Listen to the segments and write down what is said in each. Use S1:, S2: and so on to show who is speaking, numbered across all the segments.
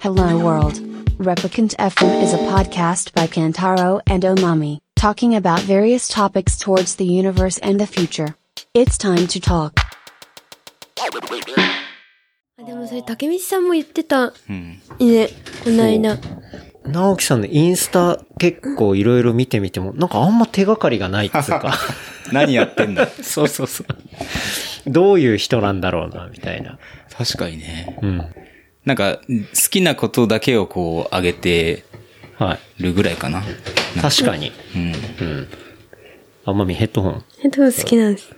S1: Hello World. Replicant FM is a podcast by Kantaro and Omami, talking about various topics towards the universe and the future. It's time to talk.
S2: あでもそれ、竹道さんも言ってた
S3: うん。
S2: ね、こないだ。
S4: 直樹さんのインスタ結構いろいろ見てみても、なんかあんま手がかりがないっつう か。
S3: 何やってんだ。
S4: そうそうそう。どういう人なんだろうな、みたいな。
S3: 確かにね。
S4: うん。
S3: なんか、好きなことだけをこう、上げて
S4: はい。
S3: るぐらいかな。
S4: 確かに。
S3: うん。
S4: うん。あまみヘッドホン。
S2: ヘッドホン好きなんです。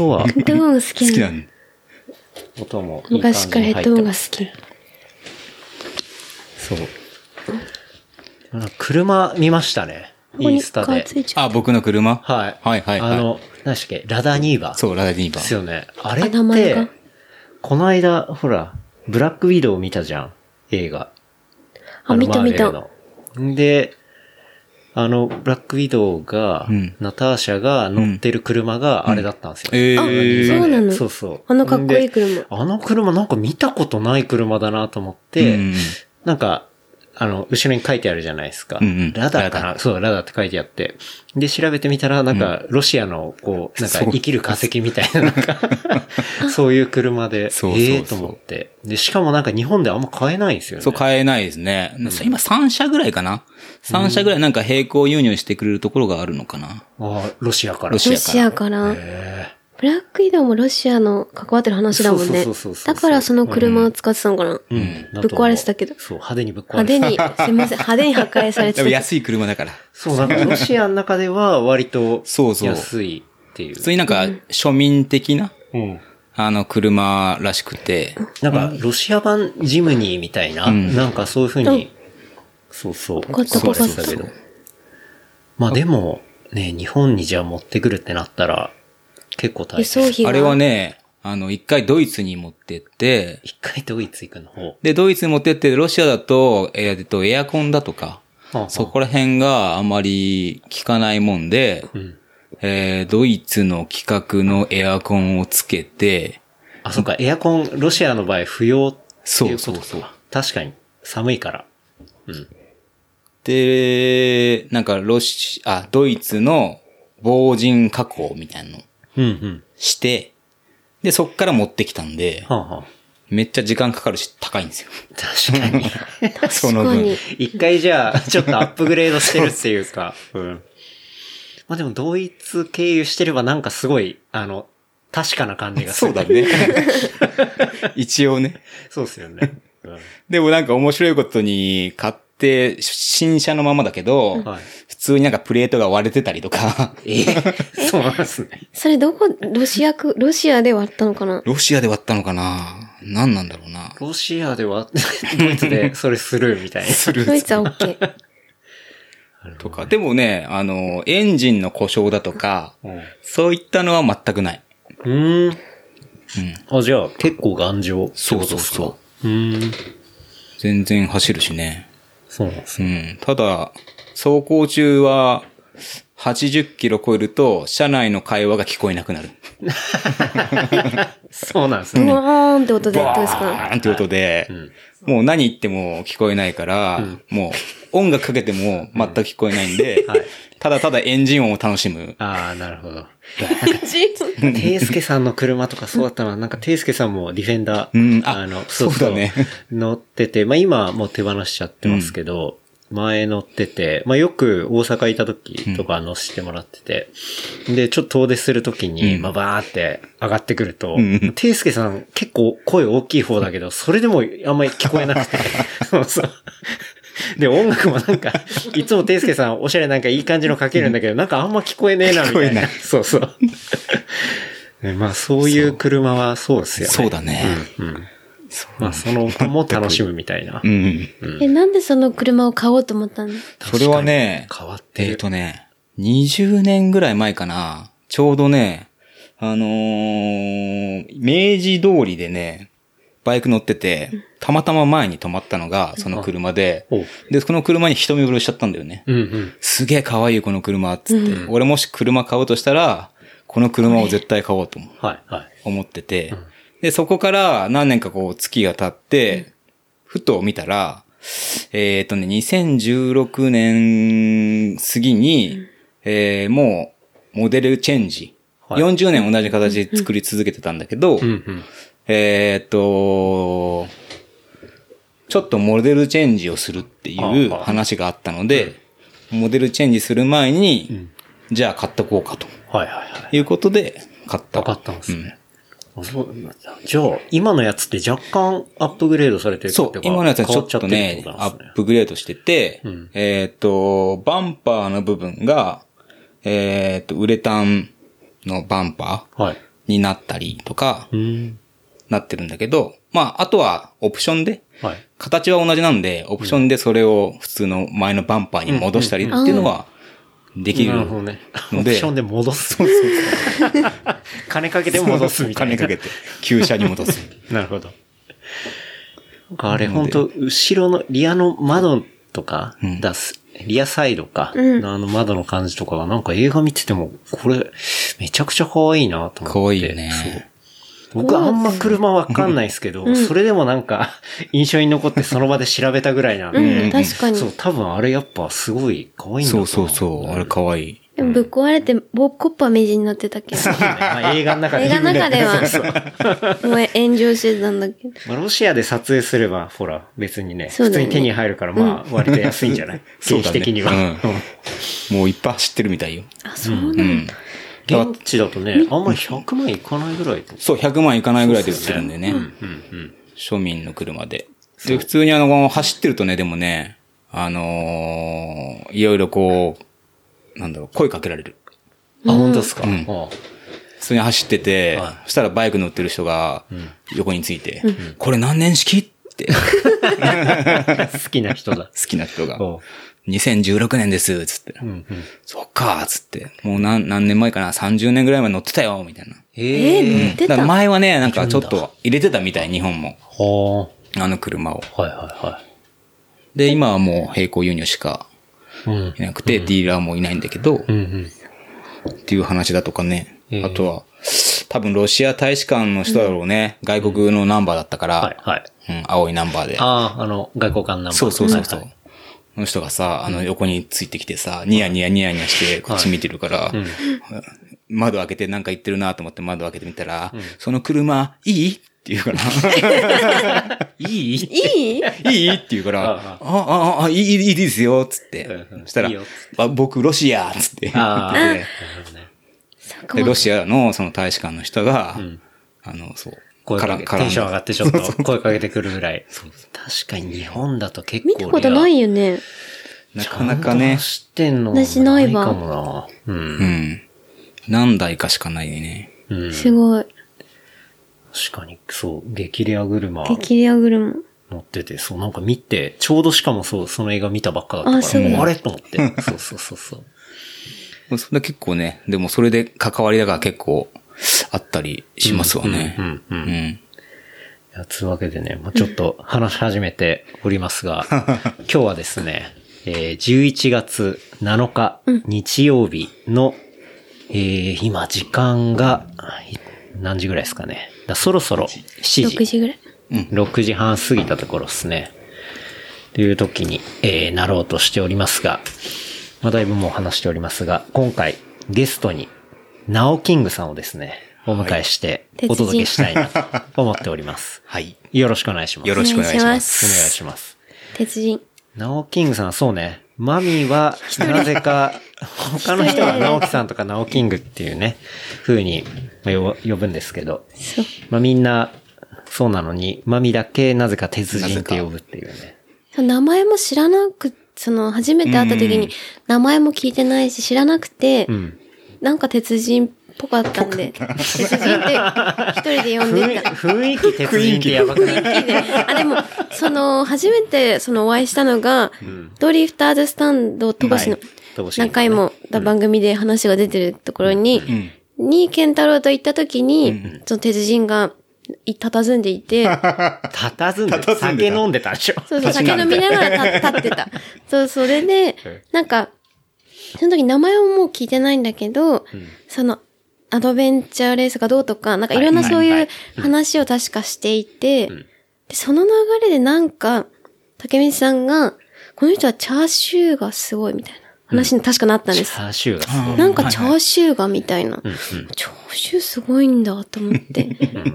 S4: 音は、
S2: ヘッドホン好き
S3: 好き
S2: な
S3: なんの。
S4: 音もいい感
S2: 昔
S4: じ
S2: からヘ
S4: に
S2: ッ
S4: 入って
S2: ドホンが好
S4: ます。
S2: き。
S4: そう。なんか車見ましたね。インスタ
S2: ここに
S4: で
S2: 顔。ついちゃう。
S3: あ、僕の車
S4: はい。
S3: はいはいはい。
S4: あの、何でしたっけラダニーバ
S3: そう、ラダニーバ
S4: で
S3: ー。
S4: すよね。あれっ
S2: あ名前が
S4: て、この間、ほら、ブラックウィドウ見たじゃん。映画。
S2: あ、
S4: の
S2: 見た
S4: マー
S2: 見
S4: ベル
S2: た。
S4: ので、あの、ブラックウィドウが、
S3: うん
S4: ナターシャが乗ってる車があれだったんですよ。
S3: ええ
S2: あそうなの
S4: そうそう。
S2: あのかっこいい車
S4: であの車なんか見たことない車だなと思って、
S3: うんうん
S4: なんか、あの、後ろに書いてあるじゃないですか。
S3: うんうん
S4: ラダーか
S3: ラ
S4: なそう、ラダーって書いてあって。で、調べてみたら、なんか、ロシアの、こう、なんか、
S3: そう
S4: 生きる化石みたいな、なん か、そういう車で、
S3: そうそうそう
S4: ええと思って。で、しかもなんか日本であんま買えないんですよね。
S3: そう、買えないですね。今3社ぐらいかな ?3 社ぐらいなんか並行輸入してくれるところがあるのかな
S4: ああ、ロシアから。
S3: ロシ
S2: ロシアから。ブラック移動もロシアの関わってる話だもんね
S4: そうそうそうそう。そう
S2: だからその車を使ってたのかな。
S4: うん
S2: ぶっ壊れてたけど
S4: そう、派手にぶっ壊れ
S2: 派
S4: て
S2: 手
S4: た。
S2: に、すいません、派手に破壊され
S3: で
S2: て
S3: も
S2: た。
S3: 安い車だから。
S4: そう、なんかロシアの中では割と
S3: そうそう
S4: 安いっていう。
S3: 普通になんか庶民的な、
S4: うん
S3: あの車らしくて、
S4: なんか、ロシア版ジムニーみたいな、
S3: ん
S4: なんかそういうふうに、そうそう。
S2: かった
S4: そ
S2: よ
S4: う
S2: かった
S4: そうそうまあでも、ね、日本にじゃあ持ってくるってなったら、結構大
S2: 輸送
S4: 変。
S2: 費が。
S3: あれはね、あの、一回ドイツに持ってって、
S4: 一回ドイツ行くの方。
S3: で、ドイツに持ってって、ロシアだと、えーっと、エアコンだとか、
S4: はあはあ
S3: そこら辺があまり効かないもんで、
S4: ん
S3: えードイツの規格のエアコンをつけて、
S4: あ、そっか、エアコン、ロシアの場合不要っていうことか。
S3: そうそうそう
S4: 確かに、寒いから。
S3: で、なんかロシ、あ、ドイツの防塵加工みたいなの
S4: うんうん。
S3: して、で、そっから持ってきたんで、
S4: はあ、はあ、
S3: めっちゃ時間かかるし、高いんですよ。
S4: 確かに。
S3: そ
S2: 確
S3: の
S2: か
S3: 分
S2: に。
S4: 一回じゃあ、ちょっとアップグレードしてるっていうか。うん。まあでも、ドイツ経由してればなんかすごい、あの、確かな感じがする。
S3: そうだね。 一応ね。
S4: そうですよね。
S3: でもなんか面白いことに買って、新車のままだけど、
S4: はい
S3: 普通になんかプレートが割れてたりとか、
S4: ええ、そうなんですね。
S2: それどこ、ロシア区、ロシアで割ったのかな
S3: ロシアで割ったのかな何なんだろうな。
S4: ロシアでは、ドイツでそれスルーみたいな。
S2: ドイツは OK。
S3: とか。でもね、あの、エンジンの故障だとか、
S4: うん
S3: そういったのは全くない。
S4: うーん。あ、じゃあ、結構頑丈。。
S3: そうそうそう
S4: うーん。
S3: う。全然走るしね。
S4: そうなんです
S3: う
S4: ね。
S3: ん。ただ、走行中は、80キロ超えると、車内の会話が聞こえなくなる。
S4: そうなんです
S2: ブ
S4: ね。
S2: ワーンって音でどうですか
S3: バーンって音で、もう何言っても聞こえないから、もう音楽かけても全く聞こえないんで、
S4: はい
S3: ただただエンジン音を楽しむ。
S4: ああ、なるほ ど。
S2: ジーン
S4: ていすけさんの車とかそうだったな。なんか、ていすけさんもディフェンダー、
S3: うんあそうだね
S4: 乗ってて、まあ今はもう手放しちゃってますけど、前乗ってて、まあよく大阪いた時とか乗せてもらってて、で、ちょっと遠出する時に、
S3: うん
S4: まあバーって上がってくると
S3: うん、
S4: ていすけさん結構声大きい方だけど、それでもあんまり聞こえなく て、そうそう。で、音楽もなんか、いつもていすけさんおしゃれなんかいい感じのかけるんだけど、なんかあんま聞こえねえな、みたいな。
S3: 聞こえない
S4: そうそう。 ねまあそういう車はそうですよね。
S3: そうだね。
S4: うん。まあその音も楽しむみたいな
S3: う。ん。
S2: え、なんでその車を買おうと思ったの
S3: それはね、
S4: 変わって
S3: えっ、
S4: る。
S3: とね、20年ぐらい前かな、ちょうどね、あのー明治通りでね、バイク乗ってて、たまたま前に止まったのが、その車で、
S4: おう
S3: で、この車に一目惚れしちゃったんだよね。
S4: うんうん。
S3: すげえ可愛いこの車、っつって、俺もし車買うとしたら、この車を絶対買おうと思う
S4: はい、はい。
S3: 思ってて、で、そこから何年かこう月が経って、ふと見たら、えっ、とね、2016年過ぎに、えーもう、モデルチェンジ。
S4: はい
S3: 40年同じ形で作り続けてたんだけど、
S4: うんうん。
S3: えっ、と、ちょっとモデルチェンジをするっていう
S4: ああ
S3: 話があったので、モデルチェンジする前に、じゃあ買っとこうかと
S4: はいはいはい。
S3: いうことで、買った。
S4: わかったんですね。そうじゃあ、今のやつって若干アップグレードされてるってい
S3: そう
S4: か
S3: う、今のやつはちょっとね、
S4: 変わ
S3: ア
S4: ちゃってる
S3: ップグレードしてて、
S4: うん
S3: えっ、と、バンパーの部分が、えっ、と、ウレタンのバンパ
S4: こ
S3: ー
S4: となんですね。はい。
S3: になったりとか
S4: う、ん。
S3: なってるんだけど、まあ、あとはオプションで、
S4: はい。
S3: 形は同じなんで、オプションでそれを普通の前のバンパーに戻したりっていうのはできる
S4: なるほどね。オ
S3: の
S4: プ
S3: で、
S4: ションで戻す。金かけて戻すみたいな。
S3: 金かけて、旧車に戻す。
S4: なるほど。あれ、本当後ろの、リアの窓とか
S3: うん
S4: 出す、リアサイドか、
S2: うん
S4: のあの窓の感じとかが、なんか映画見てても、これ、めちゃくちゃ可愛いなと思って。
S3: 可愛いよね
S4: そう。僕あんま車わかんないですけど、それでもなんか、印象に残ってその場で調べたぐらいなんで、
S2: うん、確かに
S4: そ。う、多分あれやっぱすごい可愛いんだと
S3: そ
S4: 思
S3: うそうそう、あれ可愛い。
S2: でもぶっ壊れて、ボコッパ名人になってたけど。
S4: まあ映画の中で。
S2: 映画の中では、もう炎上してたんだけど。
S4: まあ、ロシアで撮影すれば、ほら、別にね、
S2: そう
S4: 普
S2: だよ
S4: 通
S2: ね
S4: に手に入るから、まあ、割と安いんじゃない
S3: そう
S4: 経
S3: だ
S4: 費
S3: ね
S4: 的には。
S3: う
S4: うんん
S3: もういっぱい走ってるみたいよ。
S2: あ、そうなん
S3: う
S2: だ。
S3: ん。
S4: 現地だとね、あんまり100万いかないぐらいと。
S3: そう、100万いかないぐらいで売ってるんでね。
S4: うんうん。
S3: 庶民の車で。で、普通にあの、走ってるとね、でもね、あのーいろいろこう、なんだろう、声かけられる。
S4: あ、本当ですか、
S3: うん
S4: あ
S3: 普通に走ってて、
S4: は
S3: そしたらバイク乗ってる人が、横について、これ何年式って、 好
S4: あ好きな人だ。
S3: きな人が、
S4: おう
S3: 2016年です、つって。
S4: うんうん。
S3: そっか、つって。もう何、何年前かな、30年ぐらい前乗ってたよ、みたいな。
S2: え
S4: ええ
S2: ー、乗って
S3: だか
S2: た
S3: ら前はね、なんかちょっと入れてたみたい、日本も。
S4: は
S3: あの車を。
S4: あ。はいは
S3: で、今はもう並行輸入しか
S4: いはい。うん
S3: い。なくて、ディーラーもいないんだけど、
S4: うんうん。
S3: っていう話だとかね。
S4: ええ
S3: あとは、多分ロシア大使館の人だろうね。外国のナンバーだったから、
S4: はいはい。
S3: うん、青いナンバーで。
S4: ああ、あの、外交官ナンバー。
S3: そうそうそうそう。
S4: はい
S3: その人がさ、あの横についてきてさ、ニヤニヤニヤニヤしてこっち見てるから、窓開けてなんか言ってるなと思って窓開けてみたら、その車いいって言 うから、いいい
S2: いい
S3: いって言うから、
S4: あ
S3: ああ、ああ、いい、いいですよ、つって
S4: うんう。ん
S3: そしたら
S4: いいよっつ、
S3: あ僕ロシアつって。
S4: ああ、なるほどね。
S2: そうか
S3: で
S2: も
S3: ロシアのその大使館の人が、
S4: ん
S3: あの、そう。
S4: 声かけ、
S3: から
S4: テンション上がってちょっと声かけてくるぐらい。確かに日本だと結構
S2: 見
S4: リア。
S2: たことないよね。
S3: なかなかね、
S4: 知ってんの
S2: 私ないわ
S4: かもな。う。
S3: うんん。何台かしかないね。
S4: うん。
S2: すごい。
S4: 確かに、そう、激レア車
S2: 激レア車。
S4: 乗ってて、そう、なんか見て、ちょうどしかもそう、その映画見たばっかだったから、
S2: あそう
S4: もうあれと思って。そうそうそうそう。
S3: それ結構ね、でもそれで関わりだから結構あったりしますわ
S4: う
S3: ね。
S4: ん、う。
S3: うんん。
S4: やつうわけでね、もうちょっと話し始めておりますが、今日はですね、えー、11月7日日曜日の、えー、今時間がい何時ぐらいですかね。だそろそろ7時
S2: 6。時ぐらい。
S4: 6時半過ぎたところですね。という時に、えーなろうとしておりますが、まあ、だいぶもう話しておりますが、今回ゲストに、ナオキングさんをですね、お迎えして
S2: はい
S4: お届けしたいなと思っております。
S3: はい。
S4: よろしくお願いします。
S3: よろしくお願いし
S2: お願
S3: ま。
S2: いしますす
S4: お願いします。
S2: 鉄人。
S4: ナオキングさん、そうね。マミーは、なぜか、他の人はナオキさんとかナオキングっていうね、風に呼ぶ呼ぶんですけど、
S2: そう。
S4: まあみんな、そうなのに、マミだけなぜか鉄人って呼ぶっていうね。
S2: 名前も知らなく、その、初めて会った時
S3: うん
S2: に、名前も聞いてないし、知らなくて
S4: う、ん。
S2: なんか鉄人っぽかったんで、鉄人って一人で呼ん
S4: 雰
S2: で
S4: 囲
S2: た。
S4: 雰囲気鉄人ってやばくない
S2: 雰囲気であ、でも、その、初めて、その、お会いしたのが、ドリフターズスタンド、戸越の
S4: はい戸越のね
S2: 何回も、番組で話が出てるところに、に、ケンタロウと行った時に、その鉄人が、い佇んでい て、
S4: たたずんで、
S3: 佇んで
S4: 酒
S3: た
S4: 飲んでたでしょ。
S2: そうそう、酒飲みながら立立って た。そう、それ
S4: うん
S2: で、なんか、その時名前をもう聞いてないんだけど、その、アドベンチャーレースがどうとか、なんかいろんなそう
S4: はい
S2: い
S4: は
S2: う話を確かしていて、で、その流れでなんか、竹光さんが、この人はチャーシューがすごいみたいな話に確かなったん
S4: チ
S2: です。
S4: ャーシューがすごい。
S2: なんかチャーシューがみたいな。チャーシューすごいんだと思って。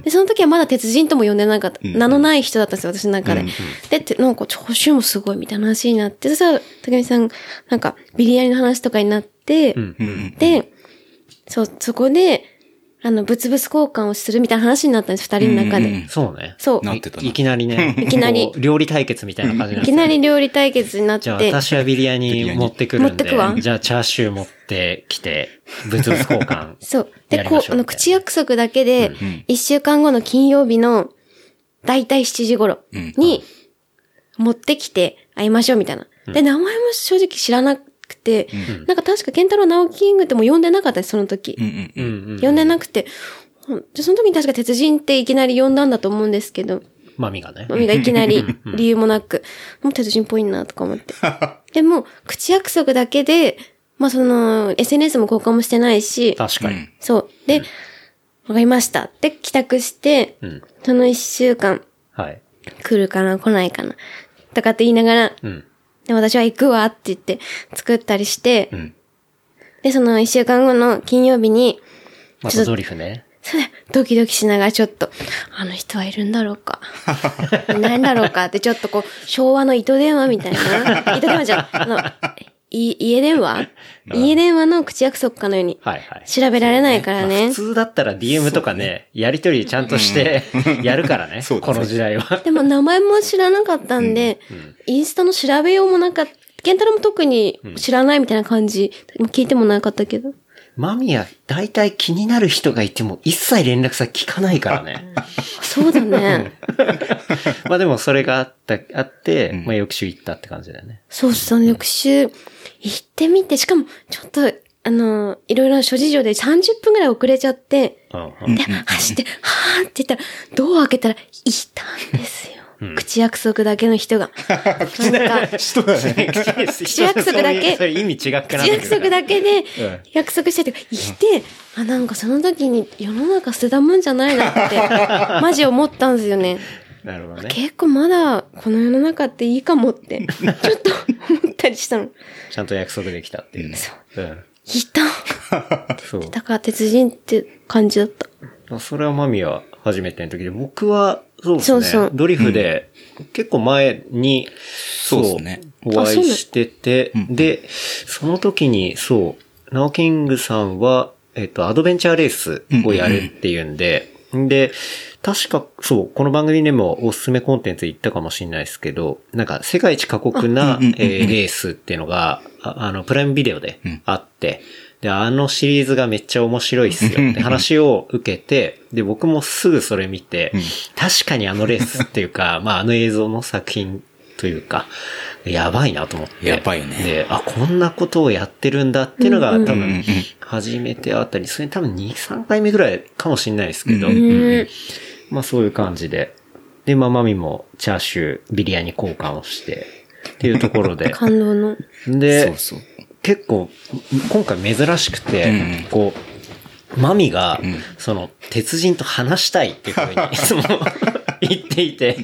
S2: で、その時はまだ鉄人とも呼んでなかった。名のない人だったんですよ、私の中で。で、てなんかチャーシューもすごいみたいな話になって、そしたら、竹見さん、なんかビリヤニの話とかになって、
S3: うん。
S2: で、そう、そこで、あの、物々交換をするみたいな話になったんです、二人の中
S3: うんうんう
S2: で
S3: ん。
S4: そうね。
S2: そう。
S3: なってたない
S4: いきなりね。
S2: いきなり
S4: こう料理対決みたいな感じない
S2: きなり料理対決になっ
S4: じ
S2: て
S4: ゃあ、、私はビリヤニ持ってくるん
S2: 持
S4: で。
S2: ってくわ
S4: じゃあ、チャーシュー持ってきて、物々 交換。
S2: そう。
S4: や
S2: で、
S4: りま
S2: こ
S4: し
S2: う、
S4: ょう
S2: あの、
S4: みたいな
S2: 口約束だけで、一週間後の金曜日の、だいたい7時頃に、持ってきて会いましょうみたいな。で、名前も正直知らなくて、なんか確かケンタロウ・ナオキングってもう呼んでなかったです、その時。
S3: うんうん
S4: うんうん。
S2: 呼んでなくて、ほんでその時に確か鉄人っていきなり呼んだんだと思うんですけど、
S4: マミがね。
S2: マミがいきなり理由もなく、もう鉄人っぽいなとか思って。でも、口約束だけで、まあその、SNS も交換もしてないし、
S4: 確かに。
S2: そう。で、わ、かりました。で、帰宅して、
S4: うん。
S2: その一週間、
S4: はい。
S2: 来るかな、来ないかな、とかって言いながら、
S4: うん。
S2: で、私は行くわって言って、作ったりして、
S3: ん
S2: で、その一週間後の金曜日に、
S4: またドリフね。
S2: それドキドキしながらちょっと、あの人はいるんだろう か。いないんだろうかって、ちょっとこう、昭和の糸電話みたいな。糸電話じゃん。あの、い家電話家電話の口約束かのように。
S4: はいはい。
S2: 調べられないから
S4: まあ
S2: ね。
S4: 普通だったら DM とかね、やりとりちゃんとして、やるから ね。
S3: そうだね
S4: この時代は。
S2: でも名前も知らなかったんで、インスタの調べようもなかった。ケンタロウも特に知らないみたいな感じ。聞いてもなかったけど。
S4: マミは大体気になる人がいても一切連絡先聞かないからね。
S2: そうだね。
S4: まあでもそれがあった、あって、
S3: ん
S4: まあ翌週行ったって感じだよね。
S2: そうそう、翌週行ってみて、しかもちょっと、あの、いろいろ諸事情で30分くらい遅れちゃって、
S4: うんうん
S2: で、走って、はーって言ったら、ドア開けたら、いたんですよ。口約束だけの人が。 なんか、
S3: 人だね。
S4: 口
S2: 約束だけ
S4: それ意味違くなってくる
S2: 口約束だけで
S4: ん、
S2: 約束してて、いて、あ、なんかその時に世の中捨てたもんじゃないな って、マジ思ったんですよね。
S4: なるほどね。
S2: 結構まだこの世の中っていいかもって、ちょっと思ったりしたの。い
S4: ちゃんと約束できたっていうね。うん。
S2: た。
S4: そう。
S2: だから鉄人って感じだった。
S4: まあそれはマミは初めての時で、僕は、そうですね。
S2: そうそう
S4: ドリフで、結構前に、
S3: う
S4: そ
S3: ですね
S4: お
S2: あ
S4: 会
S2: そう
S4: い
S2: なの
S4: してて、で、その時に、そう、ナオキングさんは、えっと、アドベンチャーレースをやるっていうんで、で、確か、そう、この番組でもおすすめコンテンツ言ったかもしれないですけど、なんか世界一過酷な、えーレースっていうのが、ああの、プライムビデオであって、で、あのシリーズがめっちゃ面白いっすよって話を受けて、で、僕もすぐそれ見て、確かにあのレースっていう か、まああの映像の作品というか、やばいなと思って。
S3: やばいよね
S4: で、あ、こんなことをやってるんだっていうのが、
S2: うんうん
S4: 多分、初めてあったり、それ多分2、3回目ぐらいかもしれないですけど、
S3: うん
S2: うん。
S4: まあそういう感じで。で、まあマミもチャーシュー、ビリヤに交換をして、っていうところ で。
S2: 感動の。
S4: で、
S3: そうそう。
S4: 結構、今回珍しくて、
S3: うん
S4: こう、マミが、その、鉄人と話したいっていうふうに、その、言っていて、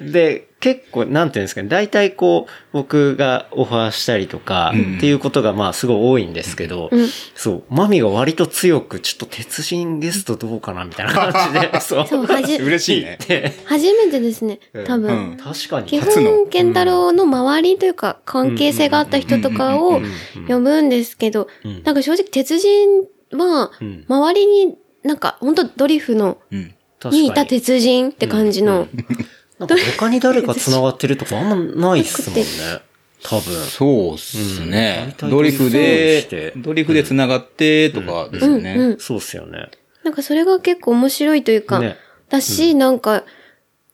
S4: で、結構、なんていうんですかね、大体こう、僕がオファーしたりとか、っていうことが、まあ、すごい多いんですけど、
S2: うん
S4: そう、マミが割と強く、ちょっと鉄人ゲストどうかな、みたいな感じ で、そう、
S2: そう、はじ、
S3: 嬉しいね。
S4: で、
S2: 初めてですね、多分。
S3: うん
S4: 確かに、
S2: 基
S3: 初の
S2: 本、ケンタロウの周りというか、関係性があった人とかを呼ぶんですけど、なんか正直、鉄人は、周りに、なんか、本当ドリフの、
S3: うん。
S4: 確
S2: にい
S4: か
S2: た
S4: に。
S2: 鉄人って感じの、
S4: なんか他に誰か繋がってるとこあんまないっすも んね、多分。
S3: そうっすね。
S4: うん
S3: ドリフ
S4: 大体
S3: で
S4: ドリフして、
S3: ドリフで繋がってとかですよね。
S2: うんうん
S4: そうっすよね。
S2: なんかそれが結構面白いというか、
S4: ね
S2: だし、なんか、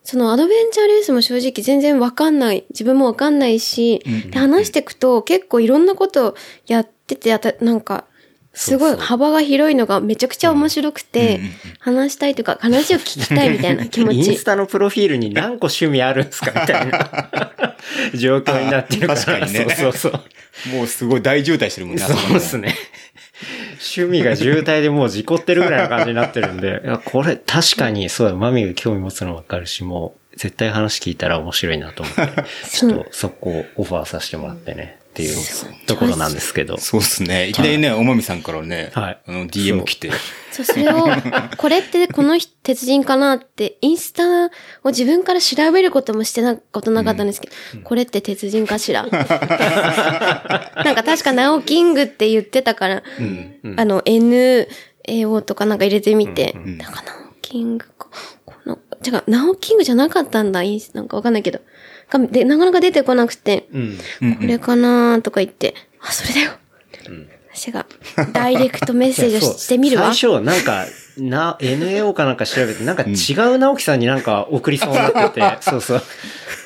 S2: そのアドベンチャーレースも正直全然わかんない、自分もわかんないし、で話していくと結構いろんなことやってて、あたなんか、すごい幅が広いのがめちゃくちゃ面白くて、話したいというか、話を聞きたいみたいな気持
S4: イン
S2: ち
S4: ス。タのプロフィールに何個趣味あるんですかみたい な状況になってるから。
S3: あ確かにね
S4: そうそうそう。
S3: もうすごい大渋滞してるもんね。
S4: そうですね。趣味が渋滞でもう事故ってるぐらいの感じになってるんで、いやこれ確かにそうだ、マミが興味持つのわかるし、もう、絶対話聞いたら面白いなと思って、ち ょっとそこをオファーさせてもらってね、っていうところなんですけど。
S3: そうですね。いきなりね、おまみさんからね、
S4: はい
S3: あの、DM 来て、
S2: そう、それを、これってこの人鉄人かなって、インスタを自分から調べることもしてな、ことなかったんですけど、これって鉄人かし らなんか確かナオキングって言ってたから、あの、NAO とかなんか入れてみて、なんかナオキングか、この、違う、ナオキングじゃなかったんだ、インスなんかわかんないけど。がで、なかなか出てこなくて、
S4: うん。
S2: これかなーとか言って、あ、それだよ。私が、ダイレクトメッセージを
S4: そう
S2: してみるわ。
S4: 最初、なんか、な、NAO かなんか調べて、なんか違う直樹さんになんか送りそうになっ てて、そうそう。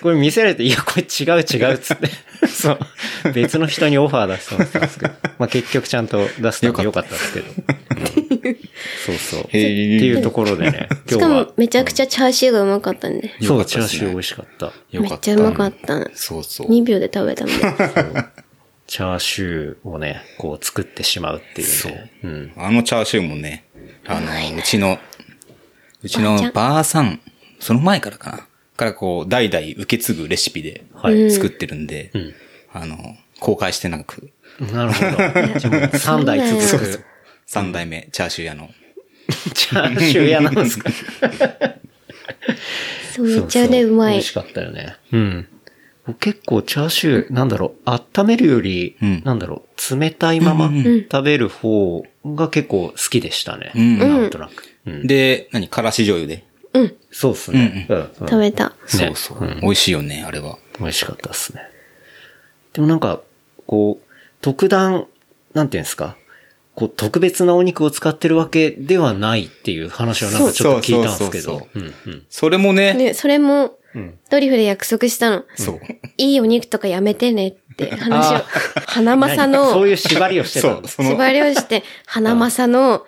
S4: これ見せられて、いや、これ違う違うっつ って。そう。別の人にオファー出そうだったんですけど。まあ結局ちゃんと出すのが良かったんですけど。そうそう。って
S3: へー
S4: いうところでね、
S2: し
S4: 今
S2: か
S4: 日は
S2: も。めちゃくちゃチャーシューがうまかったんで。
S3: 良
S4: そ
S3: か
S4: う、
S3: った
S4: チ
S3: っす
S4: ャーシ
S3: ね
S4: ュー美味しかった。
S3: よ
S2: め
S3: か
S2: っ
S3: った
S2: ちゃう。まかった。
S3: そうそう。
S2: 2秒で食べたんで。
S4: チャーシューをね、こう作ってしまうっていうね。
S3: そう
S4: うん。
S3: あのチャーシューもね、あの、うちの、うち
S2: ばあちゃ
S3: の
S2: ん
S3: ばあさん、その前からかな。からこう、代々受け継ぐレシピで
S4: はい
S3: 作ってるんで、
S4: うん
S3: あの、公開してなく、
S4: なるほど。じゃあもう3代
S2: そう
S4: 続
S2: だ
S4: く。
S3: 三代目チャーシュー屋の。
S4: チャーシュー屋なんですか
S2: そう、めっちゃね、
S4: そうそ
S2: ま
S4: 美
S2: い
S4: 味し。かったよね。うん。結構チャーシュー、なんだろう、温めるより、
S3: うん
S4: なんだろう、冷たいまま
S3: うんうん
S4: 食べる方が結構好きでしたね。
S3: うん
S4: なんとなく。うん
S3: で、何からし醤油で。
S2: うん、
S4: そうっすね。うんうん
S2: 食べた。
S3: そうそう、
S4: うん
S3: 美味しいよね、あれは。
S4: 美味しかったっすね。でもなんか、こう、特段、なんていうんですか、こう、特別なお肉を使ってるわけではないっていう話をなんかちょっと聞いたんですけ
S3: そう
S4: ど
S3: そ。
S4: うんうん
S3: それもね、
S2: ね、それも、ドリフで約束したの。
S3: そう。
S2: いいお肉とかやめてねって話を
S4: あ、
S2: 花正
S4: 何そう
S2: の、
S4: いう縛りをしてたん
S3: そ
S4: で
S3: う、
S4: す。
S3: その、
S2: 縛りをして、花正の、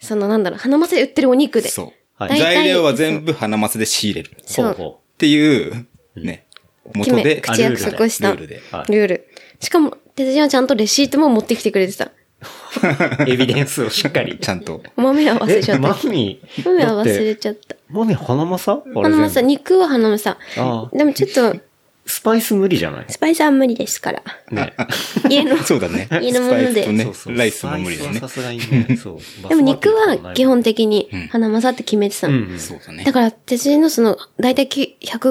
S2: そのなんだろう、花正で売ってるお肉で。
S3: そう、
S4: はい
S2: 大体
S3: 材料は全部花マスで仕入れる。っ
S2: そう
S4: ほうほう
S3: ていう、ね、
S2: 決
S3: 元
S2: め、
S3: で、
S2: 口約束をした。
S3: ルー
S2: ル
S3: ルで。
S4: はい
S2: ール。しかも、鉄人はちゃんとレシートも持ってきてくれてた。
S4: エビデンスをしっかり。
S3: ちゃんと。
S2: お豆は忘れちゃ
S4: え、
S2: った
S4: マ。ミー。
S2: 豆は忘
S4: だって
S2: れちゃった。
S4: マミー、花まさ
S2: 花まさ、肉は花まさ
S4: あ。あ
S2: でもちょっと、
S4: スパイス無理じゃない
S2: スパイスは無理です から。
S4: ね。
S2: 家の。
S3: そうだね。
S2: 家のもので
S3: スパイスとね
S4: そうそう
S3: ライスも無理だ
S4: スパ
S3: ね
S4: イスは。さすがに ね。そう。
S2: でも肉は基本的に
S3: ん
S2: 花まさって決めてた
S4: う
S2: の。
S4: ん。うん。
S3: そうだね
S2: だ。から、鉄人のその、だいたい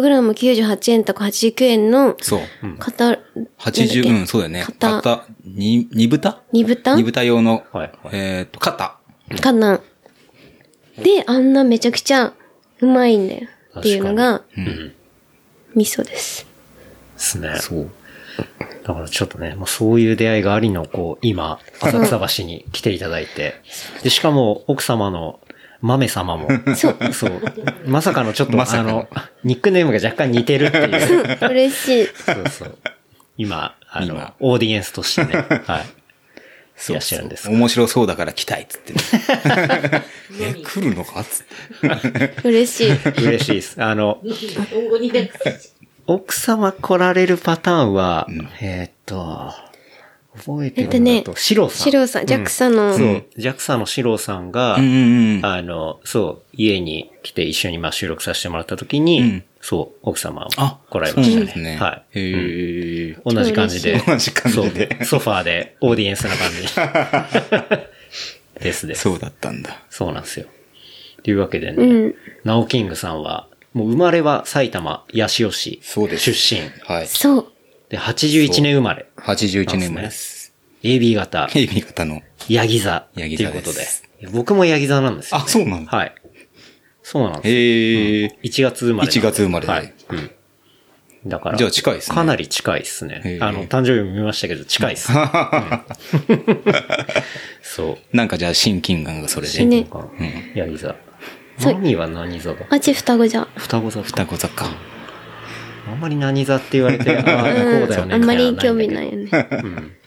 S2: 100g98 円とか89円の、
S3: そう。
S2: 肩、
S3: 80、うん、そうだよね。
S2: 肩
S3: 肩、に、二豚
S2: 煮豚
S3: 二豚用の
S4: はい、
S3: えっと、肩。
S2: かな。で、あんなめちゃくちゃうまいんだよ。っていうのが、
S3: うん。
S2: 味噌です。
S4: ですね。
S3: そう。
S4: だからちょっとね、まあ、そういう出会いがありの、こう、今、浅草橋に来ていただいて、で、しかも、奥様の、豆様も。そう。そう。まさかのちょっと、
S3: まさ
S4: あ
S3: かの
S4: の、ニックネームが若干似てるっていう。
S2: 嬉しい。
S4: そうそう。今、あの、
S3: 今
S4: オーディエンスとして ね、はい。い
S3: そう
S4: らっしゃるんです
S3: そう面白そうだから来たいっつってね。え、来るのかっつって。
S2: 嬉 しい。
S4: 嬉しいです。あの、奥様来られるパターンは、えーっと、覚えてるんだと、
S2: えっとね
S4: シロさん。
S2: シローさん、ジャクサの、
S4: そう、ジャクサのシロさんが、
S3: うんうんうん。
S4: あの、そう、家に来て一緒にまあ収録させてもらった時に、
S3: うん
S4: そう、奥様も
S3: あ、
S4: 来られました
S3: そう
S4: ね。
S3: ですね。
S4: は
S3: へ
S4: い。
S3: ー
S4: 同じ感じで。
S3: 同じ感じで
S4: そうソファーで、オーディエンスな感 じ。ですです。
S3: そうだったんだ。
S4: そうなんですよ。というわけでね、
S2: うん
S4: ナオキングさんは、もう生まれは埼玉八潮市
S3: そうです
S4: 出身。
S3: はい。
S2: そう。
S4: で、81年生まれ。
S3: 81年前です。
S4: AB 型、
S3: 警備方の。
S4: ヤギ座。と
S3: ヤ
S4: い
S3: ギ座
S4: う
S3: で
S4: ことで。
S3: す
S4: 僕もヤギ座なんですよ、ね。
S3: あそうなんだ
S4: はい。そうなんですよ。
S3: へえ。
S4: 1月生まれなんで。
S3: 1月生まれで
S4: はい。うん。だから。
S3: じゃあ近いですね
S4: かなり近いですね
S3: へ。ー
S4: あの、誕生日も見ましたけど、近いです、 ね。うん そう。
S3: なんかじゃあ親近感がそれで。
S4: 親近感。
S3: ん
S4: ヤギ座。
S2: そう
S4: マミーは何座だ
S2: あっち双子じゃん。
S4: 双子座
S3: 双子座か。
S4: あんまり何座って言われて、ああ、こうだよね。。
S2: あんまり興味ないいよね。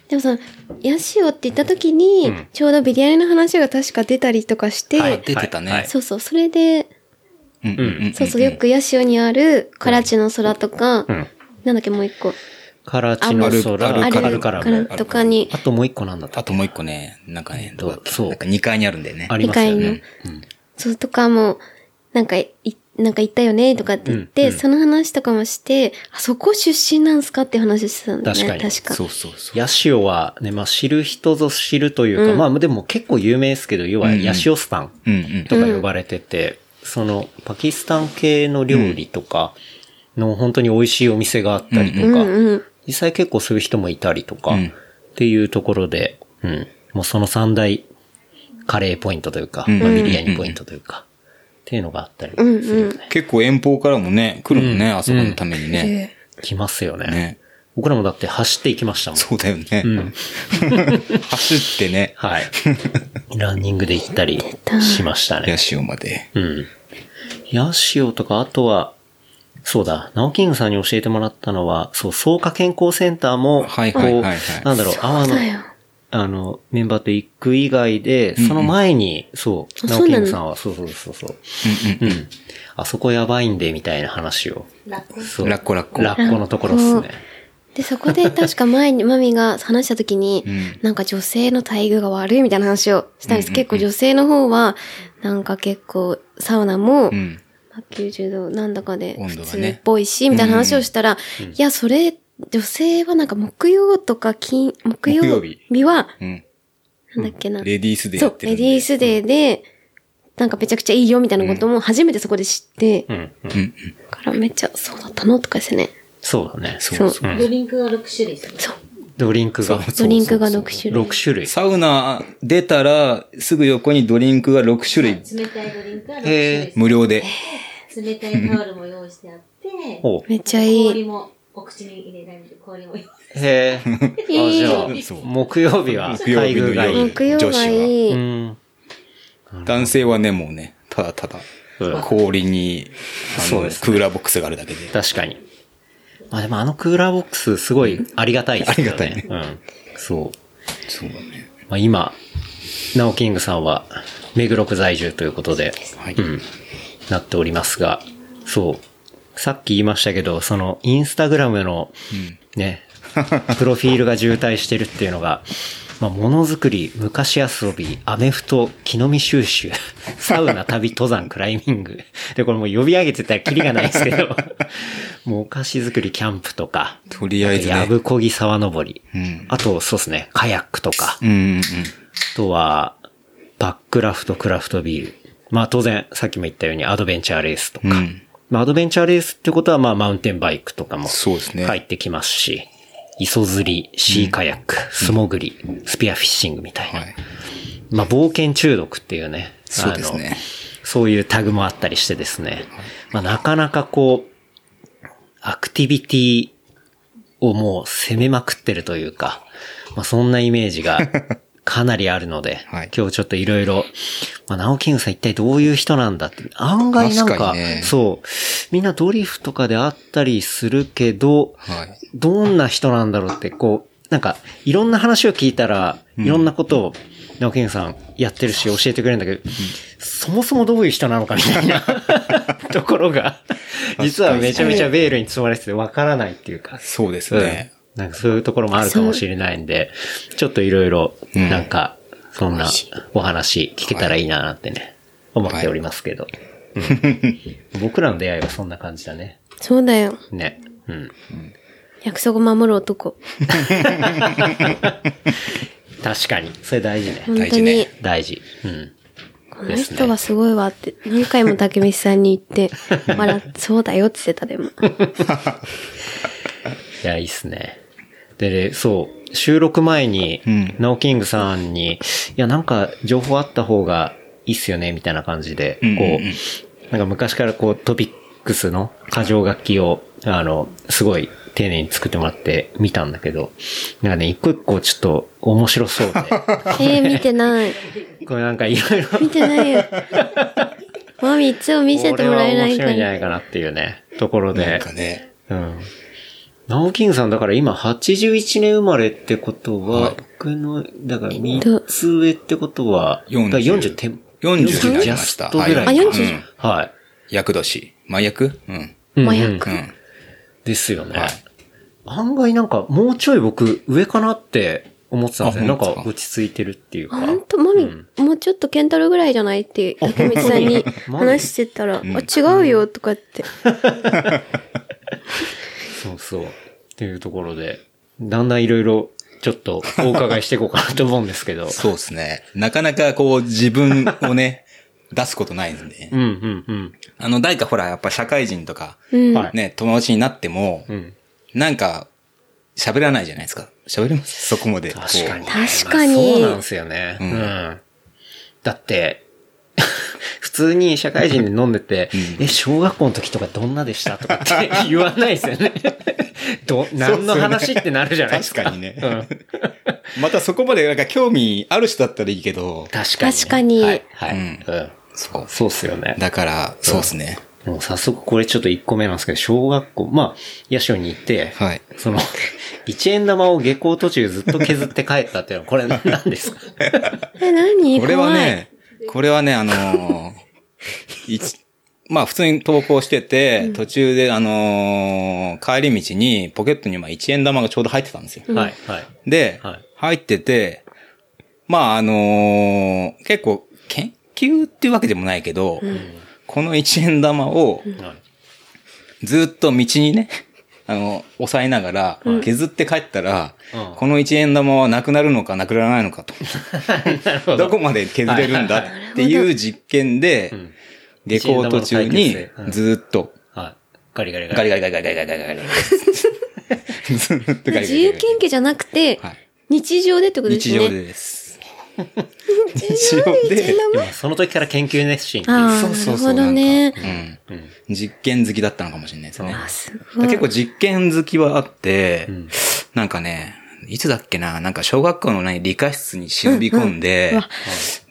S2: でもさ、ヤシオって言った時に、ちょうどビリヤニの話が確か出たりとかして、
S3: はい出てたね
S4: はい
S2: そうそう、それで、
S3: うんうんうん。
S2: そうそう、よくヤシオにある、カラチの空とか、
S4: うん。
S2: なんだっけ、もう一個。
S4: カラチの空、
S3: ある
S2: あ
S3: カラ
S4: ある
S2: る
S4: カ
S2: から
S4: ラム。
S2: とかに、
S4: あともう一個なんだった
S3: あともう一個ね、なんかね、どうだっけ
S4: そう
S3: なんか2階にあるんだよね。
S4: あり
S2: 理
S4: ますよ
S2: 解の
S4: ね。、
S2: そうとかも、なんかい、なんか行ったよねとかって言って、
S4: うんうん
S2: その話とかもして、あそこ出身なんすかって話してたんだね。
S4: 確かに
S3: そうそうそう。
S4: ヤシオはね、まあ知る人ぞ知るというか、
S2: うん
S4: まあでも結構有名ですけど、要はヤシオスタン
S3: うんうん。
S4: とか呼ばれてて、そのパキスタン系の料理とかの本当に美味しいお店があったりとか、
S2: うんうん。
S4: 実際結構そういう人もいたりとか、
S3: うん
S4: っていうところで、うん。もうその三大カレーポイントというか、
S3: うん
S4: まあビリヤニポイントというか、っていうのがあったりするよね。
S3: 結構遠方からもね、来るもんね、あそこのためにね。
S2: え
S4: 来ますよね
S3: ね
S4: 僕らもだって走っていきましたもん。
S3: そうだよね。 走ってね、
S4: はい。ランニングで行ったりしましたね
S3: ヤ。シオまで。
S4: うん。ヤシオとか、あとは、そうだ、ナオキングさんに教えてもらったのは、そう、草加健康センターも、
S3: はい
S4: こ
S3: はいうはいはい
S4: なんだろう、阿波の
S2: だよ、
S4: あの、メンバーと行く以外で、その前に、そう、
S2: あ
S4: ナオキングさんは、そうそうそうそう。
S3: うん
S4: うん。あそこやばいんで、みたいな話を。そう。
S3: ラッコラッコ
S4: ラッコのところっすね。
S2: で、そこで確か前にマミが話した時に、なんか女性の待遇が悪いみたいな話をしたんです。結構女性の方は、なんか結構サウナも
S3: うん。う、ん。
S2: まあ90度なんだかで
S3: 温度
S2: 普
S3: がね
S2: 通っぽいし、みたいな話をしたら、いや、それ、女性はなんか木曜とか金、木
S3: 木曜
S2: 曜
S3: 日
S2: 日は、
S3: うん。
S2: なんだっけな。
S3: レディースデー
S2: そ
S3: や
S2: う
S3: っ、てる
S2: レ
S3: んで。
S2: ディースデーで、なんかめちゃくちゃいいよみたいなことも初めてそこで知って、
S4: う
S2: だ
S4: ん。うん
S3: うん。
S2: からめっちゃそうだったのとかですね。
S4: そうだね。
S2: そう。そう。
S5: ドリンクが6種類ですね。
S4: ドリンクが
S2: ドリンクが6種類。
S4: 6種類。
S3: サウナ出たら、すぐ横にドリンクが6種類
S5: 冷たいドリンクは6種類
S4: え
S5: で
S3: 無料で。
S5: す。冷たいタオルも用意してあって、
S4: ほう。
S2: めっちゃい
S5: 氷
S2: い。
S5: もお口に入れられる氷も用意
S4: へえ。あ、じゃ
S3: そ
S4: あ
S3: う、
S4: 木曜日は、待
S3: 木曜日の
S4: 遇がいい。
S2: 木曜はいい。
S4: うん。
S3: 男性はね、もうね、ただただ、
S4: うん
S3: 氷に、あ
S4: そう
S3: の、
S4: で
S3: ク
S4: す
S3: ーラーボックスがあるだけで。
S4: 確かに。まあでもあのクーラーボックスすごいありがたいですよね。
S3: ありが
S4: たいね。うん。そう。
S3: そうだね。
S4: まあ今、ナオキングさんは目黒区在住ということで、
S3: はい
S4: うん、なっておりますが、そう。さっき言いましたけど、そのインスタグラムのね、プロフィールが渋滞してるっていうのが、 まあ、ものづくり、昔遊び、アメフト、木の実収集、 サウナ、旅、登山、クライミング。で、これもう呼び上げてたらキリがないですけど、 もうお菓子作り、キャンプとか、
S3: とりあえずね
S4: やぶこぎ沢登り、
S3: うん
S4: あと、そうですね、カヤックとか、
S3: うんうんうん。
S4: あとは、バックラフト、クラフトビール。まあ当然、さっきも言ったようにアドベンチャーレースとか。
S3: うん
S4: まあアドベンチャーレースってことは、まあマウンテンバイクとかも
S3: そうですね
S4: 入ってきますし、磯釣り、シーカヤック、素潜り、スピアフィッシングみたいな。
S3: はい。
S4: まあ冒険中毒っていうね。
S3: そうですね
S4: あの。そういうタグもあったりしてですね。まあなかなかこう、アクティビティをもう攻めまくってるというか、まあそんなイメージ がかなりあるので、
S3: はい
S4: 今日ちょっといろいろ、まあナオキングさん一体どういう人なんだって、案外なんか、
S3: 確かにね
S4: そう、みんなドリフとかであったりするけど、
S3: はい。
S4: どんな人なんだろうって、こう、なんか、いろんな話を聞いたら、いろんなことを、直樹さんやってるし、教えてくれるんだけど、そもそもどういう人なのかみたい なところが、実はめちゃめちゃベールに包まれててわからないっていうか、
S3: そうです
S4: うん
S3: ね。
S4: なんかそういうところもあるかもしれないんで、ちょっといろいろ、
S3: うん
S4: なんか、そんなお話聞けたらいいなってね、思っておりますけど。うん僕らの出会いはそんな感じだね。
S2: そうだよ。
S4: ね。うん。
S2: 約束を守る男。
S4: 確かに。それ大事ね。
S2: 本
S3: 大
S2: 当
S3: 事
S2: に
S3: ね、
S4: 大事。うん。
S2: この人はすごいわって、何回も竹道さんに言って、笑っ、そうだよって言ってたでも。
S4: いや、いいっすね。で、でそう、収録前に、
S3: うん
S4: ナオキングさんに、いや、なんか、情報あった方がいいっすよね、みたいな感じで、
S3: うんうんうん
S4: こう、なんか昔からこう、トピックスの過剰楽器を、あの、すごい丁寧に作ってもらって見たんだけど、なんかね、一個一個ちょっと面白そう
S2: えー、見てない。
S4: で、これなんかいろいろ、
S2: 見てないよ。マミいつも見せてもらえない
S4: これ
S2: か
S4: は面白いんじゃ
S2: ら。
S4: ないかなっていうね、ところで。
S3: なんかね。
S4: うん。ナオキングさん、だから今81年生まれってことは、
S3: はい
S4: 僕の、だから3つ上ってことは、
S3: 40
S4: だから40手、
S3: 40になりまし
S4: ジャ
S3: た。
S4: ストぐらい。
S2: あ40
S3: うん
S4: はい。
S3: 役年。麻薬うん。
S4: うん
S2: 麻
S4: うん
S2: 薬
S3: う。ん。
S4: ですよね。
S3: はい
S4: 案外なんか、もうちょい僕、上かなって思ってたんですよ。なん
S3: あ本当です
S4: か
S3: か
S4: 落ち着いてるっていうか。
S2: ほんと、マミ、
S4: うん
S2: もうちょっとケンタロウぐらいじゃないって、竹道さんに
S4: マミ
S2: 話してたら、あ、違うよとかって。
S4: そうそう。っていうところで、だんだんいろいろちょっとお伺いしていこうかなと思うんですけど。
S3: そうですね。なかなかこう自分をね、 出すことないんで
S4: う。んうんうん。
S3: あの、誰かほら、やっぱ社会人とか、
S2: うん。
S4: はい
S3: ね、友達になっても、
S4: うん。
S3: なんか、喋らないじゃないですか。喋れますそこまで。こう
S4: 確かに。
S2: 確かに
S4: まあそうなんですよね。う。
S3: うんん
S4: だって、 普通に社会人で飲んでて、え、小学校の時とかどんなでしたとかって 言わないですよね。 ど、何の話ってなるじゃないですか。
S3: 確かにね
S4: うん
S3: またそこまでなんか興味ある人だったらいいけど、
S4: 確かにね。
S2: 確かに。
S4: はい。はい。
S3: う
S4: うんん。
S3: そう。
S4: そうっすよね。
S3: だから、そうですね。
S4: もう早速これちょっと1個目なんですけど、小学校、まあ、野手に行って、
S3: はい。
S4: その、1円玉を下校途中ずっと削って帰ったっていうのは、これ何ですか
S2: え、何
S3: これは
S2: 怖い。
S3: ね、これはね、あのー 一まあ普通に投稿してて、途中であのー帰り道にポケットにまあ1円玉がちょうど入ってたんですよ。
S4: はい、はい。
S3: で、
S4: はい
S3: 入ってて、まああのー結構研究っていうわけでもないけど、この1円玉を
S4: はい
S3: ずっと道にね、あの、押さえながら、削って帰ったら、
S4: うん
S3: この1円玉はなくなるのかなくならないのかと。
S4: なるほ
S3: ど
S4: ど。
S3: こまで削れるんだっていう実験で
S4: ん、
S3: 下校途中にずっと、
S4: はい。ガリガリガ
S3: ガ
S4: リ。
S3: リガリガリガリガリガリガリガリ。ずっとガリガリガリガリ。
S2: 自由研究じゃなくて、
S3: はい
S2: 日常でってことです
S3: 日
S2: ね。
S3: 常でです。
S2: 日常で一円
S4: で
S3: 常で
S2: 玉
S4: もその時から研究熱心っていう。
S2: ああ、
S3: そうそうそう
S2: なるほどね。
S3: う
S4: うん
S3: ん。実験好きだったのかもしれないですね。
S2: あ、すごい。
S3: 結構実験好きはあって
S4: ん、
S3: なんかね、いつだっけな、なんか小学校のね、理科室に忍び込んで、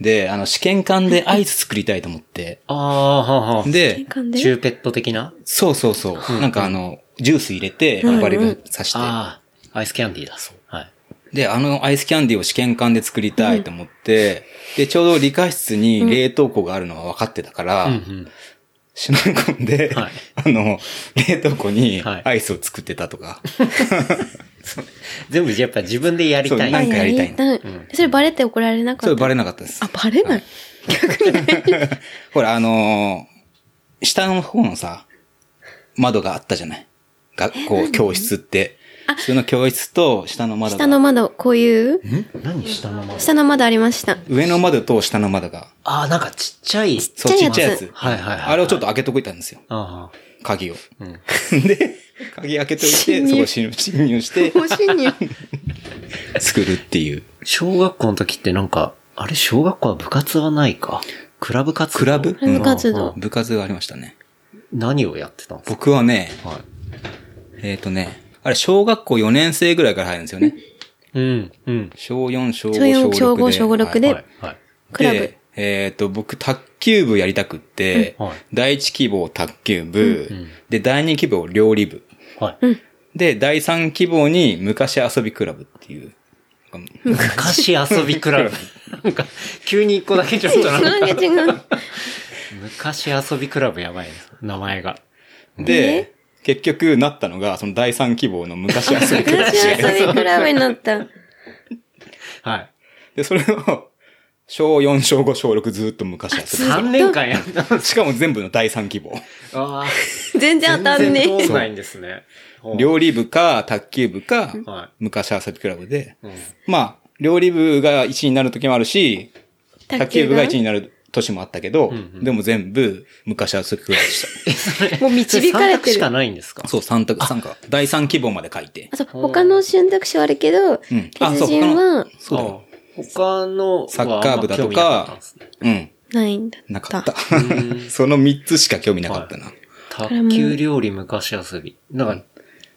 S3: で、あの、試験管でアイス作りたいと思って、
S4: ああ、はあはあ。
S3: で、
S2: 感
S4: チ
S2: で。
S4: ューペット的な
S3: そうそうそう。なんかあの、ジュース入れて、バリル刺して。
S4: ああ、アイスキャンディーだ。そう。はい。
S3: で、あのアイスキャンディーを試験管で作りたいと思って、で、ちょうど理科室に冷凍庫があるのは分かってたから、
S4: うんうん。
S3: 忍び込んで、
S4: はい
S3: あの、冷凍庫に
S4: はい
S3: アイスを作ってたとか。
S4: 全部やっぱ自分でやりたい。
S3: そうなんかやりたい
S2: うんそれバレて怒られなかった。
S3: それバレなかったです
S2: あ、。バレない。
S3: ほら、あのー下の方のさ、窓があったじゃない学校、教室って。普通の教室と下の窓
S2: 下の
S3: が。
S2: 窓、こういう、
S4: 何下の名前
S2: 下の窓ありました。
S3: 上の窓と下の窓が。
S4: ああ、なんかちっちゃい。
S3: そう、
S2: ち
S3: ち
S2: っ
S3: っ
S2: ち
S3: ち
S2: ゃいや
S3: ゃいや
S2: つ
S3: つ。
S4: はいはいはい
S3: あれをちょっと開けといたんですよ。
S4: あ
S3: 鍵を。
S4: あ。うん。
S3: で、鍵開けとい
S2: 侵入
S3: て、そこ侵侵入して、
S2: もう侵入。
S3: 作るっていう。
S4: 小学校の時ってなんか、あれ小学校は部活はないか。クラブ活動
S3: クラブ
S2: ラブ活動
S3: 部活がありましたね。
S4: 何をやってたんです
S3: 僕はね、
S4: かはい。
S3: えっ、とね、あれ、小学校4年生ぐらいから入るんですよね。
S4: うん、うん。
S3: 小4、小
S2: 小四
S3: 5、
S2: 小
S3: 小
S2: 五
S3: 6で。
S2: 小五六
S4: は
S2: で
S4: い、はい。
S2: クラブ
S3: でえっ、と、僕、卓球部やりたくって、
S4: うんはい
S3: 第1希望卓球部、
S4: ん
S3: で、第2希望料理部。
S4: はい。
S3: で、第3希望に昔遊びクラブっていう。
S4: 昔遊びクラ ブ。なんか、急に一個だけちょっとなんか
S2: なんか違う。
S4: 昔遊びクラブやばいです。名前が。
S3: で、結局なったのが、その第3希望の昔遊びクラブ
S2: 昔遊びクラブになった。
S4: はい。
S3: で、それを、小4、小5、小6ずーっと昔遊び。
S4: 3年間やった。
S3: しかも全部の第3希望。
S4: ああ。
S2: 全然当たんね
S4: 全然通
S2: え。
S4: んないんですね。
S3: 料理部か、卓球部か、
S4: は
S3: 昔遊びクラブで、
S4: うん
S3: まあ、料理部が1位になる時もあるし、卓球部が1位になる年もあったけど、でも全部昔遊びクラブでし
S2: もう導かれ
S4: 三択
S2: て
S4: し
S2: る
S4: か。ないんですか
S3: た。 そう、3択、三か。第3希望まで書いて
S2: あ、。そう、他の選択肢はあるけど、
S3: うんあ
S2: 鉄人は
S3: そうだよ。
S4: あ他のは
S3: サッカー部だ
S4: あん
S3: と
S4: ま興味なったん
S3: か
S4: ですね、
S3: うん。
S2: ないんだった。
S3: なかった。 その3つしか興味なかったな。
S4: 卓球料理昔遊び。なんか、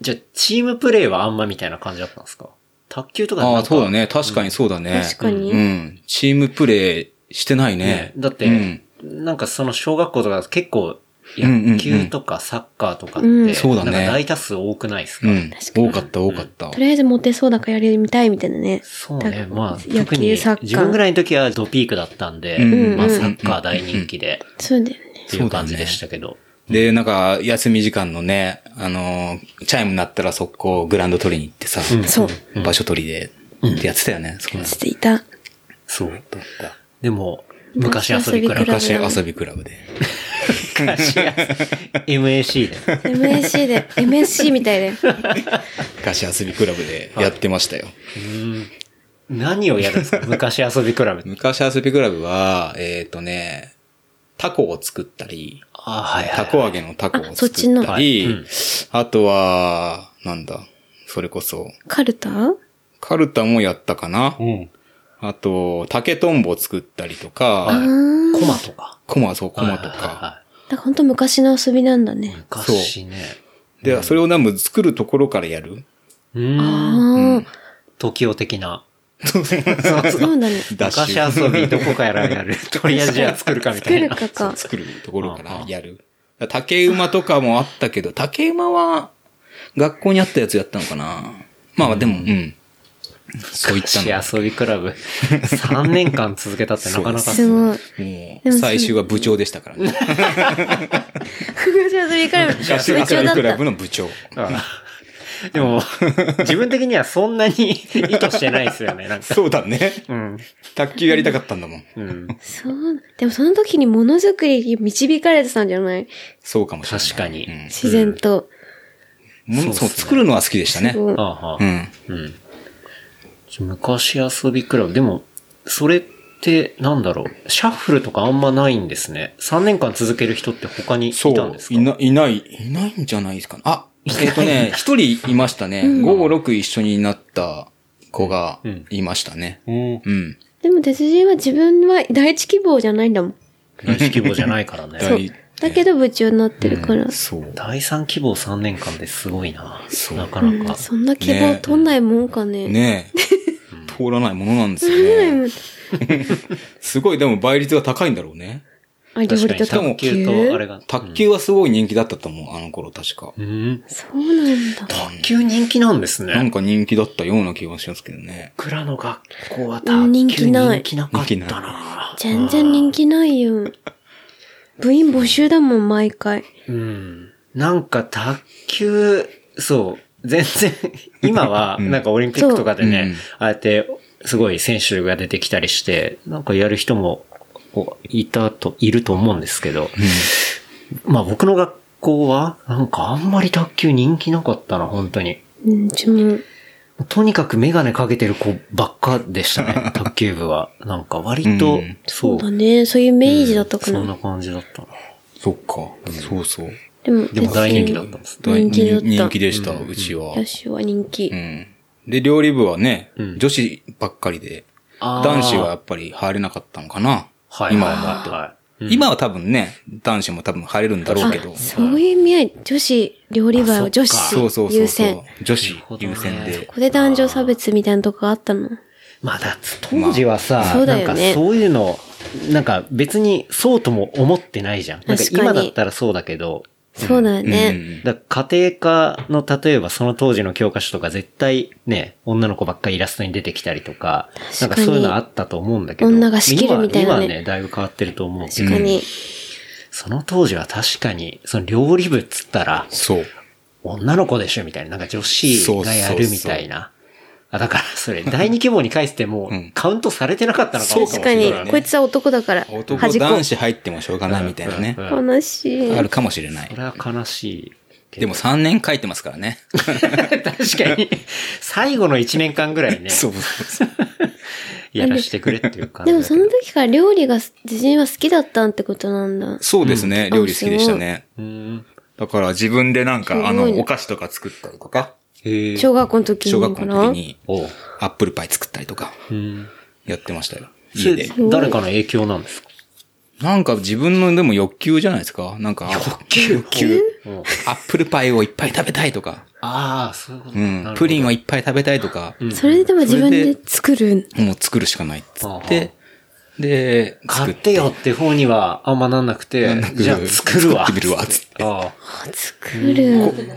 S4: じゃあ、チームプレーはあんまみたいな感じだったんですか卓球とかなん
S3: あ
S4: か
S3: あ、そうだ。ね。確かにそうだね。
S2: 確かに
S3: うん。チームプレイしてないね
S4: ね。だって、
S3: うん
S4: なんかその小学校とか結構、
S3: うんうんう
S4: 野
S3: ん
S4: 球とかサッカーとかっ
S2: う
S4: て、
S2: ん
S3: そうだね
S4: なんか大多数多くないですか、
S3: うん
S2: 確。かに
S3: 多かった、多かった
S2: と。りあえずモテそうだからやりたいみたいなね。
S4: そうね。
S2: た
S4: まあ、
S2: 野
S4: 特に
S2: 球、サッカー。
S4: 自分ぐらいの時はドピークだったんで、
S3: うん
S2: う
S4: ま
S2: ん
S4: あサッカー大人気で、
S2: そうだよね。
S4: っていう感じでしたけど。
S3: で、なんか、休み時間のね、あのー、チャイム鳴ったら速攻グラウンド取りに行ってさ、
S2: そう。
S3: 場所取りで、ってやってたよね。そうなんだ
S2: していた。
S4: そう。
S3: った。
S4: でも、昔遊びクラブ。
S3: 昔遊びクラブで。
S4: 昔遊び MAC で。
S2: MSC で、MSC みたいで。
S3: 昔遊びクラブ でやってましたよ。
S4: 何をやるんです か昔遊びクラブ。
S3: 昔遊びクラブは、えっ、とね、タコを作ったり、
S4: あ、はい
S3: タコ揚げのタコを
S2: あそ
S3: 作
S2: っち
S3: っ
S2: の
S3: た
S4: はいう
S3: り
S4: ん、
S3: あとは、なんだ、それこそ、
S2: カルタ
S3: カルタもやったかな。
S4: うん。
S3: あと、竹とんぼ作ったりと
S4: は
S3: か、
S4: い。コマとか。
S3: コマ、そう、コマ
S4: はいはい
S3: と
S4: はい
S3: か。
S4: はい。
S2: だ本当昔の遊びなんだね。
S4: 昔ね。
S3: で、それをなんか作るところからやる。
S2: あ
S4: うーん。
S2: あ、
S4: 時を的な。
S2: そうだね。
S3: 脱
S4: 昔
S3: 臭
S4: 遊びどこからやる。 とりあえずじゃあ作るかみた
S2: 作
S4: い
S2: る
S4: な。
S2: かか。
S3: 作るところからやる。だから竹馬とかもあったけど、竹馬は学校にあったやつやったのかな。まあでも、うん。そういったの。
S4: 昔遊びクラブ。3年間続けたってなかなか
S2: す ごい。
S3: も
S2: で
S3: う、
S2: も
S3: 最終は部長でしたからね。
S2: 昔遊びクラブ、部
S3: 昔遊
S2: 長
S3: び
S2: だっ
S3: クラブ
S2: た。
S3: の部長。
S4: うんでも、自分的にはそんなに 意図してないですよね、なんか。
S3: そうだね。
S4: うん。
S3: 卓球やりたかったんだもん。
S4: うん。
S2: そう。でもその時にものづくりに導かれてたんじゃない
S3: そうかもしれない。
S4: 確かに
S3: うん
S2: 自然と。
S3: も
S4: そうっす
S3: そう、
S4: ね
S3: 作るのは好きでしたね
S2: す。ごい
S4: ああは
S3: う
S4: あ
S3: ん。
S4: うん。昔遊びクラブ。でも、それって、なんだろう。シャッフルとかあんまないんですね。3年間続ける人って他にい
S3: そ
S4: たん
S3: う
S4: です、か
S3: いな、いない、いないんじゃないですかね。あ、えっとね、一人いましたね。5、6一緒になった子が
S4: うん
S3: いましたね。
S4: うん。
S3: うん。
S2: でも鉄人は自分は第一希望じゃないんだもん。
S4: 第一希望じゃないから
S3: そ
S2: そ
S4: ね。
S2: う
S3: 第一。
S2: だけど部長になってるから。
S3: そう。
S4: 第三希望3年間ですごいな。
S3: そう
S4: なか
S2: う
S4: なんか。
S2: そんな希望取んないもんかね。
S3: ねえ。通らないものなんですよね。すごい、でも倍率が高いんだろうね。
S2: あ、料
S4: 確か
S2: 理と
S4: に
S2: 卓
S4: 卓球とあれ
S2: 球
S4: が。
S3: 卓球はすごい人気だったと思う、あの頃確か。
S4: うん。
S2: そうなんだ。
S4: 卓球人気なんですね。
S3: なんか人気だったような気がしますけどね。
S4: 僕らの学校は
S2: う
S4: 卓
S2: ん人
S4: 球
S2: 気ない
S4: 人気なかったな。
S2: 全然人気ないよ。部員募集だもん、毎回。
S4: うん。なんか卓球、そう、全然、 今は、なんかオリンピックとかでね、ああやって、すごい選手が出てきたりして、なんかやる人も、こういたと、いると思うんですけど、まあ僕の学校は、なんかあんまり卓球人気なかったな、本当に。
S2: うん、うちも。
S4: とにかくメガネかけてる子ばっかでしたね、 卓球部は。なんか割と、
S3: うん
S4: そう。
S2: だね。そういうイメージだったか
S4: そんな
S2: な。
S4: 感じだったな。
S3: そっか。そうそう。
S2: でも、
S4: でも大人気だっ
S2: 別
S4: たんですね。
S3: 大
S2: 人気だった
S3: 人気でした、うちは
S2: に。。私は人気
S3: う。ん。で、料理部はね、
S4: うん
S3: 女子ばっかりで、
S4: あー
S3: 男子はや、っぱり入れなかったのかな。
S4: はい、
S3: 今
S4: 今
S3: 思う
S4: は
S3: と、
S4: はい。
S3: 今は多分ね、男子も多分入れるんだろうけど。
S2: あ、そういう意味合い、女子料理部は女子
S3: そうそうそ
S2: 優
S3: うそう
S2: 先。。
S3: 女子優先
S4: なる
S3: で
S2: こ。こで男女差別みたいなとこがあったの。
S4: まあだ、当時はさ、
S2: そうだ
S4: なん
S2: よ
S4: か
S2: ね
S4: そういうの、なんか別にそうとも思ってないじゃん。なんか
S2: 確かに
S4: 今だったらそうだけど、
S2: そうだよ
S3: う
S2: ね。
S3: ん
S4: だから家庭科の例えばその当時の教科書とか絶対ね、女の子ばっかりイラストに出てきたりとか、な
S2: 確
S4: んか
S2: かに
S4: そういうのあったと思うんだけど、
S2: 女が仕切るみたいなね
S4: 今今はね、だいぶ変わってると思うけ
S2: 確
S4: ど
S2: か、に。
S4: その当時は確かに、その料理部っつったら、
S3: そう。
S4: 女の子でしょみたいな、なんか女子がやるみたいな。あ、だからそれ、第二希望に返しても
S3: うん、
S4: カウントされてなかったのかもし
S2: 確か
S4: れない。
S2: に
S3: そうかもしれないね。
S2: こいつは男だから。
S3: 男、
S2: 端っ
S3: 男
S2: こ。
S3: 子入ってもしょうがないみたいなね。
S4: うん
S2: 悲しい。
S3: あるかもしれな
S4: そ
S3: い。
S4: れは悲しい。
S3: でも、3年書いてますからね。
S4: 確かに、最後の一年間ぐらいね、
S3: そうそうそう。
S4: やらしてくれっていう感
S2: でも
S4: じだけど。
S2: その時から料理が自信は好きだったってことなんだ。
S3: そうですね。
S2: うん
S3: 料理好きでしたね。
S4: うん
S3: だから自分でなん
S2: すごい
S3: か、あの、お菓子とか作ったりとか、
S4: へえ
S2: 小学校の時に
S3: 小学校の時
S2: か
S3: に、
S4: おう
S3: アップルパイ作ったりとか、
S4: うん
S3: やってましたよ。
S4: それ
S3: 家で。
S4: 誰かの影響なんですか
S3: なんか自分のでも欲求じゃないですかなんか。欲求欲求。
S4: うん
S3: アップルパイをいっぱい食べたいとか。
S4: ああ、そういうこと。
S3: う
S4: なる
S3: ん
S4: ほ。ど
S3: プリンをいっぱい食べたいとか。
S2: なそれででも自分で作る。
S3: もう作るしかないっつって。で、作
S4: 買ってよって方にはあんまなんなくて、じゃあ作るわ。
S3: 作ってみるわっつっ
S4: あ
S2: あ作る。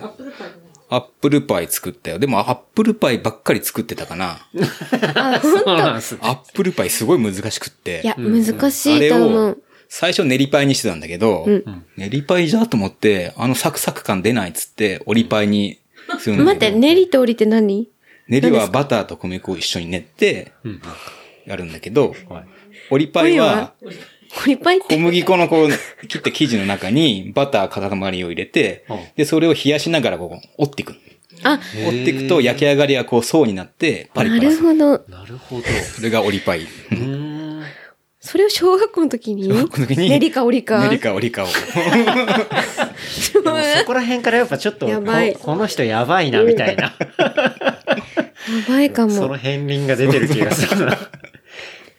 S5: アップルパ
S3: アップルパイ
S5: イでも
S3: 作ったよ。でもアップルパイばっかり作ってたかな。
S2: あ、
S4: あ。
S2: ほん
S4: そうなんですね
S3: アップルパイすごい難しくって。
S2: いや、難し
S3: あ
S2: い
S3: れ
S2: と思
S3: を
S2: う。、
S3: 最初練りパイにしてたんだけど、練りパイじゃと思って、あのサクサク感出ないっつって、折りパイにするんだ
S2: 待っ
S3: け
S2: て、
S3: ど。
S2: 練りとりって何
S3: 練りはバターと米粉を一緒に練って
S4: うん。
S3: やるんだけど、
S4: はい。
S3: 折りパイは
S2: ホリパイっ
S3: 小
S2: て。
S3: 麦粉のこう、切った生地の中にバター塊を入れて
S4: うん、
S3: で、それを冷やしながらこう、折っていくの。
S2: あ、
S3: 折っていくと焼き上がりがこう層になってパリパ
S2: な
S3: リ
S2: る
S3: する。
S2: ほど。
S4: なるほど。
S3: それが折りパイ。
S4: うーん。
S2: それを小学校の時に
S3: 小学校の時 に
S2: 練りか折りか。
S3: 練りか折りか を。
S4: でもそこら辺からやっぱちょっと、こ
S2: やばい
S4: この人やばいな、みたいな。
S2: やばいか
S4: その
S2: も。
S4: 片鱗が出てる気がするな。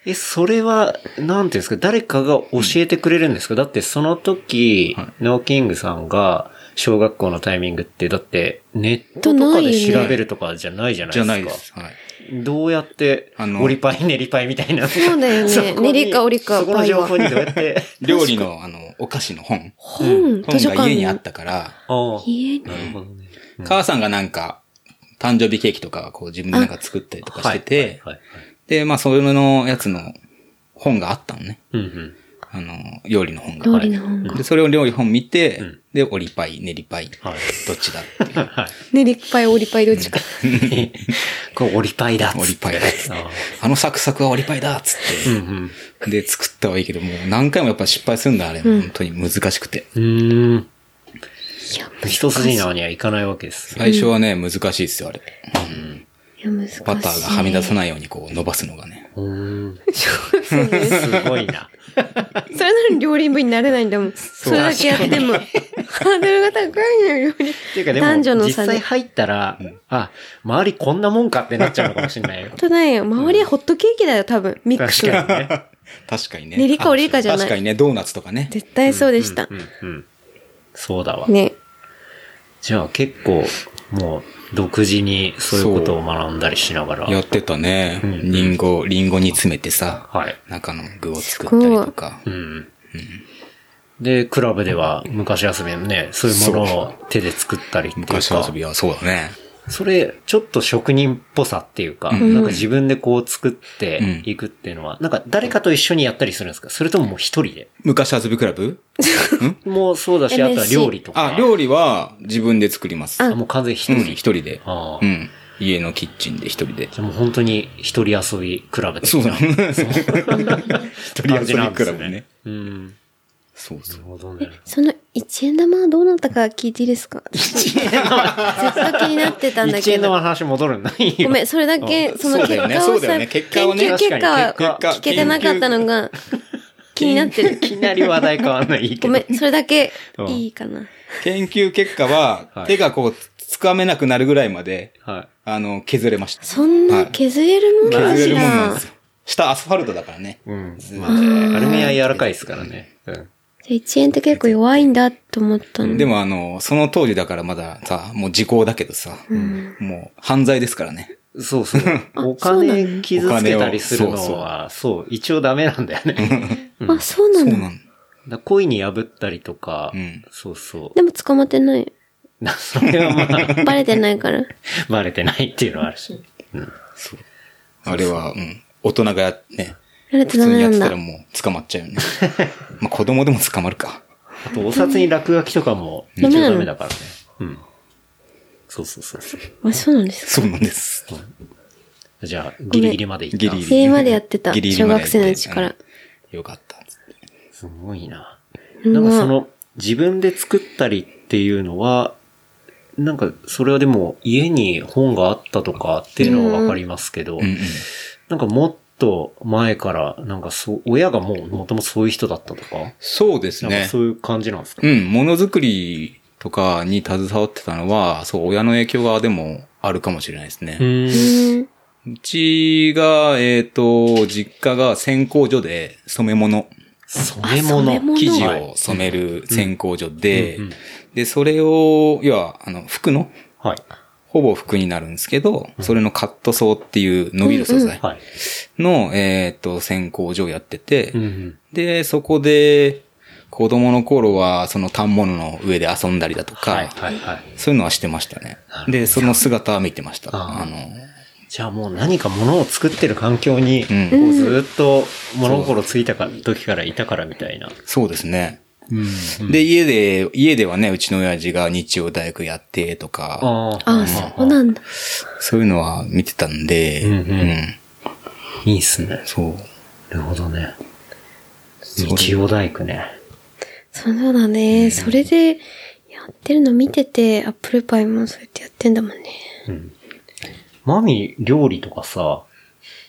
S4: え、それは、なんていうんですか、誰かが教えてくれるんですかだってその時、ノーキングさんが小学校のタイミングって、だってネットとかで調べるとかじゃないじゃない
S3: じ
S4: ですか。
S3: ゃないです。はい。
S4: どうやって、
S3: あの
S4: 折りパイ、練りパイみたいな。そう
S2: だよね
S4: こに
S2: 練りか折りか
S4: そこの
S2: パイ
S4: 情
S2: は
S4: 報にどうやって。
S3: 料理のあの、お菓子の本。
S2: 本、図
S3: 本
S2: 書
S3: が
S2: 館
S3: 家にあ
S2: の
S3: っ。たから、
S4: ああ。
S2: 家に
S4: なるほどね。
S3: 母さんがなんか、誕生日ケーキとかこう自分でなんか作ったりとかしてて、
S4: はいはいはい
S3: で、まあそれのやつの本があったのね。
S4: うんうん。
S3: あの、料理の本が。
S2: 料理の本が。
S3: で、それを料理本見て、
S4: うん
S3: で、折りパイ、練りパイ、
S4: はい
S3: どっちだっていう。
S2: 練りパイ、折りパイどっちか。
S4: これ折りパイだっつって。
S3: 折りパイだっつ
S4: ああ
S3: あのサクサクは折りパイだっつ
S4: うん
S3: っ
S4: うん。
S3: て。で、作ったはいいけど、もう何回もやっぱ失敗するんだ、あれ。
S2: うん
S3: 本当に難しくて。
S4: うー
S2: い
S4: ん。
S2: や、
S4: 一筋縄にはいかないわけです。
S3: 最初はね、難しいですよ、あれ。
S2: いや難しい。
S3: バターがはみ出さ
S2: ない。
S3: ないようにこう伸ばすのがね。
S4: うーん。
S2: そうね。
S4: すごいな。
S2: それなのに料理部になれないんだもん。それだけやっても。ハードルが高いのよ、料理。
S4: っていうかで
S2: 男女
S4: も、
S2: の
S4: 実
S2: 差
S4: 際
S2: で。
S4: 入ったら、あ、周りこんなもんかってなっちゃうのかもしれな いよ
S2: 本。当だよ。周りはホットケーキだよ、多分。ミックス
S4: 確。かにね。
S3: 確かにね。
S2: 練りか折りかじゃない
S3: 確かにね、ドーナツとかね。
S2: 絶対そうでした
S4: う。んうん。そうだわ。
S2: ね。
S4: じゃあ結構、もう、独自にそういうことを学んだりしながら。
S3: やってたね。
S4: うん
S3: リンゴ、リンゴに詰めてさ、
S4: はい。
S3: 中の具を作ったりとか
S4: う。ん。で、クラブでは昔遊びのね、そういうものを手で作ったりっていうか、
S3: 昔遊びはそうだね。
S4: それ、ちょっと職人っぽさっていうか、
S3: うん
S4: なんか自分でこう作って
S3: うん
S4: いくっていうのは、なんか誰かと一緒にやったりするんですかそれとももう一人で
S3: 昔遊びクラブ
S4: もうそうだし、あとは
S2: MSC
S4: 料理とか。
S3: あ、料理は自分で作ります。
S2: あ
S4: あもう完全に一
S3: うん、
S4: 人。
S3: 一人で。
S4: ああ
S3: うん。家のキッチンで一人で。
S4: じゃあもう本当に一人遊びクラブ的な。
S3: そうだ一人遊びクラブね。
S4: うん。な
S3: そうそう
S4: る。ほどね。
S2: その1円玉はどうなったか聞いていいですかずっと気になってたんだ
S4: 一
S2: け
S4: 円の
S2: ど。
S4: 話戻るんだ。いいよ
S2: ごめん、それだけ、その
S3: そうだ
S2: 結
S3: よね
S2: 果
S3: そ
S2: を
S3: うだ
S2: さ、
S3: よね結果をね
S2: 研究結果は
S4: 確かに
S3: 結果
S2: 聞けてなかったのが気にな って
S4: い
S2: る。
S4: きなり話題変わんない。いいけ
S2: ご
S4: ど。
S2: めん、それだけ
S4: うん
S2: いいかな。
S3: 研究結果は、
S4: はい
S3: 手がこう、つかめなくなるぐらいまで、
S4: は
S3: あの、削れました。
S2: そんな削れるもん
S3: 削
S2: か
S3: れ
S2: し
S3: るもんなん
S2: ら
S3: で。すよ。下アスファルトだからね。
S4: い。うん。まあ、アルミは柔らかいですからね。うん。
S2: 1円って結構弱いんだと思ったの。
S3: でもあの、その当時だからまださ、もう時効だけどさ、もう犯罪ですからね。
S4: そうそう。お
S2: そうな
S4: 金傷つけたりするのは、そう一応ダメなんだよね。
S2: あ、そうな
S3: そう
S2: の
S3: なの。
S4: だ恋に破ったりとか
S3: うん、
S4: そうそ
S2: でも捕まって ない。
S4: う。なそれはまあ、
S2: バレてないから。
S4: バレてないっていうのはあるし。
S3: あれは、うん。大人がや、ね。
S2: やると
S3: 普
S2: ダ
S3: 通に
S2: メな
S3: やっ
S2: ん
S3: てた
S2: だ
S3: ら。もう捕まっち ゃうよね。まあ子供でも捕まるか。
S4: あと、お札に落書きとかも、一
S2: ダ
S4: 応
S2: メなの
S4: ダメだからね。うん。そうそうそうそう。
S2: あ、そうなんですか。
S3: そうなんです。
S4: じゃあ、ギリギリまで行った。
S3: ギリギ
S2: ギリまでやってた。
S3: ギリギリ
S2: 小
S3: までやっ
S2: 学生
S3: て
S2: のうちから。
S3: よかったっつって。
S4: すごいな。
S2: うん
S4: なんかその、自分で作ったりっていうのは、なんか、それはでも、家に本があったとかっていうのはわかりますけど、
S3: うんうん。
S4: なんかもっと前から、なんかそう、親がもう、もともとそういう人だったとか、
S3: そうです
S4: なんか
S3: ね。
S4: そういう感じなんですか、
S3: うん、ものづくりとかに携わってたのは、そう、親の影響がでもあるかもしれないですね。
S4: ん
S2: うん。
S3: うちが、えっ、と、実家が線工所で染め物、
S4: 染め物。
S2: あ染め物
S3: 生地
S4: はい
S3: を染める線工所で
S4: うんうん、
S3: で、それを、要は、あの、服の、
S4: はい。
S3: ほぼ服になるんですけど、それのカットソーっていう伸びる素材
S4: はい。
S3: の、えっ、と、線工所をやってて、
S4: うんうん。
S3: で、そこで、子供の頃は、その反物の上で遊んだりだとか、
S4: はい、はい、はい。
S3: そういうのはしてましたね。で、その姿は見てました。
S4: あー
S3: あの、
S4: じゃあもう何か物を作ってる環境に、
S3: うん
S4: こうずっと物心ついたか時からいたからみたいな。
S3: そうですね。
S4: うん。
S3: で、家で、家ではね、うちの親父が日曜大学やってとか、
S4: ああ、
S2: ああ、そうなんだ。
S3: そういうのは見てたんで、
S4: うんうんいいっすね。
S3: そう。
S4: なるほどね。日曜大工ね。
S2: そうだね。それで、やってるの見てて、アップルパイもそうやってやってんだもんね。
S4: マミ、料理とかさ、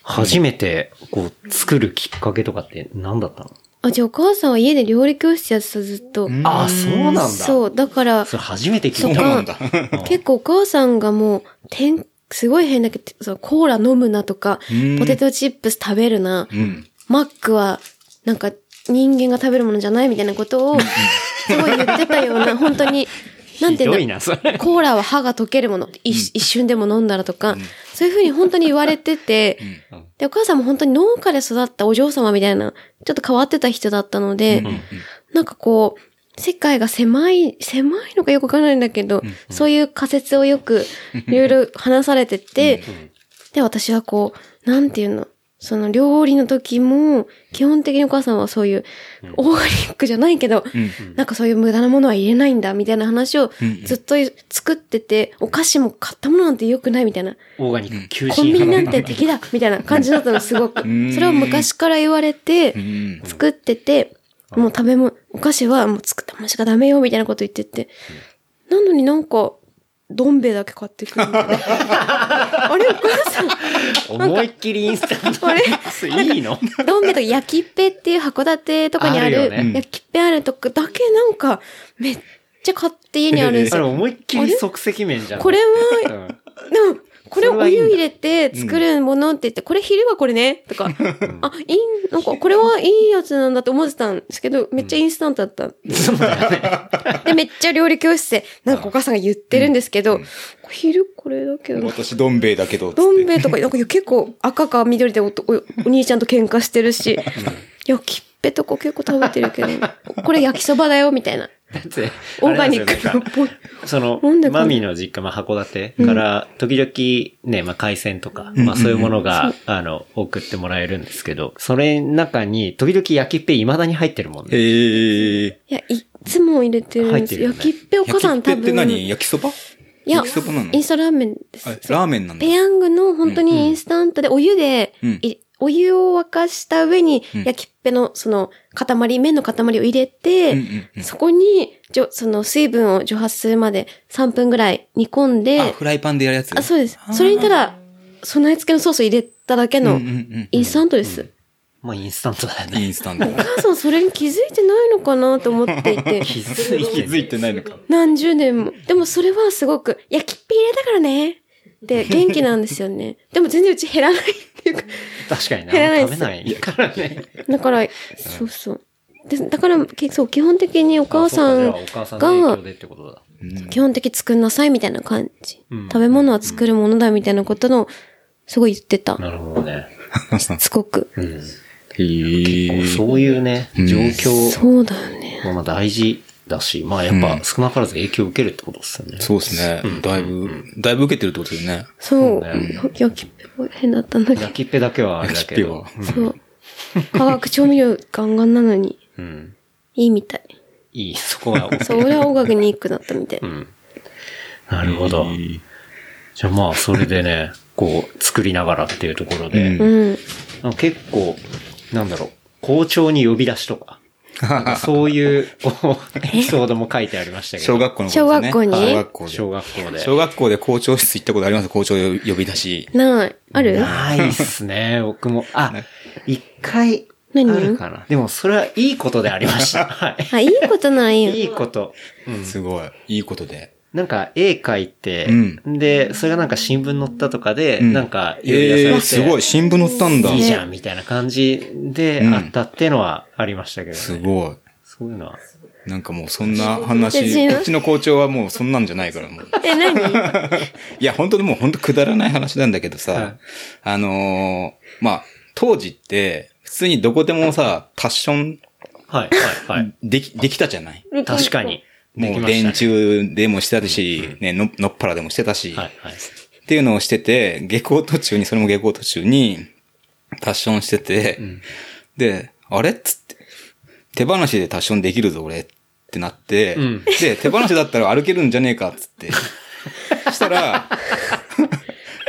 S4: 初めて、こう、作るきっかけとかって何だったの
S2: あ、じゃあお母さんは家で料理教室やってた、ずっと。
S4: ああ、そうなんだ。
S2: そう、だから、
S4: それ初めて聞
S2: そ
S4: いた
S2: う
S4: わ。
S2: なんだ結構お母さんがもう、てん、すごい変だけど、そのコーラ飲むなとか
S3: うん、
S2: ポテトチップス食べるな、
S3: うん。
S2: マックは、なんか、人間が食べるものじゃないみたいなことを、すごい言ってたような、本当に、なんて
S4: ひ
S2: いうん
S4: ど
S2: だ
S4: いな、それ。
S2: コーラは歯が溶けるもの、一一瞬でも飲んだらとか、そういうふうに本当に言われてて、で、お母さんも本当に農家で育ったお嬢様みたいな、ちょっと変わってた人だったので、なんかこう、世界が狭い、狭いのかよくわからないんだけど、そういう仮説をよく、いろいろ話されてて、で、私はこう、なんていうの、その料理の時も、基本的にお母さんはそういう、オーガニックじゃないけど、なんかそういう無駄なものは入れないんだ、みたいな話をずっと作ってて、お菓子も買ったものなんて良くないみたいな。
S4: オーガニック、求
S2: コン
S4: 心
S2: ビニな
S4: 派
S2: んて敵だみたいな感じだったの、すごく。
S3: ん
S2: それを昔から言われて
S3: う、ん。
S2: 作ってて、もう食べ物、お菓子はもう作ったものしかダメよ、みたいなこと言ってて。なのになんか、どん兵衛だけ買ってくるみたいな。あれお母さん、
S4: 思いっきりインスタント
S2: あれ
S4: スいいの
S2: どん兵衛とか焼きっぺっていう函館とかにあ
S4: あ
S2: る
S4: るよね
S2: 焼きっぺあるとこだけなんか、めっちゃ買って家にあるんです
S4: あれ
S2: よ。
S4: 思いっきり即席麺じゃん。
S2: これ
S4: う
S2: は、
S4: ん
S2: でも、これ
S4: そ
S2: をお
S4: れはいいんだ
S2: 湯入れて作るものって言って、これ昼はこれねとか、あ、いい、なんかこれはいいやつなんだと思ってたんですけど、めっちゃインスタントだった。
S4: そうだよね。
S2: で、めっちゃ料理教室で、なんかお母さんが言ってるんですけど、昼これだけど、
S3: 私、どん兵衛だけど、つって
S2: どん兵衛とか、なんか結構赤か緑でおとおお兄ちゃんと喧嘩してるし、焼きっぺとか結構食べてるけど、 これ焼きそばだよ、みたいな。
S4: だって
S2: オーガニッ
S4: あれなんですよ
S2: クの
S4: なん
S2: っ
S4: か
S2: ぽい。
S4: その
S2: なんで、これ
S4: マミーの実家、まあ、函館から、時々ね、まあ、海鮮とか、まあ、そういうものが、あの、送ってもらえるんですけど、それの中に、時々焼きっぺ未だに入ってるもんね。
S3: へえ。
S2: いや、いつも入れてるんですよ。
S4: 入ってるよね
S2: 焼きっぺお母さん多
S3: 焼きっぺって
S2: 分。
S3: 何焼きそば
S2: いや
S3: 焼きそばなの
S2: インスタラーメンで
S3: あ
S2: す
S3: ラ。ーメンなんだ
S2: ペ。ヤングの本当にインスタントでお湯で、
S3: うん
S2: いお湯を沸かした上に
S3: ん
S2: 焼きっぺのその塊、麺の塊を入れて、
S3: うんうんうん
S2: そこにじょ、その水分を蒸発するまで3分ぐらい煮込んで、
S3: あ、フライパンでやるやつ
S2: あそうです
S3: あ。ー
S2: それにただ、備え付けのソースを入れただけの
S3: うんうん
S2: インスタントです。
S4: まあ、インスタントだよ
S3: うん。
S4: ね。
S3: インスタント。
S2: お母さんそれに気づいてないのかなと思っていて。
S4: 気づいてる
S3: いてないのか。
S2: 何十年も。でもそれはすごく、焼きっぴ入れたからね。で、元気なんですよね。でも全然うち減らないっていうか。
S4: 確かにな。
S2: 減らない
S4: 食
S2: で
S4: べ
S2: す
S4: ないからね。
S2: だから、そうそう。でだから、けそう、基本的にお
S4: お
S2: 母さん
S4: お母さんの影
S2: が
S4: 響、でってことだ。
S2: 基本的に作んなさいみたいな感じ。
S4: うん
S2: 食べ物は作るものだみたいなことの、すごい言ってた。
S4: なるほどね。
S2: すごく。
S4: うん。
S3: へえ。
S4: そういうね、状況
S2: そうだよね。
S4: もまあ大事だし、まあ、やっぱ少なからず影響を受けるってことですよね。
S3: そうですね。だいぶ、だいぶ受けてるってことだよね。
S2: そう。
S4: ね
S2: 焼きっぺも変だったんだけど。
S4: 焼きっぺだけはあれだけど。
S3: 焼
S2: そう。化学調味料ガンガンなのに、
S4: うん。
S2: いいみたい。
S4: いい、そこは OK。
S2: そう、俺はオーガニックだったみたい。
S4: うん。 なるほど。じゃあまあ、それでね、こう、作りながらっていうところで、
S3: う
S2: うん。
S4: なんか結構、なんだろう、校長に呼び出しとか、なんかそういう、こう、エピソードも書いてありましたけど、
S3: 小学校の頃ですね
S2: 小学校に
S3: 小学校で。
S4: 小学校で。
S3: 小学校で校長室行ったことあります校長呼び出し。
S2: ない。ある
S4: ないっすね、僕も。あ、一回、あ
S2: 何
S4: るかな。でも、それはいいことでありま した。はい。
S2: あ、いいことならいいよ。
S4: いいこと。うん。
S3: すごい。いいことで。
S4: なんか、絵描いて、
S3: う
S4: で、それがなんか新聞載ったとかで、
S3: ん
S4: なんか、呼び出さ
S3: え
S4: れ
S3: え、
S4: て
S3: すごい。新聞載ったんだ。
S4: いいじゃん、みたいな感じで
S3: うん
S4: あったっていうのはありましたけど、ね
S3: すごい。
S4: そういうのは。
S3: なんかもうそんな
S2: 別
S3: 話、
S2: 人
S3: うちの校長はもうそんなんじゃないからもう。
S2: え、何
S3: いや、本当にもう本当くだらない話なんだけどさ、
S4: はい
S3: あのーまあ、当時って、普通にどこでもさ、パッション
S4: はい、はい、は
S3: でき、できたじゃない
S4: い。確かに。で
S3: も
S4: き
S3: う
S4: ました
S3: 電
S4: ね。
S3: 柱でもしてたし、ね、の、のっぱらでもしてたし、
S4: はい、はい。
S3: っていうのをしてて、下校途中に、それも下校途中に、パッションしてて、で、あれっつって、手放しでタッションできるぞ、俺。ってなって、
S4: うん
S3: で、手放しだったら歩けるんじゃねえか、っつって。そしたら、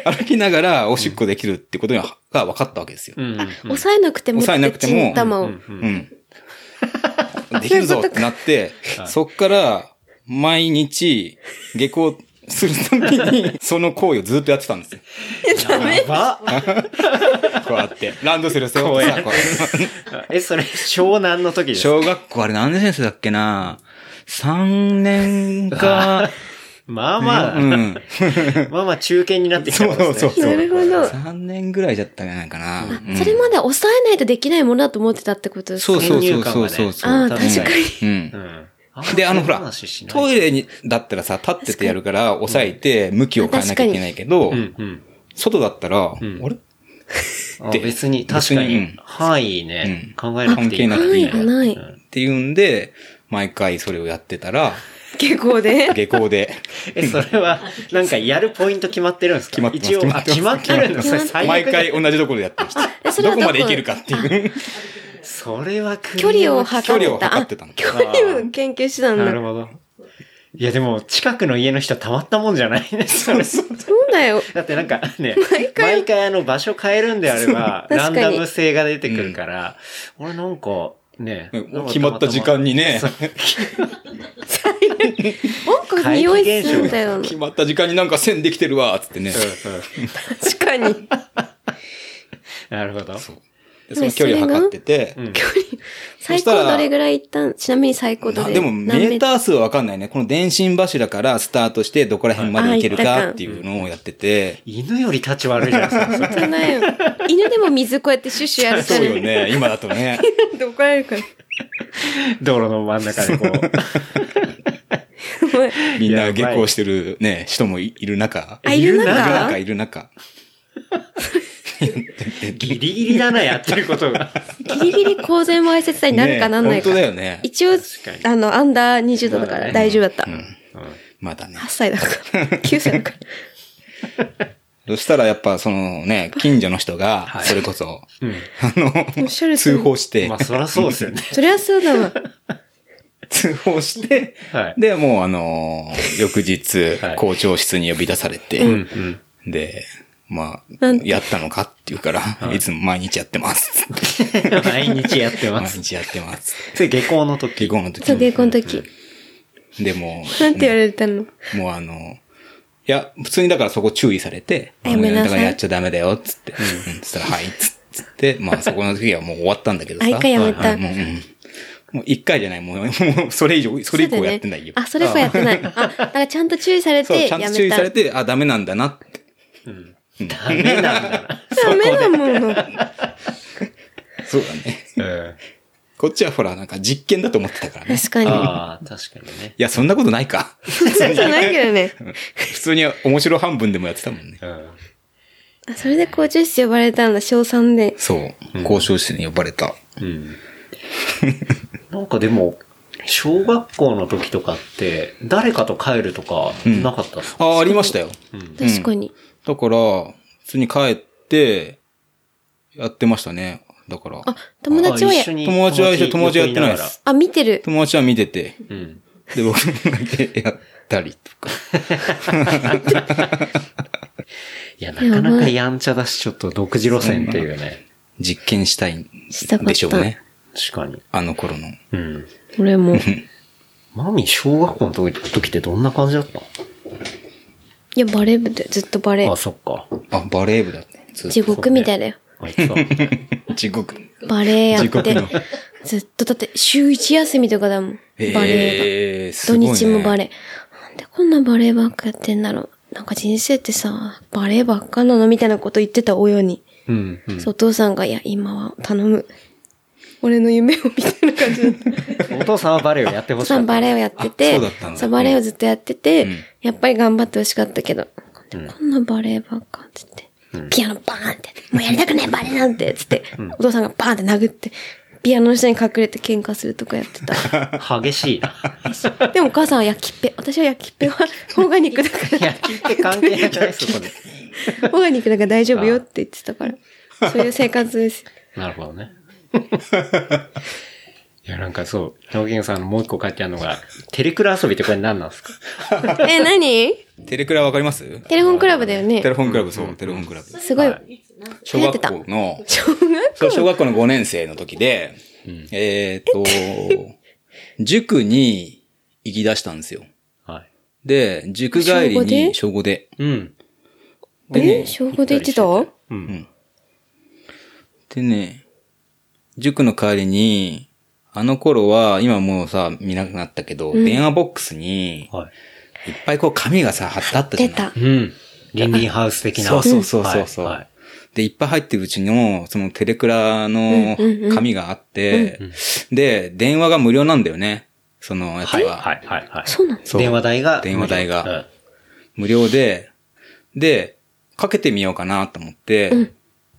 S3: 歩きながらおしっこできるってことがが分かったわけですよ。
S4: うん。
S2: 抑えなくても、
S3: 抑えなくても
S2: ちんたま
S4: う
S2: を。
S4: ん。う
S3: うんん。できるぞってなって
S4: は、い
S3: そっから、毎日、下校するたびに、その行為をずっとやってたんですよ。
S4: やば
S3: こうやって。ランドセル背負ってさ、こう。
S4: え、それ、湘南の時ですか
S3: 小学校あれ何年生だっけな ?3 年か、
S4: まあまあ、
S3: うん。
S4: まあまあ中堅になってきたんですね。
S3: そうそうそう
S2: なるほど。あ
S3: 3年ぐらいじゃったんじゃないかな。うん
S2: それまでは抑えないとできないものだと思ってたってことですか
S3: そうそうそうそうそうそう。
S2: ああ、
S4: 多
S2: 確
S4: 分
S2: かに。
S3: うん
S4: う。ん。
S3: で、あのほら、ト
S4: トイ
S3: イレに、だったらさ、立っててやるから、押さえて、向きを変えなきゃいけないけど
S4: レ。う、んうん。
S3: 外だったら、あ
S4: ん
S3: れ
S4: あ
S3: で
S4: 別に、確か
S3: 別にう
S4: に
S3: ん、
S4: 範囲ね、
S3: う
S4: 考えなくていい。
S3: 関係なく
S2: は
S3: ていい
S2: い
S3: ね
S2: がな
S4: う
S2: い。
S4: ん
S3: っていうんで、毎回それをやってたら、
S2: 下校 で。
S3: 下校で、
S4: え、それは、なんかやるポイント決まってるんですか
S3: 決まってます
S4: 一応、あ決
S3: 決
S4: ま
S3: ま
S4: っ
S3: って
S4: るんだ。それ
S2: 決ま
S4: 最
S3: 毎
S4: 悪だ
S3: 回同じところでやってまし
S2: えそ
S3: た。
S2: れはど
S3: どこ
S2: こ
S3: まで行けるかっていう。
S4: それはクリ
S2: 距
S4: ア
S2: 離を測っ
S3: 距離を
S2: た。
S3: 測
S2: あ
S3: ってたの。
S2: 距離を研究してたん
S4: な
S2: だ。
S4: るほど。いや、でも、近くの家の人たまったもんじゃないね。それ
S2: そうだよ。
S4: だってなんかね、
S2: 毎回
S4: 毎回あの場所変えるんであれば、
S2: そう
S4: ラン
S2: 確かに
S4: ダム性が出てくるから、俺なんか、ね、なんか
S3: 決まった時間にね、
S2: 音楽匂いするんだよ。
S3: 決まった時間になんか線できてるわ、つってね
S4: た。またま。うんうん
S2: 確か に。
S4: なるほど。
S3: でその距離を測ってて
S4: う、ん
S2: 距離。最
S3: したら
S2: 高どれぐらい行ったんちなみに最高ど
S3: な
S2: れ
S3: でもメ
S2: 何
S3: ーター数はわかんないね。この電信柱からスタートしてどこら辺まで行ける
S2: はいあ
S3: か
S2: 行ったか
S3: っていうのをやってて。
S4: 犬より立ち悪いじゃないですか。
S2: 本当だよ。犬でも水こうやってシュッシュやる
S3: そ
S2: た
S3: う
S2: ら
S3: よ ね、今だとね。
S2: って怒られるから。
S4: 道路の真ん中でこう。
S2: お前
S3: みん
S4: やば
S3: な
S4: い
S3: 下校してるね、人もいいる中。
S2: あ、いる
S4: いる
S3: いる
S2: 中
S3: 中、いる中。
S4: ギリギリだな、やってることが。
S2: ギリギリ公然わいせつ罪になるかなんないか。
S3: ね本当だよね。
S2: 一応
S4: かに、
S2: あの、アンダー20度だか
S4: まあね
S2: ら大丈夫だった。
S3: まだね
S2: 8。歳だから。9歳だから。
S3: そしたらやっぱそのね、近所の人が、それこそ、
S4: うん
S3: あ
S2: おっしゃる通り
S3: の、通報して
S4: まあ、そらそうですよね。
S2: そりゃそうだわ。
S3: 通報して、
S4: はい
S3: で、もうあのー翌日
S4: はい、
S3: 校長室に呼び出されて、
S4: うんうん。
S3: で、まあ
S2: なん、
S3: やったのかって言うから、い、つも毎日やって ます。
S4: 毎日やってま
S3: 毎
S4: す。
S3: 日やってます。
S4: それ下校の時。
S3: 下校の時
S2: そう、
S3: に
S2: 下校の時。
S3: でもう、
S2: なんて言われたの
S3: もうあの、いや、普通にだからそこ注意されて、
S2: やめなさい
S3: だからやっちゃダメだよ、っつって。うん。そしたら、はい、っつつって、まあそこの時はもう終わったんだけどさ。
S2: あ一回やめた
S3: はいはいもう、うんもう一回じゃない、もう、もうそれ以上、それ以降やってないよ。
S2: あ、それ以降やってない。あ、だからちゃんと注意され
S3: そう、
S2: て、
S3: ち
S2: や
S3: ゃんと注
S2: め
S3: 意
S2: た。
S3: され
S2: ダ
S3: て、あ、ダメなんだなって。
S4: ダメなんだ
S2: メだもん。
S3: そうだね。
S4: な。うん。
S3: こっちはほら、なんか実験だと思ってたからね。
S2: 確かに。
S4: ああ、確かにね。
S3: いや、そんなことないか。
S2: そうじゃないけどね。
S3: 普通に面白半分でもやってたもんね。
S4: うん。
S2: あそれで校長室呼ばれたんだ、小3で。
S3: そう。交渉室に呼ばれた。
S4: うん。なんかでも、小学校の時とかって、誰かと帰るとか、なかったっすか、
S3: あ、ありましたよ。
S2: 確かに。
S3: だから、普通に帰って、やってましたね。だから。
S2: あ、友達は
S4: あ
S2: や
S4: 一緒、に
S3: 友達は一緒友達はやってないです
S2: あ、見てる。
S3: 友達は見てて、
S4: 横にいながら。うん。
S3: で、僕だけやったりとか。
S4: いや、なかなかやんちゃだし、ちょっと独自路線っていうね。
S3: 実験したいん
S2: したかった
S3: でしょうね。
S4: 確かに。
S3: あの頃の。
S4: うん。
S2: 俺も。
S4: マミ、小学校の時時ってどんな感じだったの
S2: いや、バレー部で、ずっとバレ
S4: あ、
S2: ー。
S4: そっか。
S3: あ、バレー部だったね。ずっ
S2: 地
S3: と
S2: 獄みたいだよ。
S4: あい つは。
S3: 地獄。
S2: バレーやっ
S3: 地獄
S2: て
S3: の。
S2: ずっと、だって、週一休みとかだもん。バレーが。
S3: えー、
S2: 土
S3: すごい、ね。
S2: 日もバレー。なんでこんなバレーばっかやってんだろう。なんか人生ってさ、バレーばっかなのみたいなこと言ってた親に。
S4: うん、うん。
S2: そう、お父さんが、いや、今は頼む。俺の夢をみたいな感じだった。
S4: お父さんはバレエをやってほ
S2: お父
S4: しか
S2: さ ん
S4: った。
S2: バレエをやってて、
S3: あそうだったんだ
S2: そうバレエをずっとやってて、
S3: ん
S2: やっぱり頑張ってほしかったけど、こんなバレエばっかって言って、ピアノバーンって、もうやりたくないバレエなんて、つって、お父さんがバーンって殴って、ピアノの下に隠れて喧嘩するとかやってた。
S4: 激し いな。
S2: でもお母さんは焼きっぺ、私は焼きっぺはオーガニックだか
S4: 野球って関係なくないそこ で。
S2: ら、オーガニックだから大丈夫よって言 ってたから、そういう生活です。
S4: なるほどね。 いや、なんかそう、表現さんのもう一個書いてあるのが、テレクラ遊びってこれ何なんですか
S2: え、何
S3: テレクラわかります
S2: テレフォンクラブだよ
S3: テレ
S2: ね。
S3: フォンクラブ、そう、テレフォンクラブ。
S2: すごい。
S3: 小学校の、
S2: 小学
S3: そう小学校の5年生の時で、えーっと、塾に行き出したんですよ。
S4: はい。
S3: で、塾帰りに小5で。
S4: うん。
S2: 校え小5で言ってた
S4: う。
S3: うんん。でね、塾の帰りに、あの頃は、今もうさ、見なくなったけど、電話ボックスに、
S4: はい
S3: っぱいこう紙がさ、貼ってあったじゃ
S2: 出
S3: ない
S2: た。。
S4: うん。リンリンハウス的な。
S3: そうそうそうそうそう、
S4: はいはい
S3: で、いっぱい入ってるうちの、そのテレクラの紙があって、で、電話が無料なんだよね。そのやつ
S4: はい
S3: は。
S4: はいはいはい。
S2: そうなの
S3: そう
S4: 電話代が。
S3: 電話代が。無料で、で、かけてみようかなと思って、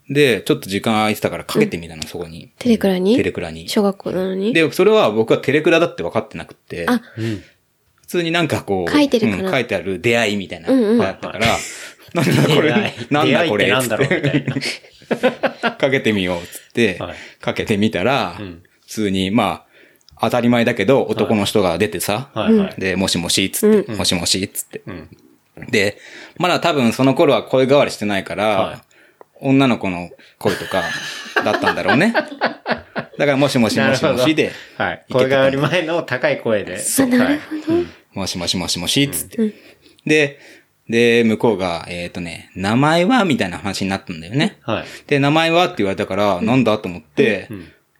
S3: で、ちょっと時間空いてたからかけてみたの、そこに。
S2: テレクラに
S3: テレクラに。
S2: 小学校なのに
S3: で、それは僕はテレクラだって分かってなくて、
S2: あ、
S4: うん。うん
S3: 普通になんかこう、
S2: 書いてるから
S3: うん書いてある出会いみたいな、
S2: うんうん
S3: だったから、なんだこ
S4: 出会
S3: れ
S4: い、
S3: なんだこれ、
S4: 出会いってなんだろうみたいな。
S3: かけてみようっつって、
S4: はい
S3: かけてみたら、
S4: ん
S3: 普通に、まあ、当たり前だけど、男の人が出てさ、
S4: はいはい。
S3: で、もしもしっつって、もしもしっつって、
S4: ん
S3: で、まだ多分その頃は声変わりしてないから、
S4: は
S3: 女の子の声とかだったんだろ うね。だから、もしもしもしもしで、
S4: はい。
S3: いけて
S4: 声
S3: た
S4: があり前の高い声で。
S2: あ、なるほど。
S3: もしもしもしもしっつって。で、で、向こうが、えっ、とね、名前はみたいな話になったんだよね。
S4: はい。
S3: で、名前はって言われたから、なんだと思って、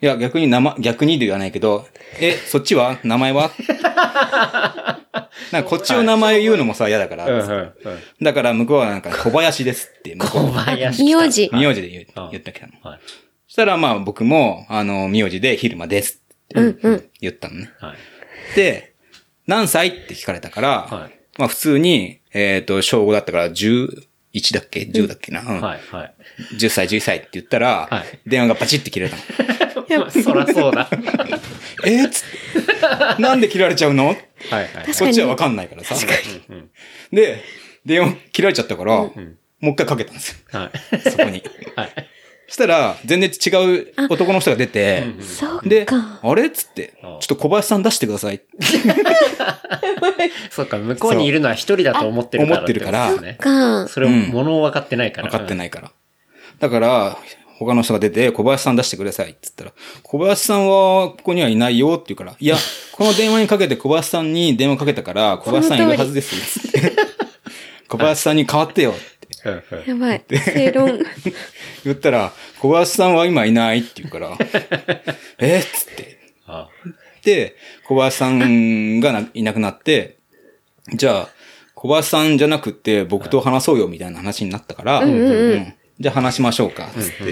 S3: いや、逆に名前、逆にで言わないけど、え、そっちは名 前はなんかこっちの名前言うのもさ、嫌だか
S4: うんう
S3: ら。
S4: んうん。
S3: だから向こうはなんか、小林ですって、向 こ
S4: 小林。
S2: 名字。
S3: う、名字で言う
S4: あ
S3: 言ってきたの。
S4: はい。
S3: そしたらまあ僕も、あの、名字で昼間ですって言ったのね。
S4: はい。
S3: で、何歳って聞かれたから、
S4: はい
S3: まあ普通に、えっ、と、小5だったから11だっけ ?10 だっけな、うん
S4: はい。はい。
S3: 10歳、11歳って言ったら、
S4: はい
S3: 電話がパチって切れたの。
S4: まあそらそう だ。はい
S3: えー、つってなんで切られちゃうの
S4: はい。
S2: 確
S3: こ
S2: か
S3: っ
S2: に
S3: ちはわかんないからさ。で、電話切られちゃったから、もう一回かけたんです
S4: はい。
S3: よ。そこに。
S4: はい。
S3: したら、全然違う男の人が出て、
S2: そう
S3: で、
S2: か。
S3: あれっつって、ち
S4: あ
S3: ょっと小林さん出してください。
S4: そっか、向こうにいるのは一人だと思ってるから。
S3: 思ってるから
S4: ってことですね
S2: か。
S4: それを、ものを分かってないから。
S3: 分かって
S4: い。
S3: ないから。だから、他の人が出て、小林さん出してくださいって言ったら、小林さんはここにはいないよって言うから、いや、この電話にかけて小林さんに電話かけたから、小林さんいるはずですよ。つって 小林さんに代わってよって
S4: うんうん
S2: やばい。正 論。
S3: 言ったら、小林さんは今いないって言う から、えっつって。
S4: あ
S3: で、小林さんがないなくなって、じゃあ、小林さんじゃなくて僕と話そうよみたいな話になったから、うんじゃあ話しましょうか、つっ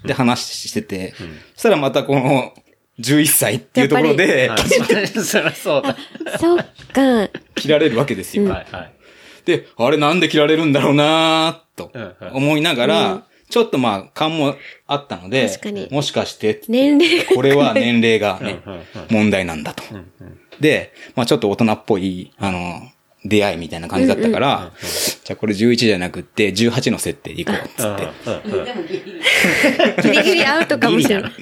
S3: て。で、話してて、そしたらまたこの11歳っていうところで
S4: はい そらそうだ。
S2: そうか。
S3: 切られるわけですよ。
S4: はいはい。
S3: で、あれなんで切られるんだろうなーと思いながら、ちょっとまあ勘もあったので
S2: 確かに、
S3: もしかして、
S2: 年齢が。
S3: これは年齢がね、問題なんだと。で、まあちょっと大人っぽい、あの、出会いみたいな感じだったから、じゃあこれ11じゃなくって18の設定でいこうっつって、
S4: うんうん
S2: ギリギリアウトかもしれない。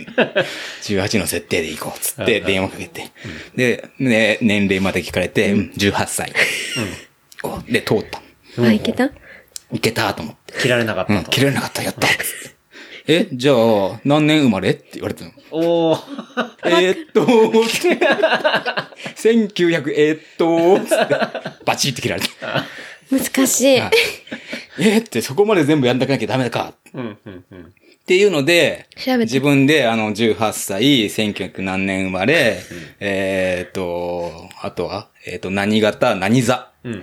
S3: 18の設定でいこうっつって電話かけて、で、ね、年齢まで聞かれて、うん18歳。こうで、通った。
S2: あ、いけた
S3: いけたと思って。
S4: 切られなかっ
S3: う
S4: た
S3: ん、
S4: と。
S3: 切れなかった、やったっつって。え、じゃあ、何年生まれって言われたの。
S4: おお。
S3: えーっと、1900、えーっと、つってバチって切られた。
S2: 難しい。
S3: えーってそこまで全部やんなきゃダメか。
S4: うんうんうん。
S3: っていうので、
S2: 調べて
S3: 自分で、あの、18歳、1900何年生まれ、えーっと、あとは、えーっと、何型、何座
S4: うんうん。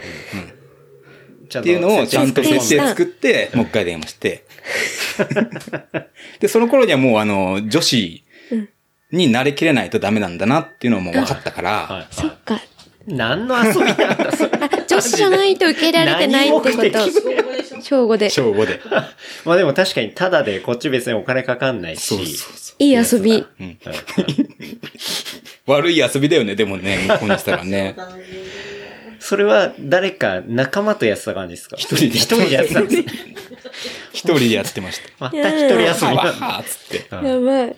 S4: ちゃんと
S3: っていうのをちゃんと設
S2: 設定
S3: 定作って、もう一回電話して。で、その頃にはもう、あの、女子に慣れきれないとダメなんだなっていうのも分かったから、
S4: はいはい
S2: そっか。
S4: 何の遊びなんだ、それ。
S2: あ、女子じゃないと受け入れられてないってこ
S5: ここでしょ
S2: と。小5で。
S3: 小5で。
S4: まあでも確かにタダでこっち別にお金かかんないし。
S3: そうそうそう。
S2: いい遊び。
S3: 悪い遊びだよね、で もね、向こうにしたらね。
S4: それは誰か仲間とやってた感じですか
S3: 一人で
S4: 一人でやってたんです ね。
S3: 一人でやってまし
S4: ま
S3: た。
S4: た一人遊び
S3: わ
S4: なんだ。
S3: ーっつって。
S2: やばい。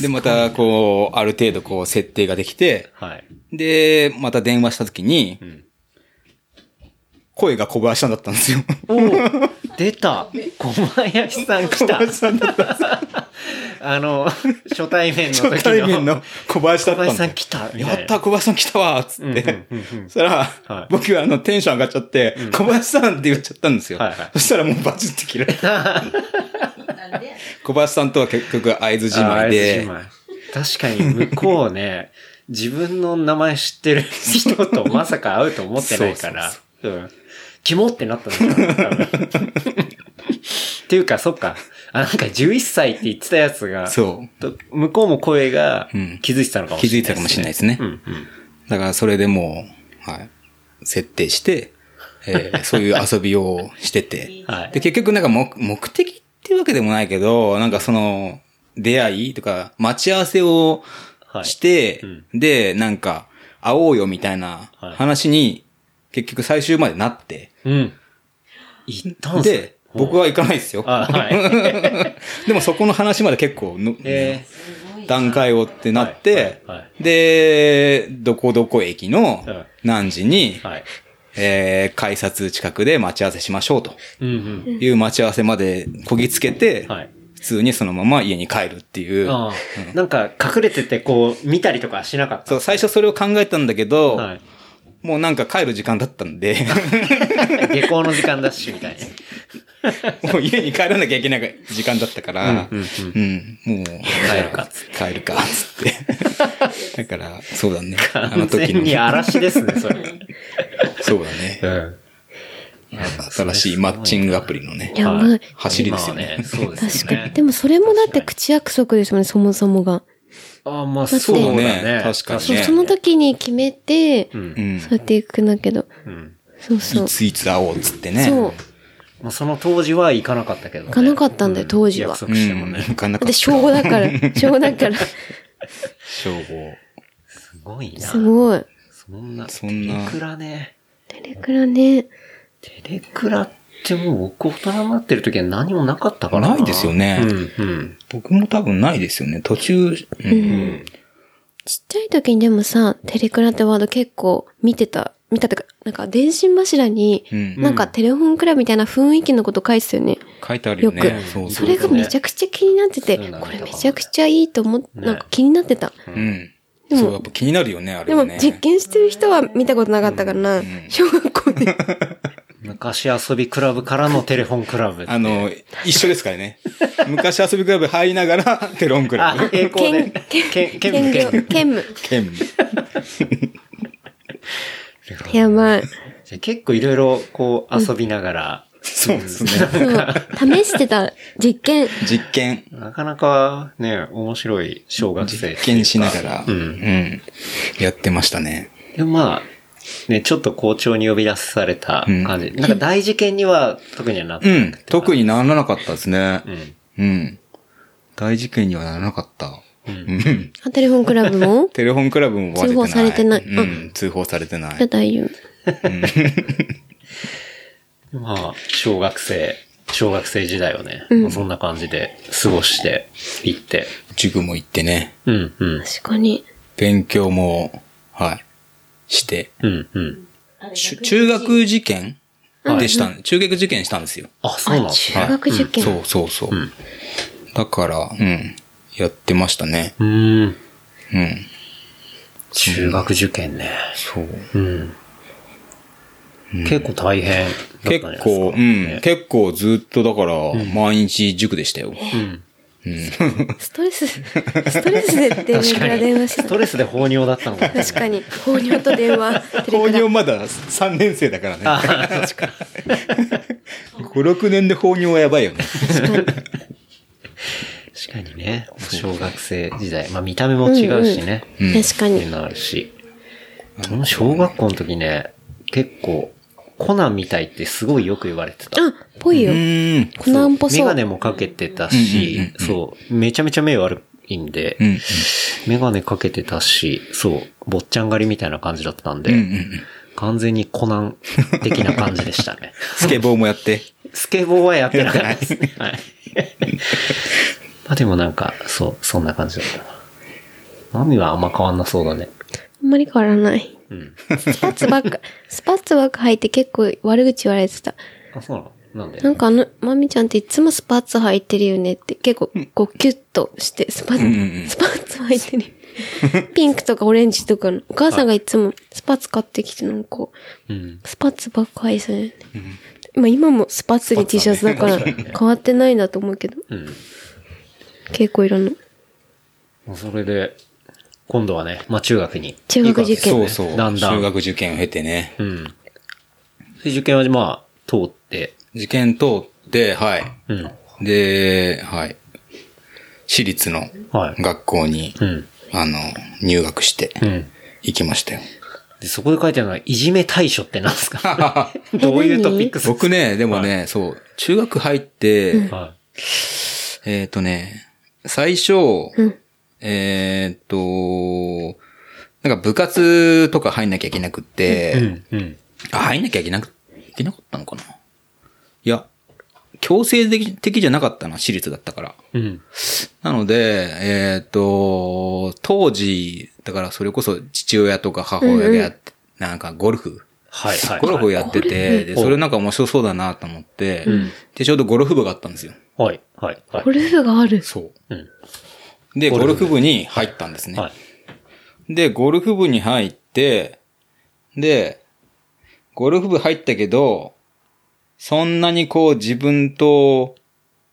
S3: で、また、こう、ある程度、こう、設定ができて、
S4: はい。
S3: で、また電話した時に、
S4: ん
S3: 声が小林さんだったんですよ。
S4: おー出た小林さん来た
S3: さんだった。
S4: あの、初対面の時の。
S3: 初対面の小林だ
S4: 小
S3: ったんで
S4: 林
S3: す
S4: さ
S3: よ
S4: ん来た。みいな
S3: やった、小林さん来たわーっつ
S4: うんう
S3: っ
S4: ん
S3: て
S4: うんう。ん
S3: そしたら、
S4: はい
S3: 僕はあの、テンション上がっちゃって、小林さんって言っちゃったんですよ。
S4: はいはい
S3: そしたらもうバチッて切られた。
S5: なんで、
S3: 小林さんとは結局、合図じまいで、
S4: あー確かに向こうね、 自分の名前知ってる人とまさか会うと思ってないから、うん。キモってなったんだよ多分。 っていうか、そっか。あ、なんか11歳って言ってたやつが、
S3: そう。
S4: と向こうも声が
S3: うん
S4: 気づいてたのかも
S3: 気
S4: し
S3: づ
S4: れ
S3: い
S4: ないで
S3: た
S4: すね、
S3: かもしれないですね。
S4: うんうん。
S3: だから、それでもう、はい、設定して、え ーそういう遊びをしてて。
S4: はい
S3: で、結局、なんか目、目的っていうわけでもないけど、なんかその、出会いとか、待ち合わせを
S4: はい
S3: して、
S4: う
S3: で、なんか、会おうよみたいな
S4: はい
S3: 話に、結局最終までなって、
S4: うん。行ったんすね
S3: で、僕は行かないですよ。
S4: あ、はい。
S3: でもそこの話まで結構の、
S4: え
S3: 段階をってなって、
S4: はいはいは
S3: で、どこどこ駅の
S4: うん
S3: 何時に、
S4: ー、はい。
S3: えー改札近くで待ち合わせしましょうと
S4: うんうん。
S3: いう待ち合わせまでこぎつけて、
S4: はい。
S3: 普通にそのまま家に帰るっていう。
S4: あーなんか隠れててこう見たりとかしなかった。
S3: そう、最初それを考えたんだけど、
S4: はい。
S3: もうなんか帰る時間だったんで、
S4: 下校の時間だし、みたいな。
S3: もう家に帰らなきゃいけない時間だったから、
S4: うんうん
S3: うんもう、帰
S4: るかっつ
S3: 帰るか、つ って。だから、そうだね。あ
S4: 完全に嵐ですね、それ。
S3: そうだね。
S4: うん。
S3: 新しいマッチングアプリのね
S2: い、や
S4: はい
S2: まあ
S3: 走りですよね
S4: 今は。そうです
S2: 確
S4: よ
S2: かに。
S4: ね
S2: で。もそれもだって
S4: 確か
S2: 口約束ですもんね、そもそもが。
S4: あーまあ
S2: だって
S4: そうだ
S3: そう
S4: ね
S3: ね。確かにね
S2: そう、その時に決めて、
S4: う。
S3: うんん
S2: そう。やっていくんだけど。
S4: うん。
S2: そう
S3: い
S2: そう。
S3: ついつ会おうっつってね。
S2: そう。
S4: まあその当時は行かなかったけどね。
S2: 行かなかったんだよ
S4: う
S2: 当時は
S4: 約
S3: う
S4: 束しても
S3: ん。
S4: ね。
S3: なかな
S2: だっ
S3: か
S2: て小5だから、 小5だから。
S3: 称号。
S4: すごいな。
S2: すごい。
S4: そんな、
S3: そんな
S4: テレクラね。
S2: テレクラね。
S4: テレクラってもう僕大人になってる時は何もなかったから
S3: ないですよね
S4: うん、うん。
S3: 僕も多分ないですよね。途中、う。
S2: うんん。ちっちゃい時にでもさ、テレクラってワード結構見てた、見たってか、なんか電信柱に、
S3: うん
S2: なんかテレフォンクラブみたいな雰囲気のこと書いてたよね。
S3: 書いてあるよ
S2: よ
S3: ね。
S2: く
S3: そう
S2: そ
S3: そう
S2: れ。がめちゃくちゃ気になってて、
S4: そうなんだ
S2: これめちゃくちゃいいと思って、なんか気になってた。
S3: うん。
S2: でも
S3: そう、やっぱ気になるよね、あれ
S2: でも
S3: はね。
S2: 実験してる人は見たことなかったからな、小学校で。
S4: 昔遊びクラブからのテレフォンクラブ。
S3: あの、一緒ですか らね。昔遊びクラブ入りながら、テロンクラ
S4: あ
S3: ブ。、
S4: 栄光で。
S2: 兼
S4: 兼
S2: 兼
S4: 兼務兼
S2: 業、兼
S4: 務
S2: 務。
S3: 兼務
S2: やばい。
S4: じゃあ結構いろいろこう遊びながら、
S3: そうですね。
S2: そう。試してた実験。
S3: 実験。
S4: なかなかね、面白い小学生。
S3: 実験しながら、
S4: う
S3: うんん、やってましたね。
S4: でもまあ、ね、ちょっと校長に呼び出された感じ。なんか大事件には特にはなっ
S3: う
S4: て
S3: ん
S4: なく。て。
S3: 特にならなかったですね。
S4: うん。
S3: うん。大事件にはならなかった。うん。
S2: あテレフォンクラブも
S3: テレフォンクラブも割れてな
S2: 通
S3: い。
S2: 報されてない
S3: うん。通報されて
S2: じ
S3: な
S2: ゃあ
S3: い。
S2: 大丈夫。
S4: まあ、小学生、小学生時代をね、まあそんな感じで過ごしていって。
S3: 塾も行ってね。
S4: うん、うん、
S2: 確かに。
S3: 勉強も、はい。して。
S4: うん、うん。
S5: あれ
S3: しゅ中学受験
S4: はい
S3: でした、中学受験したんですよ。
S4: あ、そうなんだ。
S2: 中学受験。
S3: そうそうそう。だから、うん。やってましたね。
S4: うーん。
S3: うん。
S4: 中学受験ね。
S3: そう。
S4: うん。結構大変だったんじゃないですか。
S3: 結構、うん。結構ずっとだから、毎日塾でした
S4: う
S3: よ。
S4: ん。
S2: ストレス、ストレスでテレクラ電話し
S4: ス
S2: た
S4: ト。レスで放尿だったのかもし
S2: 確
S4: れな
S2: か
S4: い。
S2: に。放尿と電話。テレ
S3: 放
S2: クラ
S3: 尿。まだ3年生だからね。
S4: あ確かに。
S3: 5、6年で放尿はやばいよね。
S2: 確かに
S4: 確かにね。小学生時代。まあ見た目も違うしね。
S3: うん
S2: 確か
S4: っていう
S2: に。
S4: のあるし。俺も小学校の時ね、結構、コナンみたいってすごいよく言われてた。
S2: あ、ぽいうよ。
S3: ーん。
S2: コナンっぽ
S4: メ
S2: そ
S4: ガ
S2: う
S4: ネ。もかけてたし、そう、めちゃめちゃ目悪いんで、
S3: うんうん。
S4: メガネかけてたし、そう、坊っちゃん狩りみたいな感じだったんで、
S3: うんうんうん。
S4: 完全にコナン的な感じでしたね。
S3: スケボーもやって。
S4: スケボーはやってなかったですね。はい。 まあでもなんか、そう、そんな感じだったな。マミはあんま変わんなそうだね。
S2: あんまり変わらない。
S4: うん。
S2: スパッツばっか、スパッツばっか履いて結構悪口言われてた。
S4: あ、そうなのなんで
S2: なんかあの、まみちゃんっていつもスパッツ履いてるよねって、結構、こう、キュッとして、スパ
S3: うんうんう
S2: ッ
S3: ん
S2: ツ、スパッツ履いてる。ピンクとかオレンジとかの、お母さんがいつもスパッツ買ってきて、なんか、
S4: うん。
S2: スパッツばっかりですね。まあ今もスパッツに T シャツだから、変わってないんだと思うけど、
S4: うん。
S2: 結構いろんな。
S4: もうそれで、今度はね、まあ中学に。
S2: 中学受験。
S3: そうそう。
S4: だんだん
S3: 中学受験を経てね。
S4: うん。で受験はまあ、通って、
S3: 受験通って、はい。
S4: うん。
S3: で、はい。私立の
S4: はい。
S3: 学校に、
S4: うん。
S3: あの、入学して
S4: うん。
S3: 行きましたよ。
S4: で、そこで書いてあるのは、いじめ対処ってなんですか どういうトピックス
S3: 僕ね、でもね、そう、中学入って、
S4: は
S3: えっ、とね、最初、
S2: うん
S3: えっ、と、なんか部活とか入んなきゃいけなくっ
S4: い。
S3: て、
S4: うん。うん。
S3: あ入んなきゃいけなく、いけなかったのかないや、強制的的じゃなかったな、私立だったから。
S4: うん。
S3: なので、えっ、と、当時、だからそれこそ父親とか母親がやって、なんかゴルフ、
S4: はい、はい。
S3: ゴルフをやってて、で、
S4: ほう
S3: それなんか面白そうだなと思って、
S4: うん
S3: で、ちょうどゴルフ部があったんですよ。
S4: はい、はい、はい
S2: ゴ。ルフがある。
S3: そうう。で、
S4: ゴ
S3: ゴ
S4: ル
S3: ル
S4: フ
S3: フ
S4: 部
S3: 部に入ったんです
S4: ん。
S3: ね。
S4: はい。
S3: で、ゴルフ部に入って、で、ゴルフ部入ったけど、そんなにこう自分と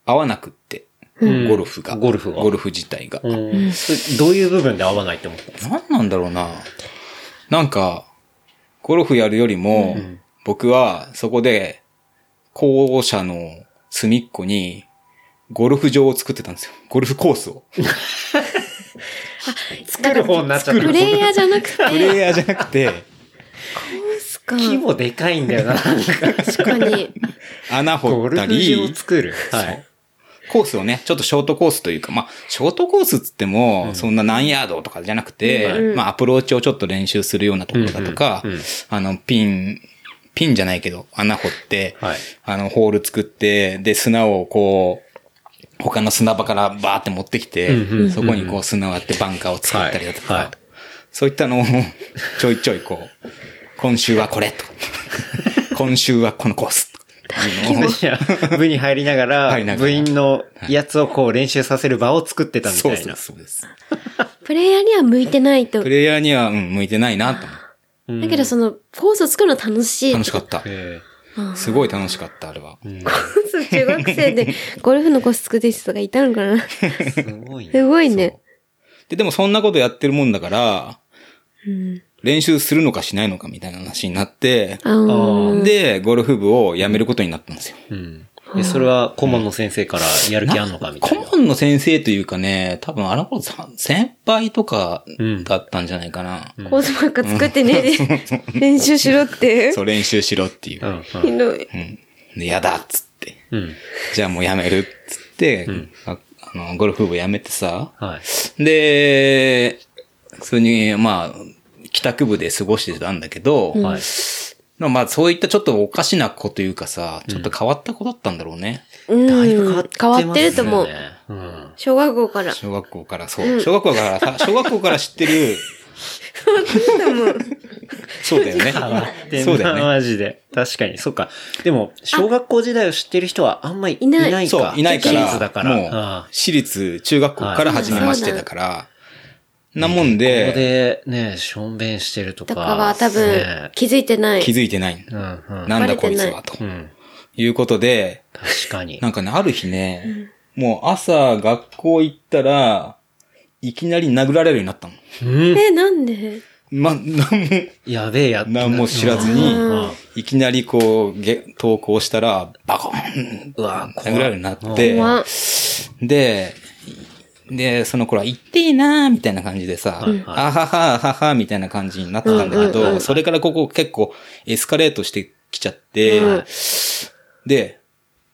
S3: 合わなくって、
S4: うん
S3: ゴルフが。
S4: ゴルフは
S3: ゴルフ自体が。
S4: うん。それどういう部分で合わないって思ったんですか
S3: 何なんだろうな。なんか、ゴルフやるよりも、僕はそこで、校舎の隅っこに、ゴルフ場を作ってたんですよ。ゴルフコースを。
S4: 作る方になっちゃった。
S2: プレイヤーじゃなくて、
S3: プ レイヤーじゃなく て、
S2: ですか。
S4: 規模でかいんだよな。なんか
S2: 確かに。
S3: 穴掘
S4: ゴ
S3: っ
S4: ル
S3: た
S4: フ
S3: り、
S4: 場を作る。はい。
S3: コースをね、ちょっとショートコースというか、まあ、ショートコースっつっても、そんな何ヤードとかじゃなくて、
S2: うん
S3: まあ、アプローチをちょっと練習するようなところだとか、
S4: うんうんうん
S3: あの、ピン、ピンじゃないけど、穴掘って、
S4: はい
S3: あの、ホール作って、で、砂をこう、他の砂場からバーって持ってきて、
S4: うんうん
S3: そこにこう砂を割ってバンカーを作ったりだとか、
S4: はいはい
S3: そういったのを ちょいちょいこう、今週は これと、今週はこのコースというのを
S4: じゃあ部に入りなが
S3: 入りな
S4: ら、
S3: が
S4: 部
S3: ら
S4: 員のやつをこう練習させる場を作ってたみた
S3: そう
S4: い
S3: そう
S4: な。
S3: そうです。
S2: プレイヤーには向いてないと。
S3: プレイヤーには、うん、向いてないなと思って。
S4: うん
S2: だけどその、コースを作るの楽しい。
S3: 楽しかった。
S4: へ
S3: すごい楽しかった、あれは。
S2: コース中学生でゴルフのコース作ってる人がいたのかな。
S4: えすごいね。
S2: すごいね。
S3: で、でもそんなことやってるもんだから、
S2: うん。
S3: 練習するのかしないのかみたいな話になって、
S2: あー
S3: で、ゴルフ部を辞めることになったんですよ。
S4: うん。え、それは顧問の先生からやる気あんのかみたいな。
S3: 顧問の先生というかね、多分あの頃さ先輩とか
S4: うん
S3: だったんじゃないかな。
S2: コースばっか作ってねえで、練習しろって。
S3: そう、練習しろっていうう。
S4: ん
S2: ひどい。
S3: うん。で、やだっつって。
S4: うん。うん。
S3: じゃあもう辞めるっつって、ああの、ゴルフ部辞めてさ、
S4: はい。
S3: で、普通に、まあ、帰宅部で過ごしてたんだけど、
S4: はい。
S3: まあそういったちょっとおかしな子というかさ、ちょっと変わった子だったんだろうね。
S2: うん。
S4: だいぶ
S2: 変わってると思
S4: も
S2: う。
S4: うん。
S2: 小学校から。
S3: 小学校から、そう。小学校からさ、小学校から知ってる、そうだよ ね。そうだよね。
S4: マジで。確かに、そうか。でも、小学校時代を知ってる人はあんまり
S2: い
S4: い
S2: な
S4: ないいか。
S3: そう、いないか
S4: 私立だ
S3: ら、
S4: から。
S3: もう
S4: あ、
S3: 私立中学校から始めましてだから、なも
S4: あ
S3: ん
S4: ここ
S3: で、
S4: で、ね、しょんべんしてるとか。
S2: とかは多分
S4: ね、
S2: 気づいてない。
S3: 気づいてない。
S4: うん、うん。
S3: なんだこいつは、と
S4: うん。
S3: いうことで、
S4: 確かに
S3: な。んかね、ある日ね、もう朝学校行ったら、いきなり殴られるようになったの。
S4: うん。
S2: え、なんで
S3: ま、 なんも、
S4: やべえやつ
S3: 何も知らずに
S4: うん
S3: いきなりこう、げ投稿したら、バコーン
S4: うわ怖い
S3: 殴られるようになって、
S2: 怖っ
S3: で、で、その頃は、行ってえなーみたいな感じでさ、
S4: うん
S3: あはは、あはは、みたいな感じになってたんだけど、
S2: うんうんうん
S3: それからここ結構エスカレートしてきちゃって、
S2: うん
S3: で、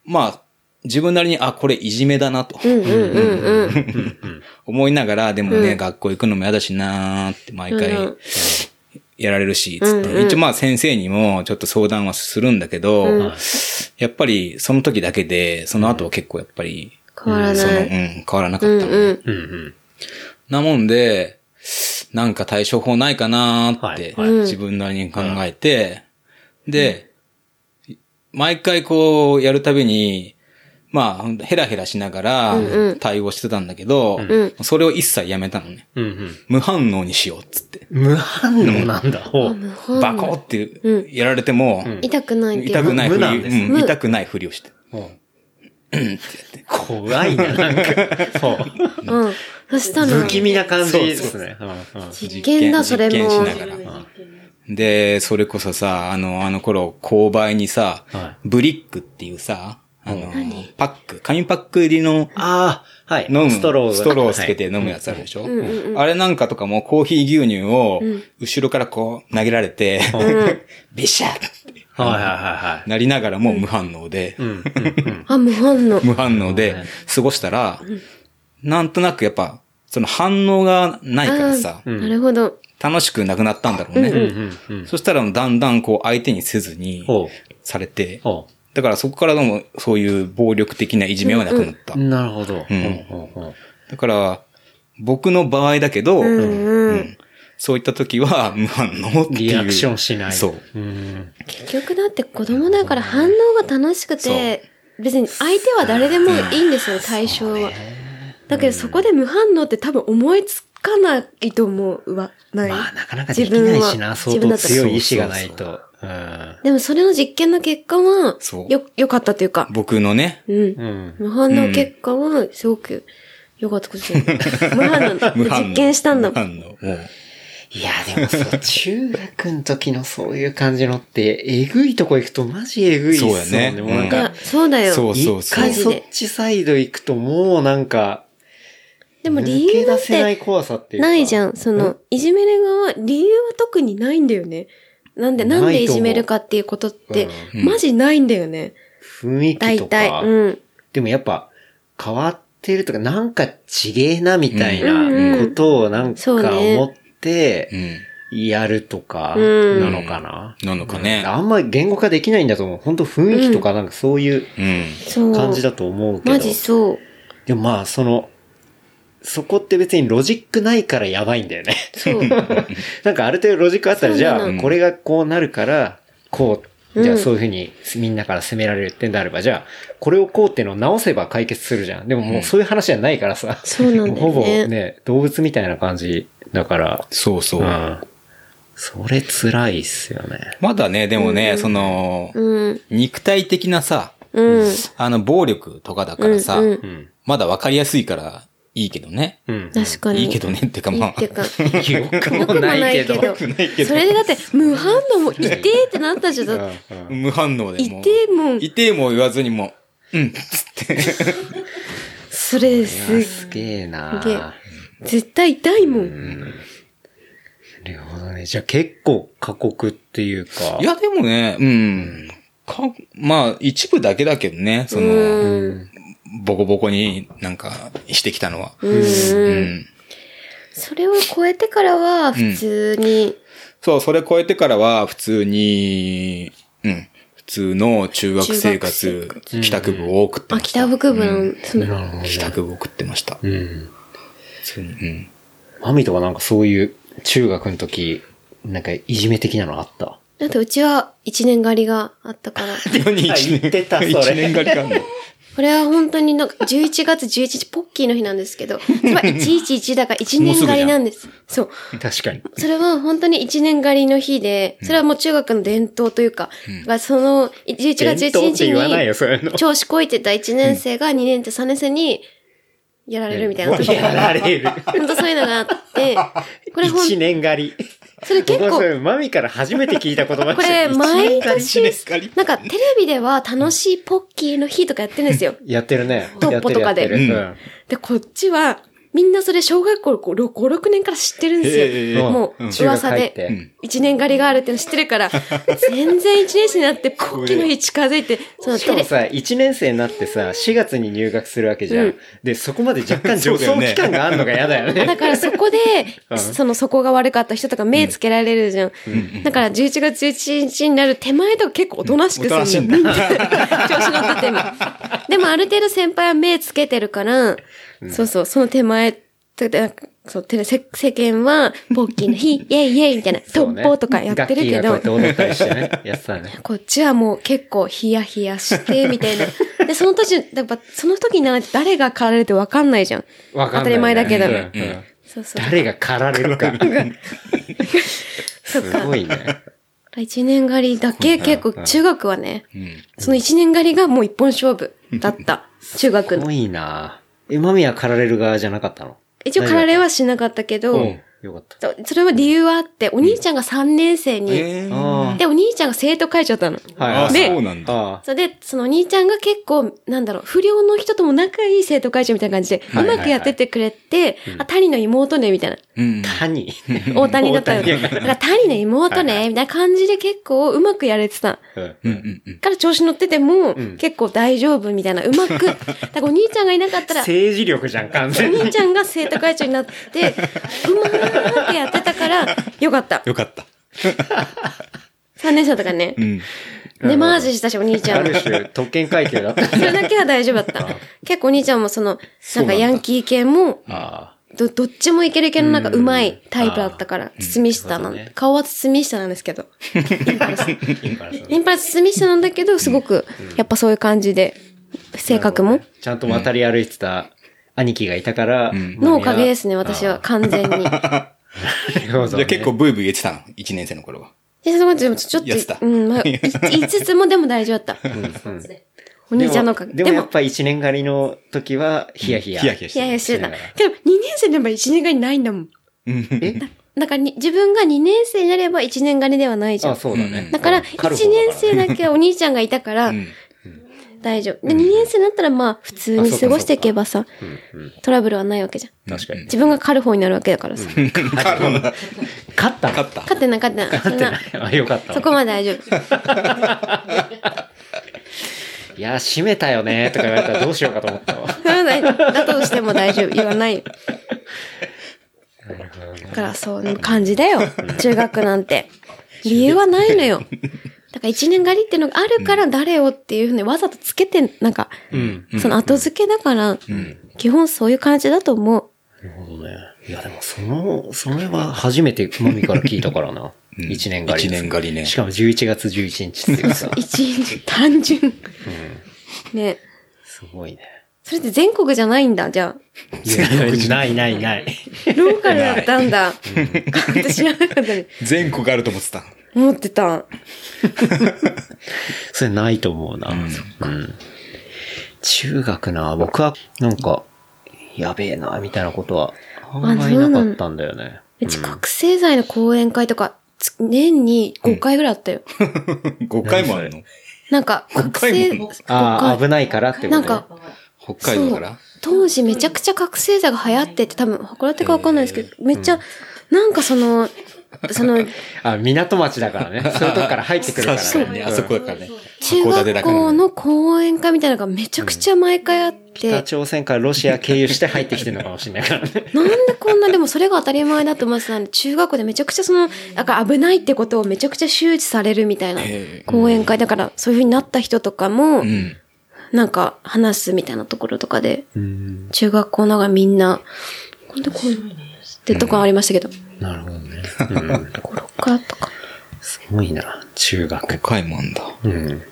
S3: まあ、自分なりに、あ、これいじめだなと
S2: うんうんうんうん。
S3: 思いながら、でもね、
S2: うん
S3: 学校行くのも嫌だしなーって毎
S2: う
S3: 回
S2: ん
S3: やられるし、つって、
S2: うんうん
S3: 一応まあ先生にもちょっと相談はするんだけど、
S2: うん
S3: やっぱりその時だけで、その後は結構やっぱり
S2: 変わら
S3: その、う、
S2: なんい。
S3: 変わらなか
S2: う
S3: っ
S2: ん
S3: た、
S2: うん。
S4: うんうん。
S3: なもんで、なんか対処法ないかなーって、
S4: はい
S2: はい
S3: 自分なりに考えて、で、毎回こうやるたびに、まあほんと、ヘラヘラしながら
S2: うんうん
S3: 対応してたんだけど、
S2: ん
S3: それを一切やめたのね。
S4: うんうん。
S3: 無反応にしようっつって。
S4: 無反応なんだ。ほう。
S2: 無反応
S3: バコって
S2: うん
S3: やられても、
S4: ん
S2: 痛くないけど。
S3: 痛くない
S4: 無
S3: ふり、
S4: なんですね
S3: うん
S2: 無
S3: 痛くないふりをして。
S4: ほう怖いな、なん か。ほう。
S2: うん。そしたら
S4: 不、気味な感じですね。うんうん
S2: 実験だ、それ
S3: 実
S2: も。
S3: 験しながら。で、それこそさ、あの、あの頃、購買にさ、
S4: は
S3: ブリックっていうさ、あの
S2: 何、
S3: パック、紙パック入りの
S4: ああ、はい。
S3: 飲む、
S4: ストローが
S3: ストローをつけて
S4: はい
S3: 飲むやつあるでし
S2: ん
S3: ょ、
S2: うんうん
S3: あれなんかとかもコーヒー牛乳を
S2: うん、
S3: 後ろからこう投げられて、
S2: うん。
S3: ビシャッって
S4: はいはいはいはい。
S3: なりながらも無反応で、
S4: うんうんうん。
S2: あ、無反応。
S3: 無反応で過ごしたら、なんとなくやっぱ、その反応がないからさ
S2: あ、ーなるほど。
S3: 楽しくなくなったんだろうね。
S4: うんうん。
S3: そしたらだんだんこう相手にせずに
S4: ほう。
S3: されて、
S4: ほ
S3: だからそこからでもそういう暴力的ないじめはなくなった。
S4: う。なるほど。
S3: うん
S4: ほうほうほう
S3: だから、僕の場合だけど、
S2: うんう。
S3: うんんそういった時 は無反応っていう。
S4: リアクションしない。
S3: そ
S4: う
S3: う。。
S4: ん。
S2: 結局だって子供だから反応が楽しくて、別に相手は誰でもいいんですよ、対象は。だけどそこで無反応って多分思いつかないと思うわ、ない。
S4: まあ、なかなかできないしな、相
S2: 自分だ
S4: 当
S2: ったら
S4: 強い意志がないと。うん。
S2: でもそれの実験の結果は
S3: そ、う
S2: よ、良かったというか、
S3: 僕 のね、
S2: うん。
S4: うん。
S2: 無反応結果は、すごく良かったこと だ無反応だ。
S3: 無反応。
S2: 実験したんだ
S3: 無
S2: もん。
S3: 反応。もう
S4: いや、でもそう、中学の時のそういう感じのって、えぐいとこ行くとマジえぐいっすもん
S3: そうやね
S4: ね。もうなん
S2: いや
S4: か、、
S2: そうだよ。
S3: そうそう
S4: 一
S3: そう。
S4: 回そっちサイド行くともうなんか、
S2: でも理
S4: 抜け
S2: 由だ
S4: 出
S2: っ
S4: せない
S2: て、
S4: 怖さっていうか。
S2: ないじ
S4: ん。
S2: ゃん。その、いじめる側は、理由は特にないんだよね。なんで、
S4: ない
S2: な
S4: と思うん
S2: でいじめるかっていうことって、
S3: うん
S2: マジないんだよね。
S4: 雰囲気
S2: 大
S4: と
S2: 体。
S4: か。
S2: うん。
S4: でもやっぱ、変わってるとか、なんかちげえなみたい
S2: うんうんう
S4: なんことをなんか
S2: そうね
S4: 思って、
S3: うん。
S4: やるとか、
S2: うん
S4: なのかな、
S3: なのかね
S4: うんあんまり言語化できないんだと思う。本当雰囲気とかなんかそういう
S3: うん。
S2: そう。
S4: 感じだと思うけど。
S2: マジそう。
S4: でもまあ、その、そこって別にロジックないからやばいんだよね。
S2: そう。
S4: なんかある程度ロジックあったら、
S2: そう
S4: じ
S2: なの
S4: ゃあこれがこうなるから、こう、じゃ
S2: うん
S4: あそういうふうにみんなから責められるってんであれば、じゃあこれをこうっていうのを直せば解決するじゃん。でももうそういう話じゃないからさ。
S2: そうなんだ
S4: ほ
S2: よ
S4: ぼ
S2: ね。
S4: ね、動物みたいな感じだから、
S3: そうそうう。
S4: ん。それ辛いっすよね。
S3: まだね、でもね、その、
S2: うん。
S3: 肉体的なさ、
S2: うん。
S3: あの、暴力とかだからさ、
S2: うんうん
S4: うん。
S3: まだわかりやすいからいいけどね。
S4: うん。
S2: 確かに。
S3: いいけどねっていうか、
S2: いい
S3: ま
S2: っ
S3: あ
S2: て。か。
S4: よく
S2: よ
S4: も
S2: くも
S4: な
S2: ないい
S4: け
S2: け
S4: ど。
S2: ど。それでだって、無反応も、痛えってなったじゃん。だって
S4: うん
S3: 無反応で
S2: 痛
S3: もう。
S2: えもん。
S3: 痛えも言わずにもう、うん、
S2: それすっ
S4: すげえな
S2: すげえ絶対痛いもん。
S4: なるほどね。じゃあ結構過酷っていうか。
S3: いや、でもね、うん。か、まあ、一部だけだけどね、そうの、
S2: ん。
S3: ボコボコになんかしてきたのは。
S2: う。
S3: うんん。
S2: それを超えてからは、普通に、
S3: そう、それ超えてからは普通に、うん。普通の中学生活
S2: 中、
S3: 帰宅部を送って
S2: あ、
S3: ました。
S2: 北北部
S3: う
S2: の
S3: ん、
S2: その、
S4: なるほどね
S3: 帰宅部を送ってました。
S4: うん。
S3: 普通に。うん。
S4: マミとかなんかそういう中学の時、なんかいじめ的なのあった。
S2: だってうちは一年狩りがあったから。
S3: 何一
S4: 言って
S3: 年
S4: たそれ
S3: 一年がりかんの。
S2: これは本当になんか11月11日ポッキーの日なんですけど、それは111だから1
S3: もう
S2: 年
S3: すぐじゃん
S2: 狩りなんです。そう。
S4: 確かに。
S2: それは本当に一年狩りの日で、それはもう中学の伝統というか、がその11月
S4: 伝統
S2: 11
S4: っ
S2: 日
S4: て言わないよ、
S2: に、
S4: そういうの。
S2: 調子こいてた1年生が2年生3年生にやられるみたいな。
S4: やられる。
S2: 本当そういうのがあって、これほん
S4: 一、年狩り。
S2: それ結
S4: 僕はそ
S2: 構、
S4: れマミから初めて聞いた言葉で
S2: こ
S4: した
S2: れ
S4: 一年
S2: 毎
S4: 狩り
S2: 年、なんかテレビでは楽しいポッキーの日とかやってるんですよ。
S4: やってるね。
S2: トッポとかで
S4: やってるやってる
S2: で、こっちは、みんなそれ小学校5、6年から知ってるんです
S4: へー
S2: よ。もう
S4: うん
S2: 噂
S4: 中学入って
S2: で。一年狩りがあるっていうの知ってるから、全然一年生になって、 ポッキーの日近づいて、その
S4: し
S2: テ
S4: かも
S2: レ、
S4: さ、1年生になってさ、4月に入学するわけじゃん。
S2: うん
S4: で、そこまで若干助
S3: そうだよ
S4: 走
S3: ね
S4: 期間があるのが嫌だよね。
S2: だからそこで、その、そこが悪かった人とか目つけられるじゃん。だから11月11日になる手前とか結構おとなしくするの。
S3: おとなしいんだ
S2: みんな調子乗ってても。でもある程度先輩は目つけてるから、そうそう、その手前、ててそう、て世世間は、ポッキーの 日、イェイイェイみたいな、ト
S4: そう
S2: ッ
S4: ね
S2: ポーとかやってるけど
S4: 楽器が、こうやって踊ったりしてね。やってたね。
S2: こっちはもう結構ヒヤヒヤ して、みたいな。で、その時、やっぱその時にならないと誰が駆られるってわかんないじゃん。
S4: わか
S2: 当
S4: んないね
S2: たり前だけど。
S4: うんうん
S2: そうそう。
S4: 誰が狩られるか。
S2: そ
S4: す
S2: っか。
S4: ごいね。
S2: 一年狩りだけ結構、中学はね、
S3: うん。
S2: その一年狩りがもう一本勝負だった。中学
S4: す
S2: の
S4: ご。いなえ、マミは狩られる側じゃなかったの
S2: 一応、駆られはしなかったけど、
S4: うん。よかった。
S2: とそれは理由はあって、お兄ちゃんが3年生に、
S3: えー。
S4: あ
S2: で、お兄ちゃんが生徒会長だったの。
S4: あ。はい
S3: あ、
S4: はい。
S2: で
S3: そうなんだ。
S4: あ
S2: それで、そのお兄ちゃんが結構、なんだろう、不良の人とも仲いい生徒会長みたいな感じで、う
S4: いはい
S2: まくやっててくれて、あ、谷の妹ね、みたいな。
S3: うん。
S4: あ。谷。
S2: 大谷だったの。
S4: 大谷
S2: だから谷の妹ね、みたいな感じで結構うまくやれてた。
S4: うん
S3: うんうんうん。
S2: から調子乗ってても、
S4: ん
S2: 結構大丈夫みたいな、うまく。だからお兄ちゃんがいなかったら、
S4: 政治力じゃん、完
S2: お
S4: 全に
S2: 兄。ちゃんが生徒会長になって、うまーくやってたから、よかった。
S3: よかった。
S2: 3年生とかね
S3: う。ん。
S2: 根回ししたし、お兄ちゃ
S4: あ
S2: んも
S4: る。種、特権階級だった。
S2: それだけは大丈夫だった。結構お兄ちゃんもその、
S3: う
S2: なん
S3: な
S2: か
S3: んだ
S2: ヤンキー系も、
S4: あ
S2: ど、どっちもいける系のなんかうまいタイプだったから、堤下な
S4: なるほ
S2: ん
S4: どね
S2: 顔は堤下なんですけど。
S4: あ。いいからさ
S2: インパルス堤下なんだけど、すごく、やっぱそういう感じで、性格も、
S4: ちゃんと渡り歩いてた兄貴がいたから、
S2: のおかげですね、私は、完全に。
S4: なるほどね。
S3: じゃあ結構ブイブイ言ってたの ?1 年生の頃は。
S2: で、そのでもちょっ
S3: やってた
S2: と、うん、まあ、い言いつつもでも大丈夫だった。お兄ちゃんのおかげ。で
S4: でもでもや
S2: も
S4: っ、ぱ一年狩りの時は、ヒヤヒヤ。
S3: ヒヤヒヤし
S2: いやい
S3: て
S2: や、してた。け
S4: しながら
S2: ど、2年生になれば1年がりないんだもん。
S3: る。
S4: え
S2: だからに、自分が2年生になれば1年がりではないじゃ
S4: あ、
S2: ん。
S4: そうだね。
S2: だから、1
S4: 狩る方だ
S2: 年
S4: から
S2: 生だけお兄ちゃんがいたから
S3: う、ん。
S2: 大丈夫。で、2年生になったら、まあ、普通に過ごしていけばさ、トラブルはないわけじゃん。
S4: 確かに。
S2: 自分が狩る方になるわけだからさ。
S4: 勝った
S3: 勝った。
S2: 勝ってない、勝ってない。そんな、
S4: あ、 よかった。
S2: そこまで大丈夫。
S4: いや、閉めたよね、とか言われたらどうしようかと 思ったわ。
S2: それは大だとしても大丈夫。言わないよ。だから、そういう感じだよ。中学なんて。理由はないのよ。だから一年狩りっていうのがあるから誰をっていうふうにわざとつけて、なんか、
S4: うん。
S2: その後付けだから、基本そういう感じだと思う。
S4: なるほどね。いや、でもその、それは初めてマミから聞いたから な。一年狩り。
S3: 一年狩りね
S4: しかも11月11日 っていうさ。
S2: 一日単純。ね。
S4: すごいね。
S2: それって全国じゃないんだ、じゃ
S4: いやないないない。
S2: あ。ローカルだったんだ。 私 知らなかったね。
S3: 全国あると思ってた。
S2: 思ってた。
S4: それないと思うな。うん中学な、僕は、なんか、やべえな、みたいなことは、あんまりなかったんだよね。
S2: うち覚醒剤の講演会とか、つ年に5回ぐらいあったよ。
S3: 5回もあるの
S2: なんか、
S3: 5
S2: 覚
S3: 回
S2: 醒
S3: もあるの、
S4: ああ、
S2: 5
S4: 危ないからってこと
S2: なんか、
S3: 北海
S2: そ
S3: 道か
S2: う
S3: ら。
S2: 当時めちゃくちゃ覚醒剤が流行ってて、多分、函館かわかんないですけど、めっちゃ、なんかその、その、
S4: あ、港町だから ね。そういうとこから入ってくるからね。
S3: 確かにね、
S4: うん
S3: あそこだからね。
S2: 中
S3: 函館だ
S2: 学
S3: から
S2: 校の講演会みたいなのがめちゃくちゃ毎回あっ
S4: 北
S2: て、
S4: 朝鮮からロシア経由して入ってきてるのかもしれないからね。
S2: なんでこんな、でもそれが当たり前だと思ってたんで、中学校でめちゃくちゃその、なんか危ないってことをめちゃくちゃ周知されるみたいな
S3: へえ
S2: 講演会。だから、そういう風になった人とかも
S3: う、ん。
S2: なんか話すみたいなところとかで、
S4: うん。
S2: 中学校のがみんな、こんでこう、ってとこありましたけど、
S4: なるほどね。うん。
S2: 5、6回とか。
S4: すごいな、中学
S3: 5。回もあるんだ。
S4: うん。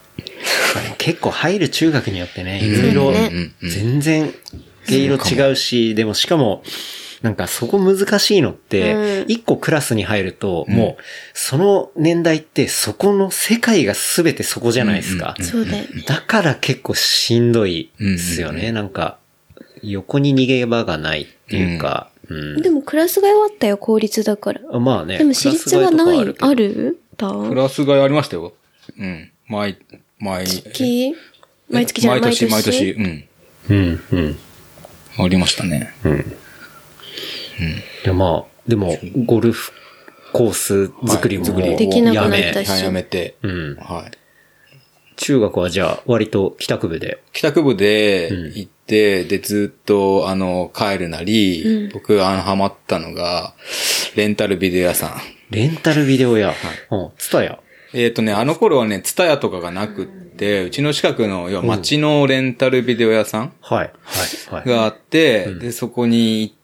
S4: 結構入る中学によってね、いろいろ
S2: そうね
S3: うんうん
S4: 全然毛色違うし、でもしかも、なんかそこ難しいのって
S2: う、ん
S4: 一個クラスに入ると、もう、その年代ってそこの世界が全てそこじゃないですか。
S2: そうだよね。
S4: だから結構しんどいですよ
S3: うんうん
S4: ね。なんか、横に逃げ場がないっていうか、うん
S2: でもクラス替えはあったよ、公立だから。
S4: あまあね。
S2: でも私立は
S4: クラ
S2: な
S4: ス替
S2: い
S4: え
S2: よ
S4: と。か
S2: あ
S4: る
S2: るだ
S3: プラスがありましたよ。うん。毎、毎、
S2: 月毎月じゃない
S3: 毎年、毎年。。うん。
S4: けど。うん、うん。
S3: ありましたね。
S4: いやまあ、でも、ゴルフコース作りも
S3: はい
S2: できなくなったし
S3: はい、やめて。
S4: ん
S3: はい。
S4: 中学はじゃあ、割と帰宅部で。
S3: 帰宅部で行って、で、ずっと、あの、帰るなり、
S2: うん
S3: 僕、あの、ハマったのが、レンタルビデオ屋さん。
S4: レンタルビデオ屋。うん。ツタヤ。
S3: えっ、とね、あの頃はね、ツタヤとかがなくって、うちの近くの、要は街のレンタルビデオ屋さん
S4: はい。はい。は
S3: があって、で、そこに行って、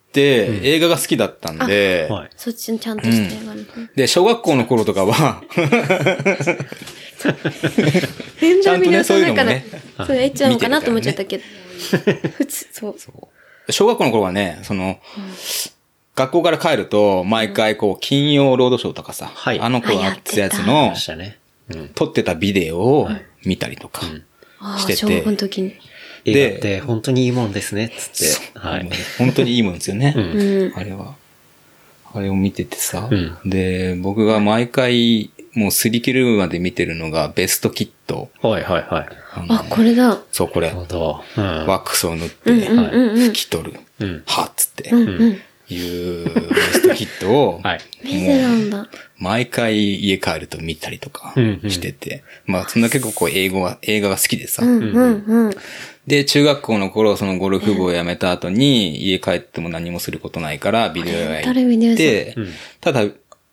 S3: 映画が好きだったんで、
S4: い。はい。
S2: そっちのちゃんとした映画の。
S3: で、小学校の頃とかは、
S2: 全
S3: ちゃ
S2: 然
S3: ん
S2: 見
S3: とね
S2: 直さないか
S3: そう
S2: ら
S3: いうのもね、
S2: そう、エッチなのかなと思っちゃったけど。普通、そう。
S3: 小学校の頃はね、その、学校から帰ると、毎回こう、金曜ロードショーとかさ、
S4: はい
S3: あの子が
S2: あ
S3: や
S2: や
S3: っ
S2: って
S3: た
S2: た
S3: やつの
S4: まし、たね。うん。
S3: 撮ってたビデオを見たりとか。
S2: あ
S3: し
S2: あ
S3: てて
S2: 小学校の時に。
S4: 映画って本当にいいもんですね、つって。は
S3: も。
S4: いう
S3: 本当にいいもんですよね。
S2: うん。
S3: あれは。あれを見ててさ、
S4: うん
S3: で、僕が毎回、もう擦り切れるまで見てるのが、ベストキット。
S4: はいはいはい。
S3: あの
S2: あ、これだ。
S3: そう、これ
S4: なる。ほど。うん。
S3: ワックスを塗っ
S2: うん
S3: て、
S2: うんうんうん
S3: 拭。き取る。
S4: うん。
S3: はっつって、
S2: うんうん。
S3: いうベストキットを、
S4: はい。
S2: 見てたんだ。
S3: 毎回家帰ると見たりとか
S4: うんうん
S3: してて、まあそんな結構こう英語は、映画が好きでさ、
S2: うんうんうん。
S3: で、中学校の頃、そのゴルフ部を辞めた後に、家帰っても何もすることないから、ビデオ屋
S2: レンタルビデオ
S3: 行
S2: 屋さん
S3: って
S4: うん、
S3: ただ、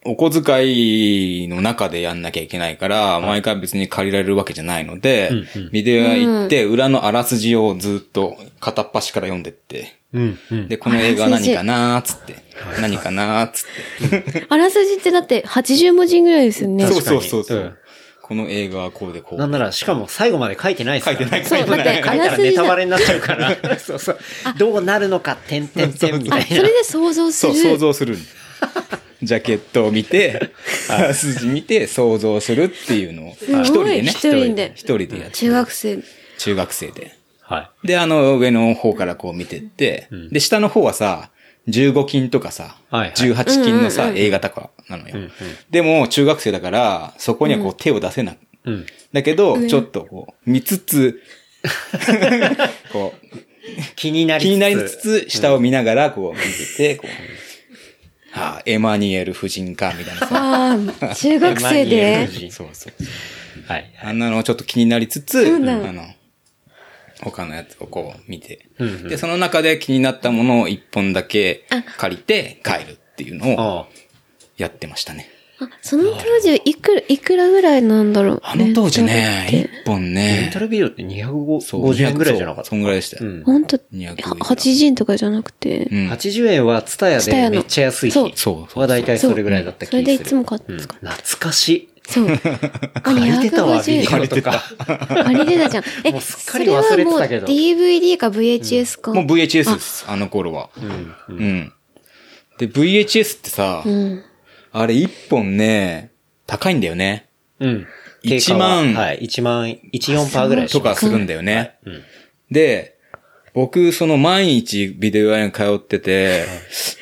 S3: お小遣いの中でやんなきゃいけないから、毎回別に借りられるわけじゃないので
S4: うんうん、
S3: ビデオ屋行って、裏のあらすじをずっと片っ端から読んでって、
S4: うん。うん。
S3: で、この映画は何かなーっつって、何かなーっつって、
S2: あらすじってだって80文字ぐらいですよね。
S3: そう
S4: 確か
S3: そう
S4: に
S3: そうそう、
S4: うん
S3: この映画はこうでこう。
S4: なんなら、しかも最後まで書いてないですから
S3: 書いてない
S2: そう書いてないだって
S4: 書いたらネタバレになっちゃう から。そうそう。 どうなるのか、てんてんてんみた
S2: あ、
S4: い
S2: そ
S4: な
S2: れ。で想像す
S3: そう、
S2: る。
S3: 想像するんだ。ジャケットを見て、 あ筋見て、想像するっていうのを、
S2: ごい
S3: 一人でね、
S2: 一人で
S3: 一人でやって、
S2: 中学生。
S3: 中学生で。
S4: はい。
S3: で、あの、上の方からこう見てって、
S4: ん
S3: で、下の方はさ、15金とかさ、
S4: はいはい
S3: 18金のさ、映画とかなのよ。
S4: うんうん
S3: でも、中学生だから、そこにはこう手を出せない。
S4: うん。
S3: だけど、ちょっとこう、見つつ、 こう、
S4: 気になりつつ。
S3: 気になりつつ、下を見ながら、こう、見て て、こう、はあ、エマニュエル夫人か、みたいなさ。
S2: ああ、中学生で。
S3: そうそう。
S4: はい。
S3: あんなのをちょっと気になりつつ、
S2: んだ
S3: あの、他のやつをこう見て、
S4: うんうん
S3: で、その中で気になったものを一本だけ借りて帰るっていうのを
S4: あ
S3: やってましたね。
S2: あ、その当時、いくら、いくらぐらいなんだろう。
S3: あの当時ね、
S2: レンタルって
S3: 一本
S4: あ。レン
S3: ね
S4: タ、ルビデオって
S3: そう
S4: 250円ぐらいじゃなかっ
S3: そ
S4: た
S3: うそんぐらいでした
S4: う
S3: よ。
S4: ん。
S2: ほんと、
S3: 200いくら
S2: 80円とかじゃなくて。
S3: うん。
S4: 80円はツタヤでめっちゃ安い
S2: そう
S4: 日。
S3: そうそう
S4: は大体それぐらいだった気が
S2: それ
S4: する。
S2: でいつも買っ
S4: うん
S2: てた。
S4: 懐かしい。
S2: そう。あ、
S4: 借りてたわ、ビデ
S2: 250
S4: オ
S2: 円。
S4: とか。
S2: 借りてたじゃん。
S4: も
S2: え、
S4: うすっか
S2: そ
S4: り
S2: れは
S4: 忘れて
S2: もう
S4: たけど
S2: DVD か VHS か。
S3: もう VHS です、あの頃は。
S4: うん。う
S3: うんん。で、VHS ってさ、
S2: うん。
S3: あれ一本ね、高いんだよね。
S4: うん。
S3: 1万
S4: はい。1万、14%ぐらいし
S3: と
S4: ま
S3: か
S4: す
S3: するんだよね。
S4: うん。
S3: で、僕、その毎日ビデオ屋に通ってて、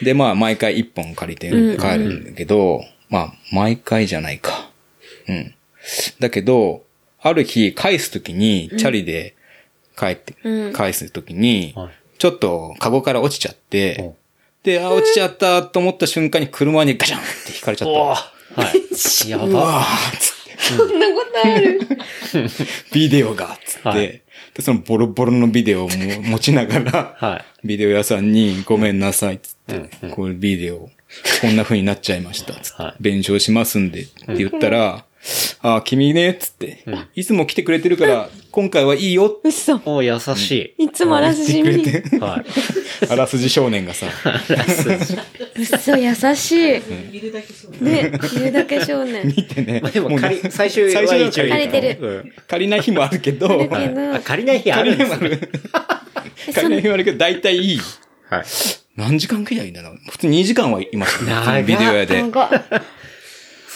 S3: で、まあ毎回一本借りて帰るんだけど、まあ毎回じゃないか。うん。だけど、ある日返すときに、チャリで帰って、
S2: うん
S3: 返すときに、
S4: はい
S3: ちょっとカゴから落ちちゃって、
S4: うん
S3: で、あ、落ちちゃったと思った瞬間に車にガチャンって引かれちゃった。
S4: おーはい。やば。
S3: あーっつって
S2: そんなことある。
S3: ビデオがっつって、
S4: はい
S3: で、そのボロボロのビデオをも持ちながら、
S4: はい。
S3: ビデオ屋さんにごめんなさいっつって、
S4: うんうん
S3: これビデオ、こんな風になっちゃいましたっつって、
S4: はい
S3: 弁償しますんでって言ったら、あー、君ねっつって、いつも来てくれてるから、今回はいいよって
S2: 嘘。
S4: お優し
S2: いつもあらすじ見に。
S4: い。はい。
S3: あらすじ少年がさ、
S2: 嘘、優しい。ね、いるだけ少年。
S3: 見てね。
S4: まあでも
S3: うね
S4: 借り最終は
S3: 最
S4: 一応
S3: 終は借り
S2: 借りて
S3: うん借りない日もあるけど、
S2: あるけど
S3: 借
S4: あ、借りない日あるん
S3: りな
S4: で
S3: い
S4: すね。
S3: 日もある。
S2: その
S3: 借りない日もあるけど、大体いい。
S4: はい。
S3: 何時間くらいいんだろう普通に2時間はいましたね。普通にビデオ屋で
S2: なん。か、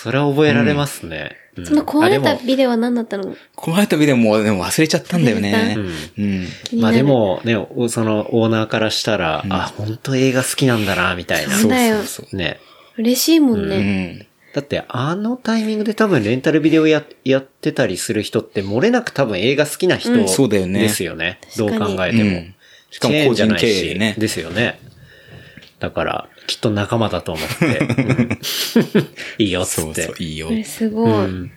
S4: それは覚えられますね。うん
S2: その壊れ
S4: あ
S2: た
S4: でも
S2: ビデオは何だったの
S3: 壊れたビデオもでも忘れちゃったんだよね。うん。
S2: 気にな
S4: まあ
S2: る
S4: で、もね、おそのオーナーからしたら、あ、本当映画好きなんだな、みたいな。
S2: そうだよ
S3: そうそう。
S4: ね。
S2: 嬉しいもん
S3: う
S2: ね。
S3: ん。
S4: だって、あのタイミングで多分レンタルビデオややってたりする人って、漏れなく多分映画好きな人、
S3: んそうだよね
S4: ですよね。どう考え
S3: で
S4: て
S3: も、
S4: も。
S3: しかも
S4: チェー
S3: 個
S4: ンじゃ
S3: 人
S4: ない
S3: 経営
S4: し
S3: でね。
S4: ですよね。だから、きっと仲間だと思って。 うんいいよ、つ
S3: そ
S4: っ
S3: う
S4: て
S3: そう、。いいよ。
S2: えすごい。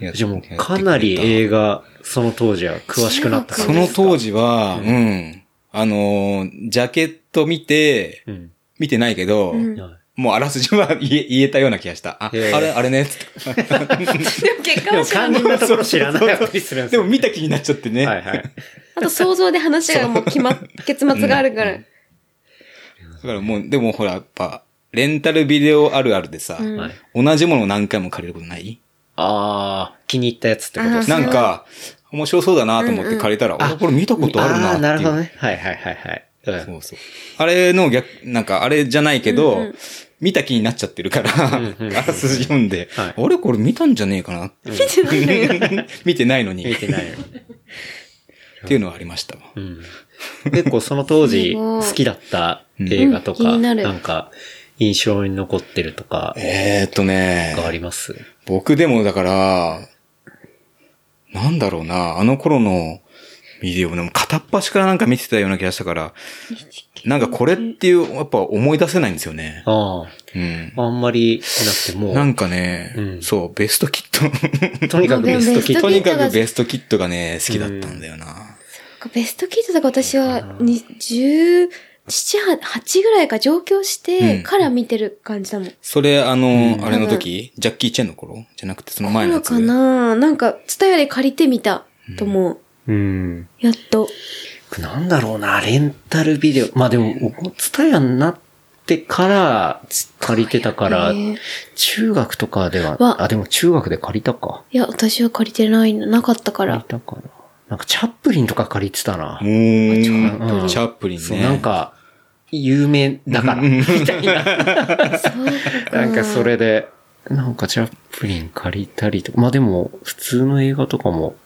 S3: や
S4: じゃあもう、かなり
S3: やって
S4: 映画、その当時は詳しくなった
S3: くれたその当時は、うん。あのー、ジャケット見て、
S4: うん。
S3: 見てないけど、
S2: うん
S4: はい
S3: もうあらすじは言え 言えたような気がした。あ、あ
S4: へえ
S3: れ、あれね、つって
S2: でも結果
S4: で
S2: は
S4: も
S2: 知ら
S4: 肝
S2: ない
S4: 心なところ知らなかったりするんです
S3: でも
S4: よ。
S3: 見た気になっちゃってね。
S4: はいはい。
S2: あと想像で話がもう決まっ、結末があるから。
S3: だからもう、でもほら、やっぱ、レンタルビデオあるあるでさ、
S2: うん
S4: はい
S3: 同じものを何回も借りることない
S4: ああ、気に入ったやつってことですね。
S3: なんか、面白そうだなと思って借りたら、あ、これ見たことあるなっていう。
S4: なるほどね。はいはいはいはい。うん
S3: そうそう。あれの逆、なんかあれじゃないけど、見た気になっちゃってるから、
S4: うんうん
S3: あらすじ読んで、
S4: はい
S3: あれこれ見たんじゃねえかなって
S2: 見てないのよ。
S3: 見てないのに。
S4: 見てないよ。
S3: っていうのはありましたわ。
S4: うん結構その当時好きだった映画と
S2: うんう
S4: か、
S2: ん気になる
S4: なんか印象に残ってるとか
S3: えーっとね、
S4: があります。
S3: 僕でもだから、なんだろうな、あの頃のビデオ、でも片っ端からなんか見てたような気がしたから、なんかこれっていう、やっぱ思い出せないんですよね。
S4: あ
S3: うん。
S4: あ、あんまりなくても
S3: なんかね、
S4: うん
S3: そう、ベストキッ
S4: とにかくベストキット
S3: ト。と
S2: ベスト
S3: に
S2: キッ
S3: か
S2: トが
S3: くベストキットがね、好きだったんだよな。
S2: ベストキットとか私は、に17、8ぐらいか上京してから見てる感じだもん。
S3: それ、あの、あれの
S2: 多分
S3: 時ジャッキー・チェンの頃じゃなくて、その前の
S2: な
S3: や
S2: の
S3: つ。
S2: かななんか、ツタヤで借りてみたと思う。
S4: うん。
S2: やっと。
S4: なんだろうな、レンタルビデオ。まあでも、ツタヤになってから借りてたから
S2: ね、
S4: 中学とかでは、
S2: わ
S4: あ、でも中学で借りたか。
S2: いや、私は借りてないの、なかったか
S4: 借り
S2: ら。
S4: たかな。なんかチャップリンとか借りてたな。
S3: うーん
S4: うん
S3: チャップリン
S4: そう、
S3: ね。
S4: なん、か、有名だから、みたいな。 なんかそれで、なんかチャップリン借りたりとか、まあでも、普通の映画とかも、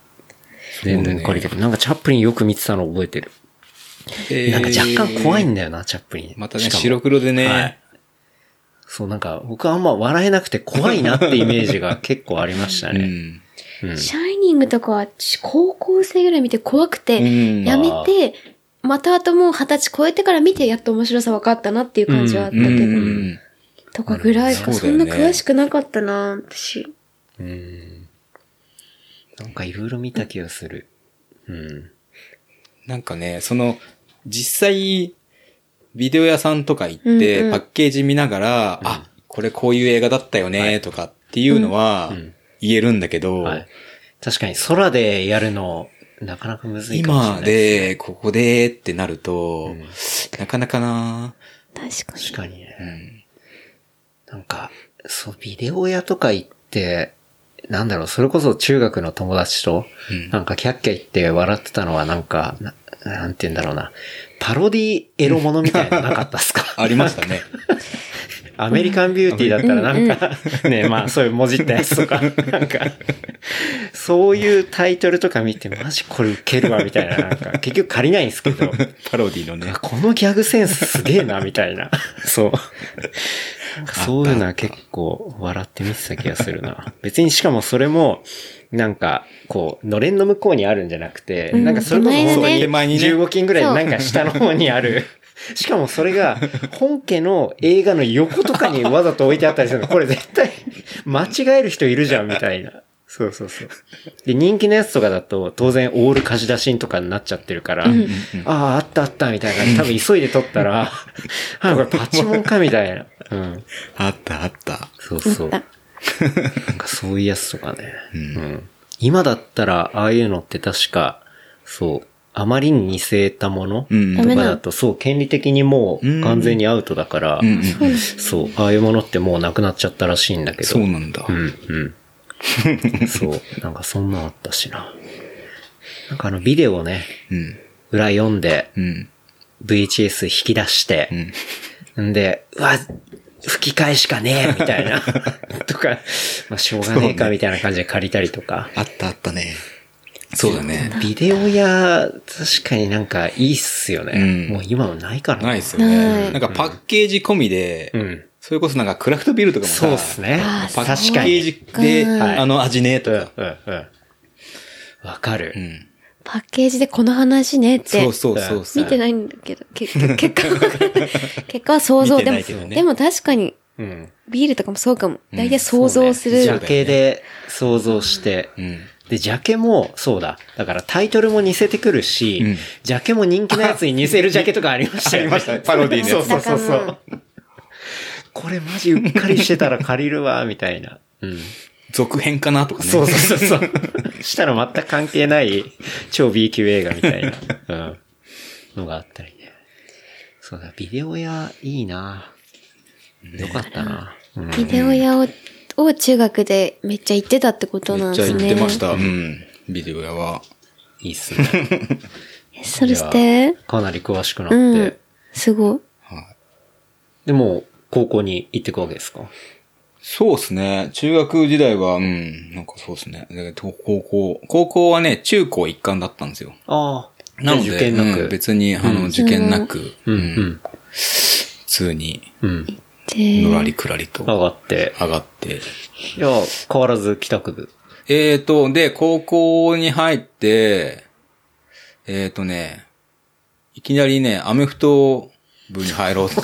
S4: 全然借りてる、なんかチャップリンよく見てたの覚えてる。
S3: え
S4: なんか若干怖いんだよな、チャップリン。
S3: またね、
S4: しかも
S3: 白黒でね、
S4: はいそう、なんか、僕はあんま笑えなくて怖いなってイメージが結構ありました
S3: う
S4: ね。
S3: ん。
S4: うん
S2: シャイニングとかは、私高校生ぐらい見て怖くて、
S3: うん
S2: やめて、またあともう二十歳超えてから見て、やっと面白さ分かったなっていう感じはあった
S3: う
S2: けど、
S3: ん。
S2: とかぐらい
S3: うん
S2: か、
S3: そ
S2: そう
S3: だ
S2: ん
S3: よね
S2: な詳しくなかったな、私。
S4: うんなんかいろいろ見た気がする。うん。
S3: なんかね、その、実際、ビデオ屋さんとか行って、
S2: うんうん
S3: パッケージ見ながら、あ、これこういう映画だったよね、とかっていうのは
S4: ん、
S3: 言えるんだけど、
S4: はい。確かに空でやるの、なかなかむずいかもしれな
S3: 今
S4: いです。
S3: で、ここでってなると、なかなかな
S2: 確かに。
S4: 確かにね。
S3: うん。
S4: なんか、そう、ビデオ屋とか行って、なんだろう、それこそ中学の友達と、
S3: うん
S4: なんかキャッキャ言って笑ってたのはなんか、ななんて言うんだろうな。パロディエロものみたいなのなかったっすか
S3: ありましたね。
S4: アメリカンビューティーだったらなんか、ね、まあそういう文字ったやつと か、なんか、そういうタイトルとか見て、マジこれウケるわ、みたいな、なんか、結局借りないんですけど、
S3: パロディのね
S4: あ。このギャグセンスすげえな、みたいな。 そう。なんかそういうのは結構笑って見てた気がするな。別にしかもそれも、なんか、こう、のれんの向こうにあるんじゃなくて、
S2: うん
S4: なんかそれこそ
S2: 手前
S4: 本
S2: の
S4: 当
S2: ね
S4: に
S3: 手前にね
S4: 15金ぐらいなんか下の方にある。 しかもそれが、本家の映画の横とかにわざと置いてあったりするの。これ絶対、間違える人いるじゃん、みたいな。そうそうそう。で、人気のやつとかだと、当然オール貸し出しとかになっちゃってるから、
S2: うん
S4: ああ、あったあった、みたいな感じ。多分急いで撮っ たら、あ、これパチモンか、みたいな。うん。
S3: あったあった。
S4: そうそう。
S2: あ
S4: な
S2: っ
S4: んかそういうやつとかね。うん。今だったら、ああいうのって確か、そう、あまりに似せたもの
S3: うん
S4: とかだと、そう、権利的にもう完全にアウトだから、
S3: うんうん
S4: そう、ああいうものってもうなくなっちゃったらしいんだけど。
S3: そうなんだ。
S4: うん、うん。そう、なんかそんなんあったしな。なんかあのビデオね、
S3: うん。
S4: 裏読んで、
S3: うん。
S4: VHS 引き出して、んで、うわ、吹き替えしかねえみたい な。とか、まあ、しょうがねえかみたいな感じで借りたりとか。
S3: あったあったね。そうだね。
S4: ビデオ屋、確かになんかいいっすよね。
S3: うん
S4: もう今はないから
S3: ないっすよね。
S2: ない
S3: なんかパッケージ込みで、
S4: うん。
S3: それこそなんかクラフトビールとかもさ
S4: そうっすね
S2: あ。
S3: パ
S4: 確
S3: ッケ
S4: か
S3: ー
S4: に。
S3: ジで、
S2: うん
S3: あの味ね、と
S4: うん、う
S3: か。
S4: ん、うん。わかる。
S3: うん。
S2: パッケージでこの話ねって
S3: そう。そうそうそう。
S2: 見てないんだけど、結局結果は、 結果は想像
S3: 見て
S2: で
S3: な
S2: も
S3: いけど、ね
S2: でも確かに、
S4: うん。
S2: ビールとかもそうかも。大体想像す
S3: そう
S4: ジ
S3: ね
S2: る。
S4: ャケで想像して、
S3: うん。
S4: で、ジャケも、そうだ。だからタイトルも似せてくるし、
S3: うん
S4: ジャケ も人気のやつに似せるジャケとかありましたよ、ね。
S3: ありましたねパロディのやつ
S4: そうそうそうそ
S2: なん
S4: う。これマジうっかりしてたら借りるわ、みたいな。うん。
S3: 続編かなとかね。
S4: そうそうそうそう。したら全く関係ない超 B 級映画みたいな、うん、のがあったりね。そうだ、ビデオ屋いいな、よかったな。うん
S2: ビデオ屋をを中学でめっちゃ行ってたってことな
S3: め
S2: ん
S3: っち
S2: で
S3: ゃ
S2: す
S3: 言っ
S2: ね。
S3: てました。うん。ビデオ屋は。
S4: いいっすね。
S2: えそれして、
S4: かなり詳しくなって。
S2: うん。すごい。
S4: でも、高校に行ってくわけですか
S3: そうですね。中学時代は、うん、なんかそうですね。でと高校、高校はね、中高一貫だったんですよ。
S4: ああ。
S3: なので、
S4: 受験なく。
S3: うん別に、あの、受験なく、
S4: う、
S3: うんん
S4: うん、
S3: 普通に、
S4: うん。
S2: で、
S3: のらりくらりと
S4: 上
S3: 上
S4: がって。
S3: がって。
S4: いや、変わらず帰宅部。
S3: えーと、で、高校に入って、えーとね、いきなりね、アメフト部に入ろう って。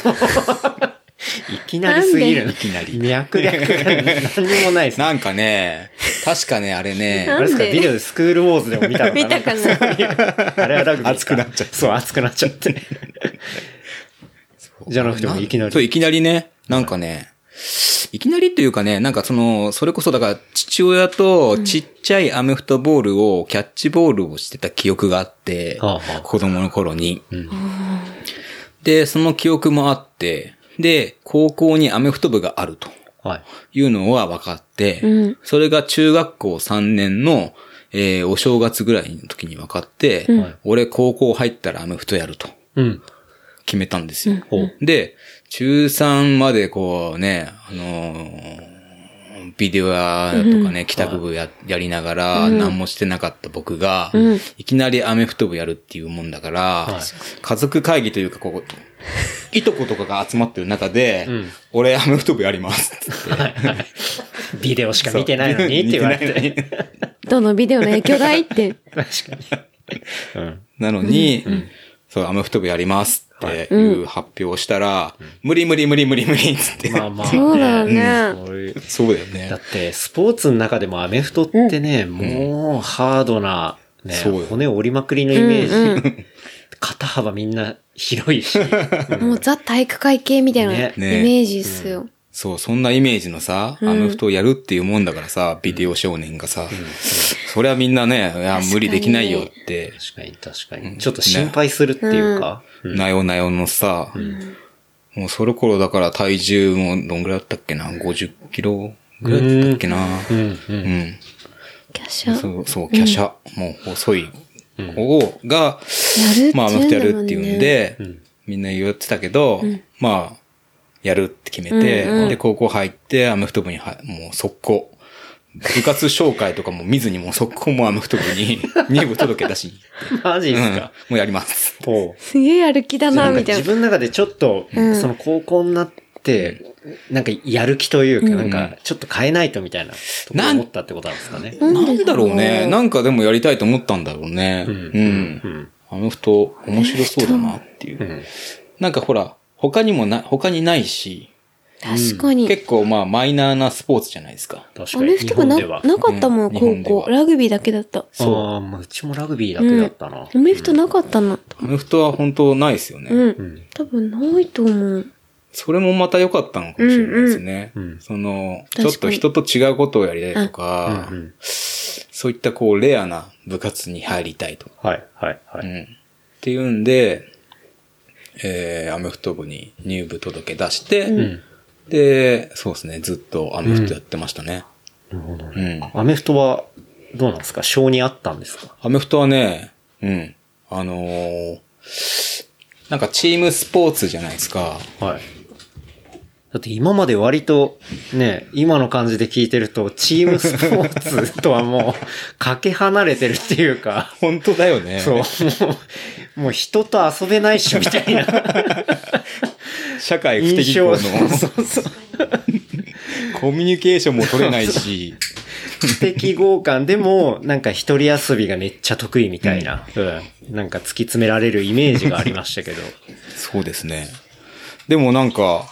S4: いきなりすぎる
S2: なん
S4: な。
S2: で
S4: いきなり。脈略が何にもないですね。
S3: なんかね、確かね、あれ
S4: あ
S3: ね、
S4: れですか、
S2: なん
S4: ビ
S2: で
S4: デオでスクールウォーズでも見たのかな
S2: 見たかな
S4: あれはラグビーか。
S3: 熱くなっちゃって
S4: そう、熱くなっちゃって。じゃなくてもいきなり
S3: そう、いきなりね、なんかね、いきなりっていうかね、なんかその、それこそだから、父親とちっちゃいアメフトボールを、キャッチボールをしてた記憶があって、
S4: はあはあ
S3: 子供の頃に。
S4: うん
S3: で、その記憶もあって、で、高校にアメフト部があると
S4: はい。
S3: いうのは分かって、
S2: うん
S3: それが中学校3年の、えーお正月ぐらいの時に分かって、
S4: うん
S3: 俺高校入ったらアメフトやると
S4: うん。
S3: 決めたんですよ。
S4: ほう。
S3: で、中3までこうね、あのービデオ屋とかね、帰宅部ややりながら、何もしてなかった僕が、いきなりアメフト部やるっていうもんだから、
S4: い
S3: 家族会議というか、ここ、いとことかが集まってる中で、
S4: ん
S3: 俺アメフト部やります っつって。
S4: ビデオしか見てないのにって言われて。
S3: て。
S2: どのビデオの影響だいって。
S4: 確かに。うん。
S3: なのに、そう、アメフト部やりますっていう発表をしたら、無理無理無理無理無理っつって。
S4: まあまあ、
S2: そうだよね
S4: そういう
S3: そうだよ
S4: だっ
S3: ね。
S4: て、スポーツの中でもアメフトってね、もうハードな、ね
S3: そうよ、
S4: 骨折りまくりのイメージ。肩幅みんな広いし。
S2: もうザ体育会系みたいなイ
S4: ね
S3: ね
S2: メージっすよ。
S3: そう、そんなイメージのさ、アメフトをやるっていうもんだからさ、ビデオ少年がさ、そりゃみんなね、いや、無理できないよって、
S4: 確かに確かに。ちょっと心配するっていうか。
S3: なよなよのさ、もうその頃だから体重もどんぐらいだったっけな、50キロぐらいだったっけな。
S4: うん、う。
S3: うんん。
S2: キャッシャー。
S3: そう、そう、華奢、もう細い方が、
S2: やる
S3: まあ、アメ
S2: っ
S3: フ
S2: てい
S3: トや
S2: うの
S3: る
S2: も
S3: っていうん
S2: ね。
S3: で、みんな言ってたけど、まあ、やるって決めて、で、高校入って、アメフト部には、もう速攻。部活紹介とかも見ずに、もう速攻もうアメフト部に 2部届け出しに行って
S4: マジ
S3: う
S4: で
S3: ん
S4: すか。
S3: もうやります。
S4: ほう。
S2: すげえやる気だな、
S4: なんか
S2: みたい
S4: 自
S2: な。
S4: 分の中でちょっと、
S2: ん
S4: その高校になって、なんかやる気というか、なんかちょっと変えないとみたいなところを思ったってことなんですかね。
S3: なんだろうね。なんかでもやりたいと思ったんだろうね。うん。
S4: うん。
S3: アメフト面白そうだなっていう。
S4: ん
S3: なんかほら、他にもな、他にないし、
S2: 確かに。
S3: 結構まあマイナーなスポーツじゃないですか。
S4: 確
S2: ア
S4: か
S2: メ
S4: に。
S2: フ
S4: 日
S2: ト部
S4: 本
S2: な
S4: で
S2: な
S4: は。
S2: かったも、
S3: うんん日本で
S2: 高
S3: は
S2: 校。ラグビーだけだった。
S4: そう。あーまあうちもラグビーだけだったな。
S2: アメフトなかったな。
S3: アメフトは本当ないですよね。
S2: うんん。多分ないと思う。
S3: それもまた良かったのかもしれないですね。
S4: うんうん
S3: その、
S2: 確か
S3: ちょ
S2: に
S3: っと人と違うことをやりたいとか、
S4: うんうん
S3: そういったこうレアな部活に入りたいとか、
S4: はい、はい、は
S3: う
S4: い。
S3: んっていうんで、えー、アメフト部に入部届け出して、
S4: ん
S3: で、そうですね、ずっとアメフトやってましたね。
S4: なるほど
S3: うん。
S4: ね。アメフトは、どうなんですか性にあったんですか
S3: アメフトはね、うん。あのーなんかチームスポーツじゃないですか。
S4: はい。だって今まで割と、ね、今の感じで聞いてると、チームスポーツとはもう、かけ離れてるっていうか、
S3: 本当だよね。
S4: そう、もう、もう人と遊べないっしょみたいな
S3: 社会 不
S4: 印
S3: 適
S4: 象を
S3: 合の
S4: そうそう。
S3: コミュニケーションも取れないし、
S4: 不適合感でも、なんか一人遊びがめっちゃ得意みたいな、うん。なんか突き詰められるイメージがありました けど。
S3: そうですね。でもなんか、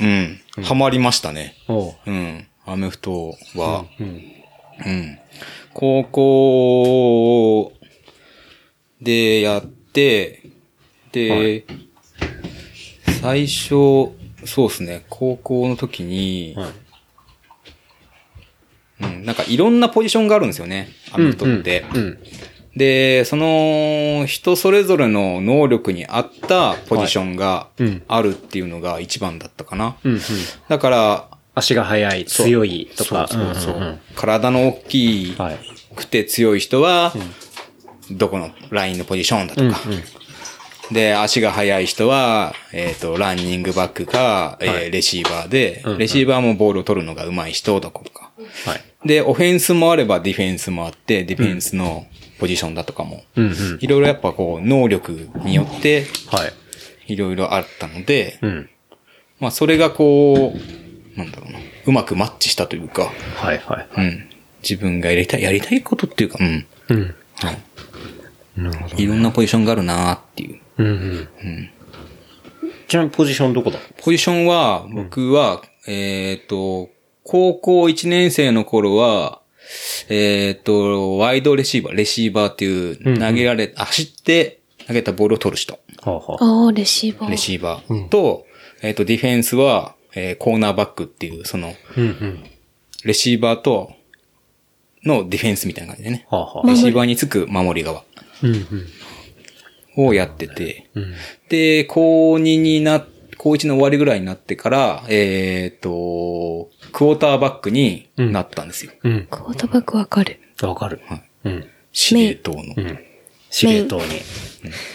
S3: うん、ハマりましたね。
S4: おう
S3: うん、アメフトは。
S4: うん。
S3: うん。高校でやって、で、最初、そうですね。高校の時に、
S4: はい。
S3: うん、なんかいろんなポジションがあるんですよね。アメフトって。
S4: うんうん。
S3: で、その人それぞれの能力に合ったポジションが
S4: いうん
S3: あるっていうのが一番だったかな。
S4: うんうん。
S3: だから、
S4: 足が速い、
S3: そう
S4: 強いとか。
S3: そうそうそう。
S4: んんん
S3: 体の大きい
S4: はい。
S3: くて強い人は、どこのラインのポジションだとか。で、足が速い人は、えっ、と、ランニングバックか、えーレシーバーで、
S4: うんうん
S3: レシーバーもボールを取るのが上手い人だとか。
S4: はい。
S3: で、オフェンスもあればディフェンスもあって、ディフェンスのポジションだとかも、
S4: うんうん。
S3: いろいろやっぱこう、能力によって、
S4: はい。
S3: いろいろあったので、
S4: うん。
S3: まあそれがこう、なんだろうな、うまくマッチしたというか、
S4: はいはい。
S3: うん。自分がやりたい、やりたいことっていうか、うん。
S4: うん。
S3: はい。
S4: なるほど。
S3: いろんなポジションがあるなーっていう。
S4: うんうん。ちなみにポジションどこだ
S3: ポジションは、僕は、えっ、と、高校1年生の頃は、えっ、と、ワイドレシーバー、レシーバーっていう、
S4: うんうん
S3: 投げられ、走って投げたボールを取る人、
S4: はあはあ。
S2: ああ、レシーバー。
S3: レシーバーと、えっ、と、ディフェンスは、えーコーナーバックっていう、その、
S4: うんうん。
S3: レシーバーと、のディフェンスみたいな感じでね。
S4: はあはあ
S2: ま。
S3: レシーバーにつく守り側
S4: うんうん。
S3: をやってて、
S4: うん。
S3: で、高2にな、高1の終わりぐらいになってから、えっ、と、クォーターバックになったんですよ。
S4: うん。
S2: コートバックわかる。
S4: わかる。うん。
S3: 司令塔の
S4: う。ん。司令塔に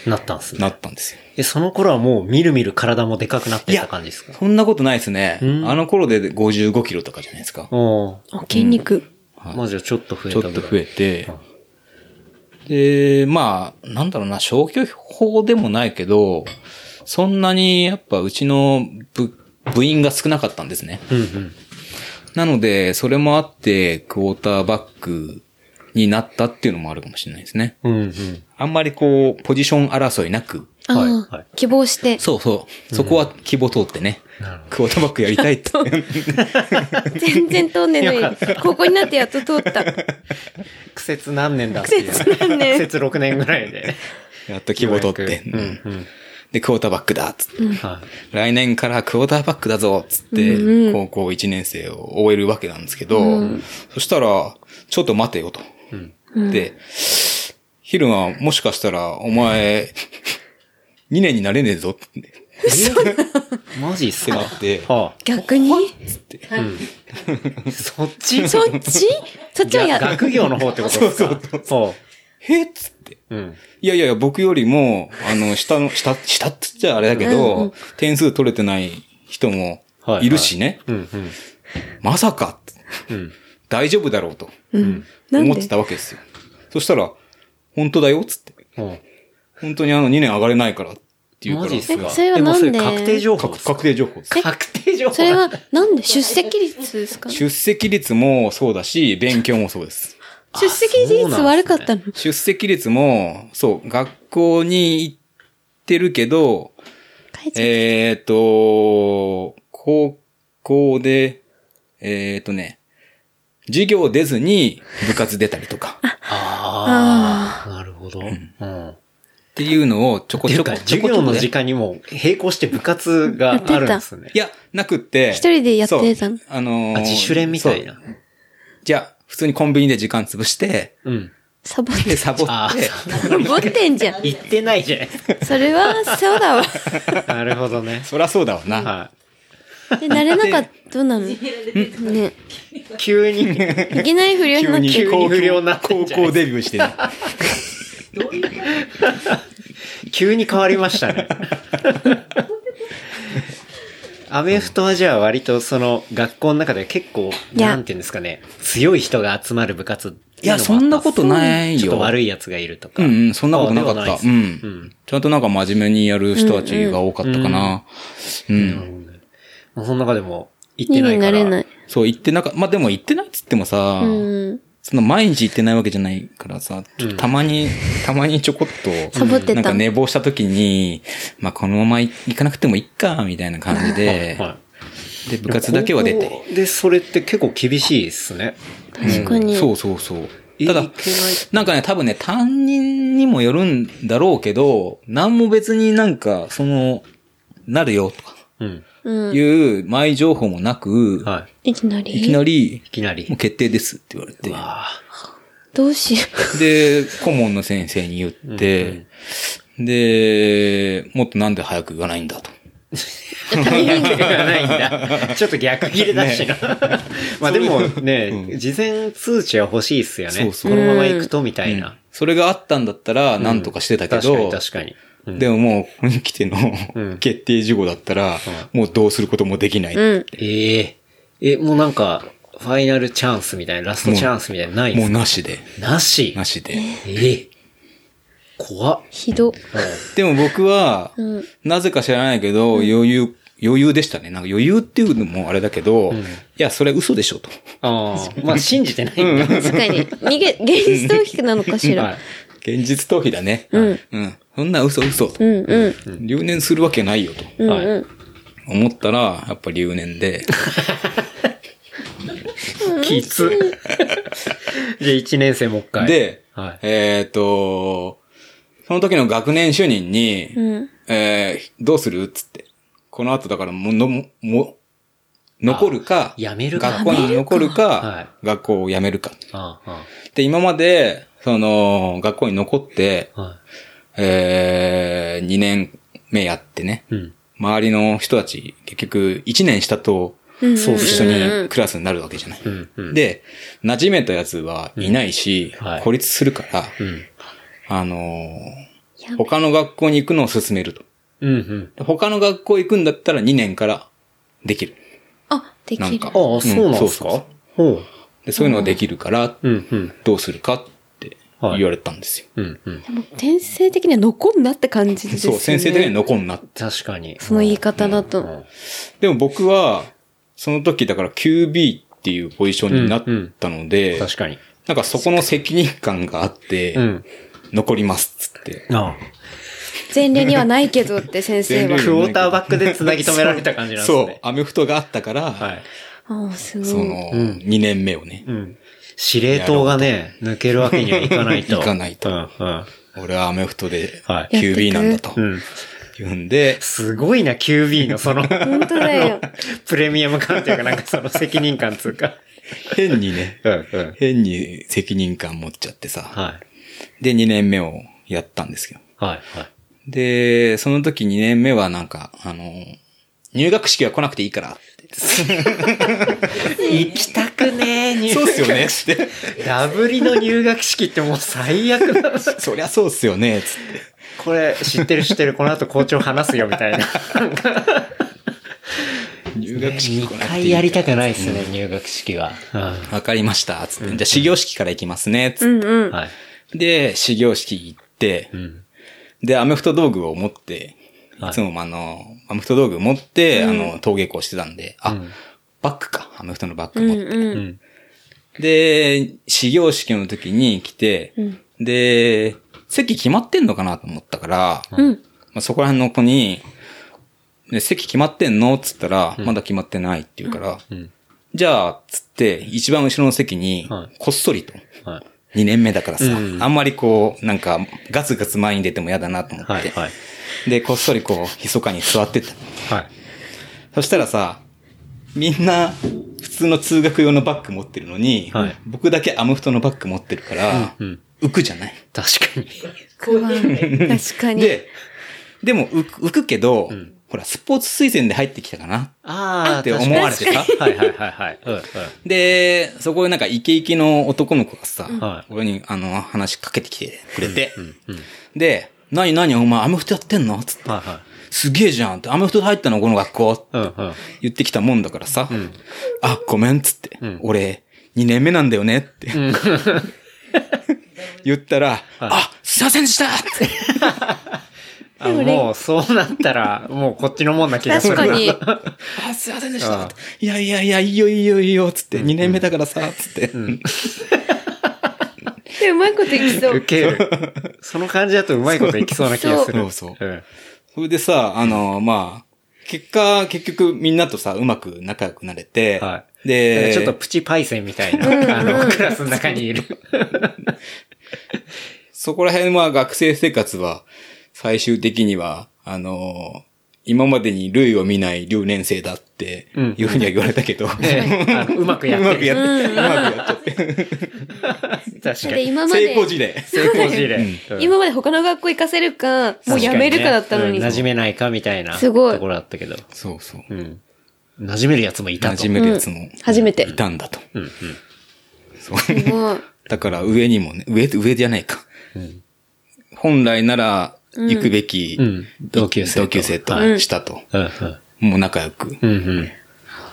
S4: なったんす
S3: な
S4: ね。
S3: ったんですよ。
S4: え、その頃はもうみるみる体もでかくなっていった感じですか
S3: そんなことないですね。
S4: うん
S3: あの頃で55キロとかじゃないですか。
S4: おお。
S2: あ、筋肉。
S3: はい
S4: まあじゃあちょっと増え
S3: ちょ
S4: た
S3: っ
S4: ぐらい
S3: と増えて、で、まあ、なんだろうな、消去法でもないけど、そんなにやっぱうちの部部員が少なかったんですね。
S4: うんうん。
S3: なので、それもあって、クォーターバックになったっていうのもあるかもしれないですね。
S4: うんうん。
S3: あんまりこう、ポジション争いなく。
S2: あ
S4: はい
S2: あ、
S4: はい
S2: 希望して。
S3: そうそう。そこは希望通ってね。クォーターバックやりたい って。
S2: 全然通んねえのに、高校になってやっと通った。
S4: 苦節何年だっ
S2: 苦
S4: ていう。
S2: 節何年
S4: 苦節6年ぐらいで。
S3: やっと希望通って。
S4: う
S3: うん
S4: んうん。
S3: で、クォーターバックだっつって。
S4: はい。
S3: 来年からクォーターバックだぞっつって
S2: うんう、ん
S3: 高校1年生を終えるわけなんですけど、そしたら、ちょっと待てよと。で、ヒルはもしかしたら、お前、2年になれねえぞって
S4: マジっすか
S3: なって
S4: は
S2: 逆に
S4: あ、そっち
S2: そっちそっちはや、
S4: 学業の方ってことですかそうそ
S3: へっつって。
S4: う。うん。
S3: いやいやいや、僕よりも、あの、下の、下、下って言っちゃあれだけど、点数取れてない人もいるしね。
S4: うんうん。
S3: まさか、
S4: うん。
S3: 大丈夫だろうと
S2: うん。なん
S3: 思って
S2: で
S3: たわけですよ。そしたら、本当だよ、つって。
S4: うん
S3: 本当にあの2年上がれないからって言うか
S4: マ
S3: ら。
S4: ジっす
S2: え
S4: か
S2: それは
S4: えもう
S2: なんで
S4: 確定情報
S3: 確確定情報です。
S4: 確定情報
S2: それは、なんで出席率ですか
S3: 出席率もそうだし、勉強もそうです。
S2: 出席率悪かったの
S3: 出席率も、そう、学校に行ってるけど、
S2: 帰っちゃっ
S3: えっ、と、高校で、えっ、とね、授業出ずに部活出たりとか、っ
S4: ああ、なるほど。うん。
S3: ていうのをちょこ
S4: てい
S3: ち
S4: う
S3: ょこ
S4: か、
S3: ちょ
S4: 授
S3: こちょ
S4: 業
S3: こ
S4: の
S3: ね
S4: 時間にも並行して部活があるんですね。
S3: いや、なくって。
S2: 一人でやってたの
S3: そうあのー
S4: あ自主練みたい。
S3: そ
S4: な
S3: う。じゃあ、普通にコンビニで時間潰して、
S4: うん。
S2: たサボっ
S3: で、
S2: て。
S3: サボ
S4: あ
S3: って、
S2: ボってんじゃん。
S4: 行ってないじゃないです
S2: それは、そう だわ。
S4: か。なるほどね。
S3: そりゃそうだわな。
S4: は
S2: で、なれなかったのね。
S4: い。 急に、
S2: いきなり不良になっ
S4: 急
S2: て
S4: に。不良になってん
S3: 高
S4: じゃない
S3: 校デビューしてね。
S4: 急に変わりました ね。アメフトはじゃあ割とその学校の中で結構、
S2: いや
S4: なんていうんですかね、強い人が集まる部活って
S3: い
S4: の
S3: う
S4: もあ
S3: や、
S4: った
S3: そんなことないよ。
S4: ちょっと悪い奴がいるとか。
S3: うんうん、そんなことなかった。う。
S4: うんん。
S3: ちゃんとなんか真面目にやる人たちが多かったかな。うん。
S4: もうその中でも行って
S2: に
S4: な
S2: に
S4: いか
S2: な
S4: ら。
S2: れない。
S3: そう、行ってなか、まあ、でも行ってないっつってもさ、
S2: うん。
S3: その毎日行ってないわけじゃないからさ、ちょっとたまに、たまにちょこっと、
S2: サボってた
S3: なんか寝坊した時に、まあ、このまま行かなくてもいっか、みたいな感じで、
S4: は
S3: で、
S4: い
S3: 部活だけは出て。。
S4: で、それって結構厳しいですね。
S2: 確か
S3: う
S2: に。
S3: んそうそうそう。
S4: い
S3: ただ
S4: いけない、
S3: なんかね、多分ね、担任にもよるんだろうけど、何も別になんか、その、なるよとか、
S4: うん。
S2: うん。
S3: いう前情報もなく、
S4: はい
S2: きなり。
S3: い、きなり
S4: い。い、きなり
S3: もう。決定ですって言われて。
S4: わ
S2: どうしよ
S3: で、顧問の先生に言って、で、もっとなんで早く言わないんだと。
S2: う。タイミング。
S4: あ。がないん だ。ちょっと逆切れだしな。まあでも
S3: う
S4: ね、
S3: ん
S4: 事前通知は欲しいっすよ
S3: そ
S4: ね。
S3: うそ
S4: こ
S3: う
S4: のまま行くとみたい
S3: うん
S4: な。
S3: それがあったんだったら、なんとかしてたけど、
S4: 確かに確かに。うん
S3: でももう、ここに来ての
S4: うん
S3: 決定事項だったら、もうどうすることもできない。
S2: うん。
S4: えええ、もうなんか、ファイナルチャンスみたいな、ラストチャンスみたいな、ないんで
S3: もう
S4: すか
S3: なしで。
S4: なし
S3: な。しで。
S4: ええ怖っ。
S2: ひど。
S3: でも僕は、
S2: うん。
S3: なぜか知らないけど、余裕、余裕でしたね。なんか余裕っていうのもあれだけど、いや、それ嘘でしょと。
S4: ああ。 まあ信じてないんだ。
S2: 確かに。逃げ、現実逃避なのかし
S4: はい
S2: ら。
S3: 現実逃避だね。
S2: うん。
S3: うん。そんな嘘嘘と
S2: う。んうん。
S3: 留年するわけないよと。
S2: うん
S4: はい
S2: うん。
S3: 思ったら、やっぱ留年で。
S4: きつ。 じゃあ1年生もう一回。
S3: で、
S4: はい
S3: えっ、と、その時の学年主任に、
S2: うん。
S3: えーどうするっつって。この後だからもうの、も、も、残るか、
S4: あやめるか
S3: 学校に残るか、
S4: はい
S3: 学校を辞めるか。
S4: ああ、あ
S3: で、今まで、その、学校に残って、
S4: あは
S3: え2年目やってね、
S4: い。うん。
S3: 周りの人たち、結局、1年したと、
S2: うん
S3: 一緒にクラスになるわけじゃない。
S4: うん。うん。
S3: で、馴染めたやつはいないし、
S4: うんはい
S3: 孤立するから、
S4: うん。
S3: あのー
S2: やめ
S3: 他の学校に行くのを勧めると。
S4: うん。うん。
S3: で他の学校行くんだったら2年からできる。
S2: あ、で
S3: なん
S2: きる
S3: か。
S4: ああ、そうなんですか、
S3: うんそうそう
S4: ほ
S3: でそういうのができるから、
S4: う。うん。うん。
S3: どうするかって言
S4: はい
S3: われたんですよ。
S4: うん。うん。
S2: でも、天性的には残んなって感じですよ
S3: そ
S2: ね。
S3: う、先生的には残んな。
S4: 確かに。
S2: その言い方だ
S4: う
S2: と。
S4: ん
S3: でも僕は、その時だから QB っていうポジションになったので、
S4: 確かに。
S3: なんかそこの責任感があって、
S4: うん。
S3: 残りますっつって。
S4: あ
S2: 前例にはないけどって先生
S4: あ。
S2: は
S3: 前例。
S4: クォーターバックで繋ぎ止められた感じなんです
S3: そう
S4: ね、。
S3: アメフトがあったから、
S4: はい。
S2: ああ、す
S3: そ
S2: ごい。
S3: の、
S4: うん
S3: 2年目をね、
S4: うん。司令塔がね、抜けるわけにはいかないと。
S3: いかないと
S4: うん。うん。
S3: 俺はアメフトで
S4: はい
S3: QB なんだと
S4: うん。
S3: 言うんで、
S4: すごいな、QB のその、
S2: 本当だよ。
S4: プレミアム感というか、なんかその責任感つうか。
S3: 変にね、
S4: うん。うん。
S3: 変に責任感持っちゃってさ、
S4: はい。
S3: で2年目をやったんですけど。
S4: はい。はい。
S3: で、その時2年目はなんか、あの、入学式は来なくていいか らって。
S4: 行きたくねえ、入
S3: そうっすよねっ
S4: 学
S3: つって。
S4: ダブリの入学式ってもう最悪だ。
S3: そりゃそうっすよねっつって。
S4: これ、知ってる知ってる、この後校長話すよ、みたいな。
S3: 入学式来なくていいから。
S4: くないですね、入学式は。は
S3: わかりました。つって。じゃあ、始業式から行きますね。つ
S2: う
S3: っ
S2: んうん。
S4: い。
S3: て。で、始業式行って、
S4: ん
S3: で、アメフト道具を持って、
S4: はい
S3: いつもあの、アメフト道具持って、あの、登下校してたんで、あ、バッグか。アメフトのバッ
S2: う
S3: グ
S2: ん
S3: 持って。
S2: うん。
S3: で、始業式の時に来て、
S2: うん
S3: で、席決まってんのかなと思ったから、
S2: ん
S3: まあ、そこら辺の子に、ね、席決まってんのっつったら、まだ決まってないって言うから、
S4: ん
S3: じゃあ、つって、一番後ろの席に
S4: は、
S3: こっそりと、
S4: はい。
S3: 2年目だからさ、
S4: うん
S3: あんまりこう、なんか、ガツガツ前に出ても嫌だなと思って、
S4: はい。はい。
S3: で、こっそりこう、密かに座ってった。
S4: はい。
S3: そしたらさ、みんな、普通の通学用のバッグ持ってるのに、
S4: はい
S3: 僕だけアムフトのバッグ持ってるから、
S4: うん。
S3: 浮くじゃない。
S4: 確かに。
S2: 不安確かに。
S3: で、でも浮く浮くけど、
S4: ん
S3: ほら、スポーツ推薦で入ってきたかな。
S4: ああ、
S3: って思われてた
S4: 確かにはいはいはいはい。うん。うん
S3: で、そこでなんかイケイケの男の子がさ、
S4: はい
S3: 俺にあの、話しかけてきてくれて、
S4: うん。
S3: で、何何お前アメフトやってんのつって、
S4: はいはい。
S3: すげえじゃんって、アメフト入ったのこの学校
S4: うんうん。
S3: 言ってきたもんだからさ、あ、ごめんっつって、俺、2年目なんだよねって、 言ったら、あ、すいませんでしたって
S4: あ、もうそうなったら、もうこっちのもんな気がす
S2: 確
S4: る。
S2: かに。
S3: あ、すいませんでした
S4: あ
S3: いやいやいや、いいよいいよいいよ、つって、2年目だからさ、つって。
S2: でうまいこといきそう
S4: 受。ける。その感じだとうまいこといきそうな気がする。
S3: そうそうそ
S4: うん。
S3: それでさ、あの、まあ、結果、結局みんなとさ、うまく仲良くなれて、
S4: は
S3: で、
S4: ちょっとプチパイセンみたいな、あの、クラスの中にいる。
S3: そこら辺は学生生活は、最終的には、あの、今までに類を見ない留年生だって、
S4: うん
S3: いうふうには言われた けど、う
S4: ねあのうまくやっ
S3: ま
S4: て
S3: く
S4: る。
S3: やって、うまくやっちゃって。
S4: 確か
S2: で、
S4: に。
S2: 今ま
S3: 成
S2: で、
S3: 功事例。
S4: 成功事例。うん
S2: 今まで他の学校行かせるか、もうやめるかだったのに。
S4: 確かねうん馴染めないかみたいな
S2: すごい
S4: ところだったけど。
S3: そうそう。
S4: うん。馴染めるやつもいた
S3: 馴
S4: と。
S3: 染めるやつも。
S2: 初めて
S3: いたんだと。
S4: うんうん。
S3: そう。
S2: すごい。
S3: だから上にもね、上、上じゃないか。
S4: ん
S3: 本来なら行くべき、
S4: うん同級生と
S3: 同級生
S4: は
S3: としたと。
S4: うんうん。
S3: もう仲良く
S4: うんうん。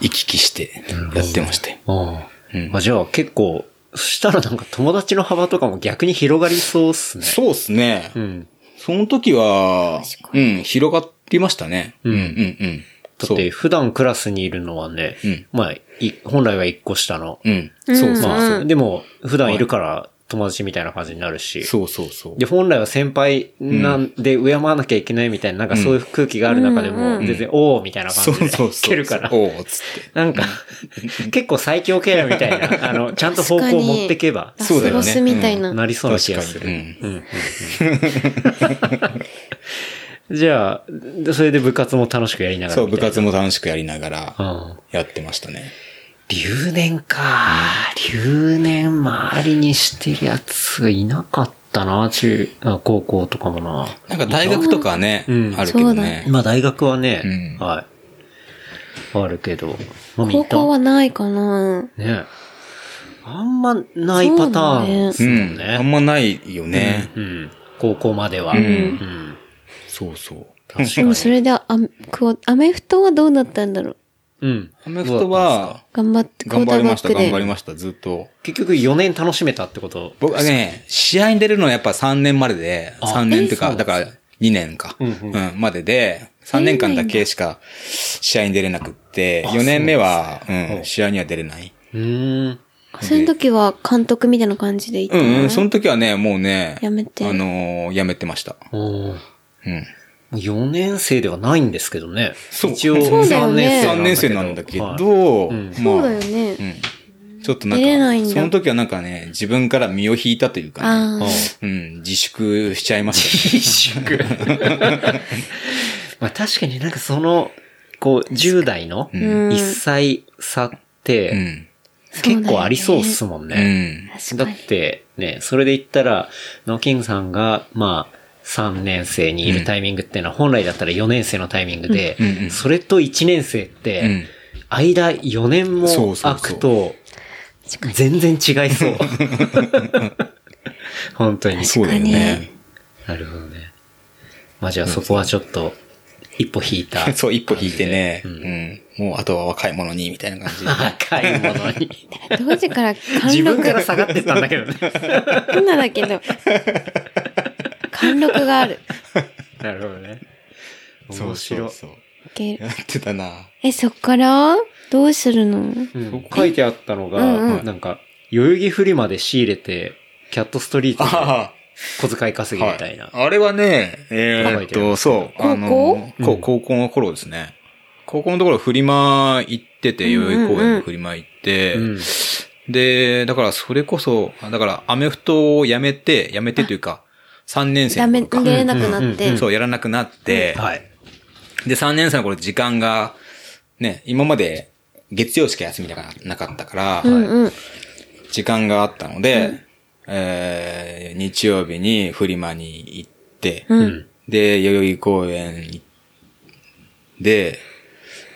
S3: 行き来してやってましたよ。
S4: ああ、
S3: うん
S4: まあじゃあ結構、そしたらなんか友達の幅とかも逆に広がりそうっすね。
S3: そうっすね。
S4: うん。
S3: その時は、うん、広がってましたね。うん、うん、うん。
S4: だって普段クラスにいるのはね、
S3: うん
S4: まあ、い本来は一個下の。
S3: そう。うん。
S2: うん
S3: そうそう。
S4: まあ、そううんでも普段いるから友達みたいな感じになるし。
S3: そうそうそう
S4: で、。本来は先輩なんで敬わなきゃいけないみたいな、なんかそういう空気がある中でも、全然、おーみたいな
S3: そ
S4: 感じで、
S3: うそう
S4: い
S3: そう。
S4: けるから。
S3: おう、つって。
S4: なんか、結構最強キャラみたい な、あの、ちゃんと方向を持ってけば
S2: ラ、
S3: そうだ
S2: ス
S3: よね
S2: ボスみたいな。
S4: なりそうな気がする。
S3: 確
S4: うんうんうんじゃあ、でそれで部活も楽しくやりながら。
S3: そう、部活。も楽しくやりなが
S4: う
S3: ら
S4: ん。
S3: やってましたね。
S4: 留年か。留年周りにしてるやついなかったな、中、あ高校とかもな。
S3: なんか大学とかはね、
S4: うん
S3: あるけどね。
S4: まあ大学はね、
S3: うん
S4: はい。あるけど。まあ
S2: 高校はないかな。
S4: ね。あんまないパターンです
S3: う
S4: も
S3: ん
S4: ん。
S3: あん
S4: ね。
S3: まないよね。
S4: うん。高校までは。うんん。
S3: そうそう。
S4: 確か
S2: でも
S4: に。
S2: それで、あ、クオアメフトはどうだったんだろう。
S4: うん。
S3: アメフトは、
S2: 頑張って、クォ
S3: 頑
S2: ータ
S3: 張
S2: ーバ
S3: りまし
S2: ッ
S3: た、
S2: ク
S3: 頑張
S2: で。
S3: りました、ずっと。
S4: 結局4年楽しめたってこと
S3: 僕はね、試合に出るのはやっぱ3年までで、
S4: あ
S3: 3年っていう
S4: え
S3: か、だから2年か、
S4: う
S3: うんんまでで、3年間だけしか試合に出れなくって、4年目は、うん、試合には出れない。
S4: うーん。
S2: その時は監督みたいな感じで行っ
S3: う
S2: たの
S3: んうん、その時はね、もうね、
S2: やめて
S3: あのーやめてました。
S4: おー
S3: うん。
S4: 4年生ではないんですけどね。
S3: そう
S4: 一応
S2: そうだよ
S4: 3
S2: ね
S4: 年生
S3: 3年生なんだけど、
S4: はいうん
S2: そ
S3: ま
S2: う
S3: あ
S2: だよね。
S3: うん。ちょっとなん
S2: 出れないん
S3: か、
S2: だ
S3: その時はなんかね、自分から身を引いたというか、ね、
S2: ああ。
S3: うん、自粛しちゃいました、ね。
S4: まあ確かになんかその、こう、10代の
S2: ん
S4: 1歳差って、
S3: うん。
S4: 結構ありそうっすもん
S3: う
S4: ね。
S3: ん。
S2: 確
S4: だ
S2: か
S4: っ
S2: に。
S4: てね、それで言ったら、ノキングさんが、まあ、3年生にいるタイミングっていうのは、本来だったら4年生のタイミングで、
S3: うんうん
S4: それと1年生って、
S3: うん
S4: 間4年も
S3: そうそうそう
S4: 空くと、全然違い そう。本当に。
S3: そうだよね。
S4: なるほどね。まあじゃあそこはちょっと、一歩引いた。
S3: そう、一歩引いてね、う
S4: 感じ
S3: ん、もうあとは若い者に、みたいな感じで。
S4: 赤いものに。
S2: 当時から
S4: 自
S2: 貫
S4: 分
S2: 禄
S4: から下がってったんだけどね。
S2: 変なだけど。貫禄がある。
S4: なるほどね。
S3: そう
S4: 面
S3: そ
S4: 白
S3: う
S4: い。
S3: そう。
S2: いける
S3: やって たな。
S2: え、そっからどうするの
S4: うん書いてあったのが、
S2: うん
S4: なんか、代々木フリまで仕入れて、キャットストリートで
S3: あ
S4: 小遣い稼
S3: あ、
S4: ぎ
S3: は
S4: みたいな。
S3: あれはね、えーっと、そう、
S2: 高校
S3: あの、こ
S4: う
S3: うん高校の頃ですね。高校のところフリマ行ってて、代
S2: うんうんうん
S3: 々木公園のフリマ行って、
S4: うん
S3: で、だからそれこそ、だからアメフトをやめて、やめてというか、3年生
S2: ダメ、
S3: の頃
S2: 出
S3: か。
S2: れなくなっ
S4: うん
S2: て。
S3: そう、やらなくなって、
S4: はい。
S3: で、3年生の頃時間が、ね、今まで月曜しか休みがなかったから、
S2: うんうん。
S3: 時間があったので、えー日曜日にフリマに行って、
S2: うん。
S3: で、代々木公園で、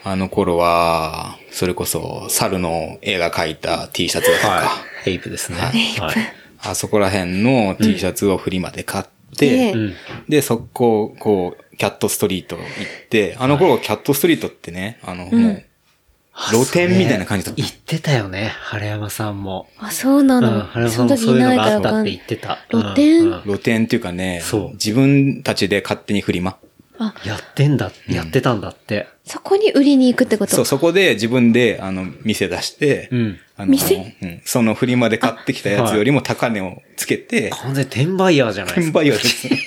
S3: あの頃は、それこそ、猿の絵が描いた T シャツだとか、
S4: はい。ヘイプですね。はい。
S3: あそこら辺の T シャツをフリマで買って、
S2: で
S4: うん。
S3: で、速攻、こう、キャットストリート行って、あの頃、キャットストリートってね、あの、もう、露店みたいな感じだった
S4: 言ってたよね、原山さんも。
S2: あ、そうな
S4: うん、
S2: の。
S4: 原山
S2: そ
S4: さん
S2: の
S4: も
S2: 時
S4: そ
S2: いう
S4: いう
S2: な
S4: の
S2: い
S4: が
S2: か
S4: あ
S2: ら
S4: っ
S2: わ
S4: た
S2: か
S4: っ
S2: んな
S4: て言
S2: い
S4: っ。てた。
S2: 露店
S4: うんうん
S3: 露店っていうかね
S4: そう、
S3: 自分たちで勝手にフリマ。
S4: やってんだ、やってたんだって。
S2: そこに売りに行くってこと
S3: そう、そこで自分で、あの、店出して、
S4: うん
S3: あの
S2: 店
S3: うんそのフリマで買ってきたやつよりも高値をつけて、
S4: 完全に転売ヤーじゃないです
S3: 転
S4: か。
S3: 売をですね、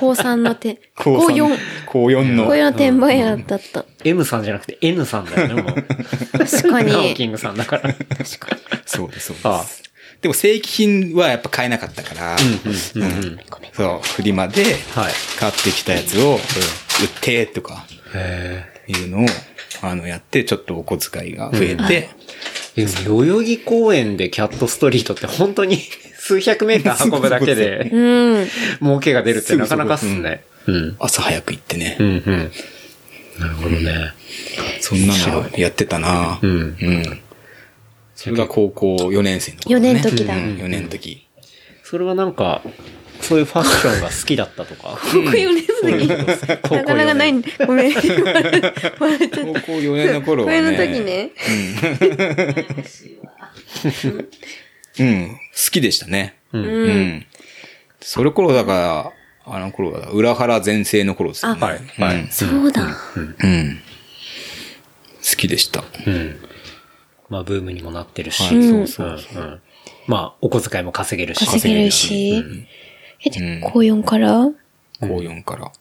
S2: 高三の手。
S3: 高
S2: 高四
S3: 3。高4の
S2: 高。四の転売屋だった
S4: M さんじゃなくて N さんだよね、もう。
S2: 確か
S4: ナオキ
S2: に。
S4: ングさんだから。
S2: 確かに。
S3: そうです、そうです。
S4: ああ
S3: でも正規品はやっぱ買えなかったから、
S4: うんうんうんうん。
S3: そう、フリマで
S4: はい。
S3: 買ってきたやつを、ってとか
S4: へ
S3: いうのを、あの、やって、ちょっとお小遣いが増えて、
S4: え。でも、代々木公園でキャットストリートって本当に 数百メーター運ぶだけで、
S2: うん。
S4: 儲けが出るってなかなかっすね。うん。
S3: 朝早く行ってね、
S4: うんうん。なるほどね。
S3: そんなのやってたな、
S4: うん
S3: うん。それが高校4年生の頃、
S2: 4年時だ
S3: 4年の時。
S4: それはなんか、そういうファッションが好きだったと
S2: 高
S4: か。
S2: 校4年
S4: な
S2: 生なかなかない。ごめん。笑っちゃ
S3: 高
S2: っ
S3: 校
S2: た。
S3: 4年の頃 はね。
S2: 上の時ね。
S3: うん。好きでしたね。
S4: うん
S3: うん。それ頃だから、あの頃は、裏腹全盛の頃ですよね。
S2: あ
S3: はい。
S4: はい
S2: そうだ。
S3: うん。好きでした。
S4: うん。まあ、ブームにもなってるし。
S3: はいそう
S4: そうそう。まあ、お小遣いも稼げるし。
S2: 稼げるし。え、
S3: うん
S2: で、高4から
S3: 高4から。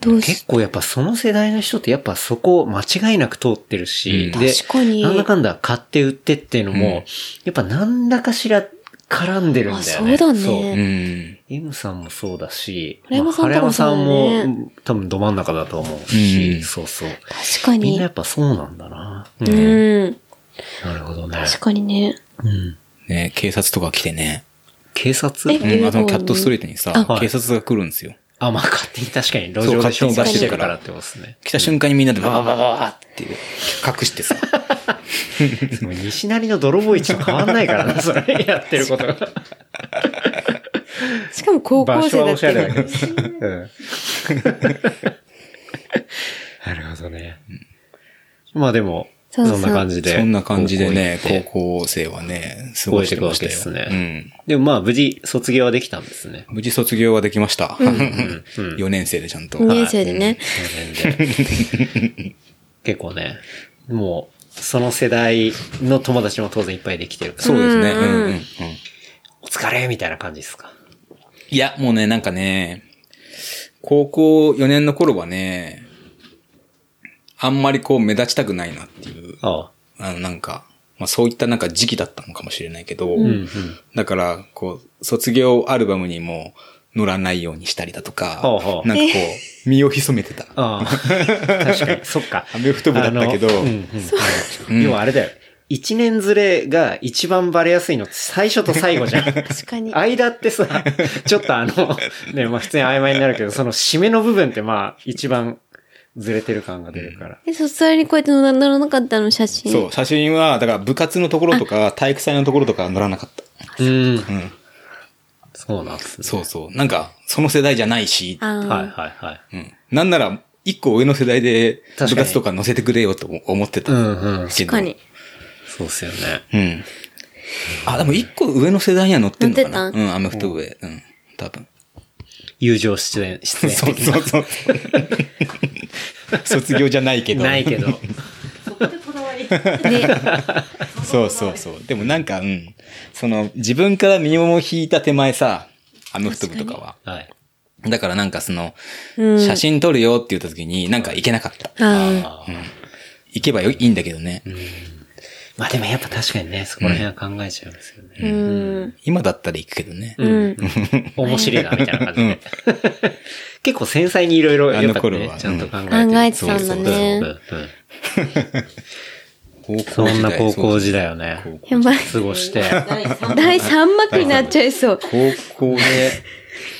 S2: どうし
S4: 結構やっぱその世代の人ってやっぱそこ間違いなく通ってるし、
S3: うん
S4: で、
S2: 確かに
S4: なんだかんだ買って売ってっていうのも、
S3: うん
S4: やっぱなんだかしら絡んでるんだよね。
S2: あそうだね
S3: う。
S2: うん
S4: M さんもそうだし、
S2: 晴山さん
S4: まあ晴山
S2: 多
S4: さん
S2: 分そうだよね
S4: も多分ど真ん中だと思うし、
S3: うん
S4: そうそう。
S2: 確か
S4: みん
S2: に
S4: なや。っぱそうなんだな。う
S2: うんん。
S4: なるほどね。
S2: 確かにね。
S4: うん、
S3: ね警察とか来てね。
S4: 警察
S2: え
S3: うん。
S2: ど
S3: あ
S2: ういう
S3: の、
S2: の
S3: キャットストリートにさ
S4: は、い
S3: 警察が来るんですよ。
S4: あ、まあ勝手に確かに路上
S3: そ
S4: で
S3: う勝手に
S4: 審査して
S3: 出してる
S4: る
S3: か
S4: かららってことですね。
S3: 来た瞬間にみんなでバババババって隠してさ。
S4: もう西成の泥棒市と変わんないから な、それやってることが。
S2: しかも高校生だって。
S4: けど。 うん。なるほどね。まあでも、
S2: そうそう
S4: そんな感じで。
S3: そんな感じでね、
S4: 高校行って
S3: 高校生はね、過ごしてました
S4: 覚えてくわけ
S3: よ。
S4: です
S3: うん。
S4: でもまあ無事卒業はできたんですね。
S3: 無事卒業はできました。4 年生でちゃんと。
S2: 2年生でね。
S4: その辺 で結構ね、もう、その世代の友達も当然いっぱいできてるから。
S3: そうですね。うんうんうん。
S4: お疲れみたいな感じですか。
S3: いや、もうね、なんかね、高校4年の頃はね、あんまりこう目立ちたくないなっていう、
S4: ああ。
S3: あのなんか、まあそういったなんか時期だったのかもしれないけど、
S4: うんうん。
S3: だから、こう、卒業アルバムにも載らないようにしたりだとか、
S4: ほうほう
S3: なんかこう、身を潜めてた。
S4: ああ。確かに、そっか。
S3: アメフト部だったけど
S4: あのうんうんうん要はあれだよ。一年ずれが一番バレやすいのって最初と最後 じゃん。
S2: 確かに。
S4: 間ってさ、ちょっとあの、ね、まあ普通に曖昧になるけど、その締めの部分ってまあ一番ずれてる感が出るから。
S2: え、そそれにこうやって乗らなかったの写真。
S3: そう、写真は、だから部活のところとか、体育祭のところとかは載らなかった。
S4: うん。
S3: うん。
S4: そうなんですね。
S3: そうそう。なんか、その世代じゃないし、
S2: あー
S4: はいはいはい。
S3: うん。なんなら、一個上の世代で
S4: かに
S3: 部活とか乗せてくれよと思ってた。
S4: うんうん。
S3: け
S2: 確
S3: ど
S2: かに。。
S4: そうっすよね。
S3: うん。あ、でも一個上の世代には乗ってんのかな
S2: 乗って
S3: うん、アメフト部へ。うん。多分。
S4: 友情出演、出演。
S3: そうそうそう。卒業じゃないけど。
S4: ないけど。
S5: そこでこだわり。
S2: ね。
S3: そうそうそう。でもなんか、うん。その、自分から身を引いた手前さ、アメフト部とかは。
S4: はい。
S3: だからなんかその、
S2: うん
S3: 写真撮るよって言った時に、なんか行けなかった。
S2: あ
S4: ああ
S3: 行けばよいいんだけどね。
S4: まあでもやっぱ確かにね、そこら辺は考えちゃいますよね。
S2: ーうん。
S3: 今だったら行くけどね。
S2: うん。
S4: 面白いな、みたいな感じで。結構繊細にいろいろ、やっぱ
S3: あの頃
S4: ね
S3: は、
S4: ちゃんと考えて
S2: 考えて
S4: そ
S2: たんだね
S4: う。そうそう
S3: 高校時
S4: そ
S3: 代
S4: んな高校時代を
S3: そう
S4: ね、
S2: やばい。
S4: 過ごして。
S5: 第三
S2: 第3幕になっちゃいそう。
S3: 高校で、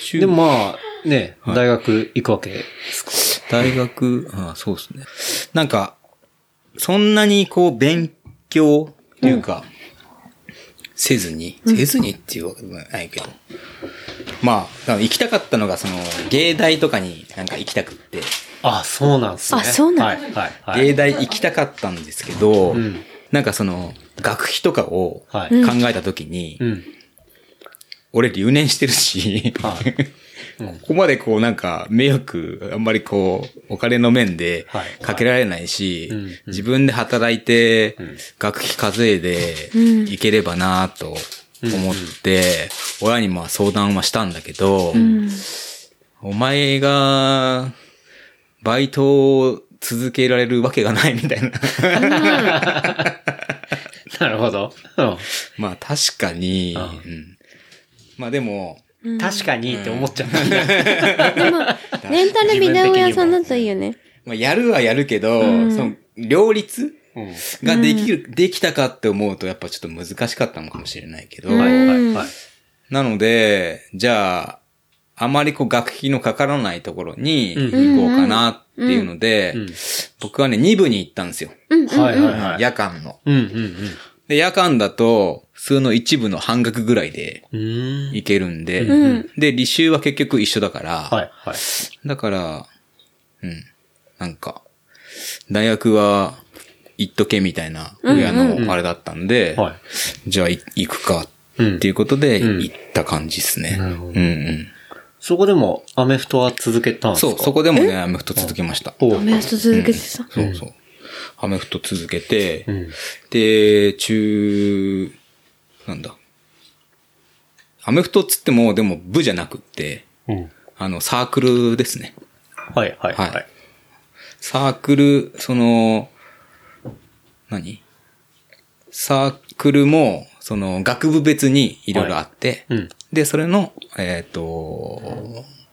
S3: 中
S4: でもまあ、ね、大学行くわけですか。
S3: 大学、ああそうですね。なんか、そんなにこう、勉強っていうか、せずに、せずにっていうわけでもないけど。まあ、だから行きたかったのが、その、芸大とかになんか行きたくって、
S4: あ、そうなんですね。
S2: あそうなん
S4: はい、はい、はい。
S3: 芸大行きたかったんですけど、
S4: ん
S3: なんかその、学費とかを考
S4: はい
S3: えたときに、
S4: うん。
S3: 俺留年してるし、
S4: はい。
S3: ここまでこうなんか迷惑、あんまりこう、お金の面で
S4: はい
S3: かけられないし
S4: うんうん、
S3: 自分で働いて、学費稼いで
S2: うん
S3: いければなと思って、親にまあ相談はしたんだけど、
S2: うん。
S3: お前が、バイトを続けられるわけがないみたいな。
S4: なるほど。うん。
S3: まあ確かに、
S4: ああ
S3: うんまあでも、
S2: うん
S4: 確かにって思っちゃった。
S2: でも、レンタルビデオ屋さんだといいよね。
S3: まあ、やるはやるけど、
S2: うん
S3: その、両立
S4: うん
S3: ができる、できたかって思うと、やっぱちょっと難しかったのかもしれないけど、
S2: うん
S4: はいはいはい。
S3: なので、じゃあ、あまりこう学費のかからないところに行
S4: うん
S3: こうかなっていうので、
S4: うん
S3: 僕はね、2部に行ったんですよ。
S2: うん、うん。
S4: はいはいはい。
S3: 夜間の。
S4: うんうん
S3: で、夜間だと、普通の一部の半額ぐらいで
S4: うん。うーん。
S3: 行けるんで、
S2: うん
S3: で、履修は結局一緒だから、
S4: はいはい。
S3: だから、うん、なんか、大学は行っとけみたいな親のあれだったんで、
S4: はい。
S3: じゃあい行くか
S4: うん
S3: っていうことで
S4: うん
S3: 行った感じですね。
S4: なるほど
S3: うんうん
S4: そこでもアメフトは続けたんですか
S3: そう、そこでもね、アメフト続けました。
S4: お
S2: アメフト続けてさ。
S3: そうそう。アメフト続けて、
S4: うん
S3: で、中、なんだ。アメフトっつっても、でも部じゃなくって、
S4: うん
S3: あの、サークルですね。
S4: はいはいは
S3: はいい。サークル、その、何サークルも、その、学部別にいろいろあって、
S4: うん。
S3: で、それの、えっ、と、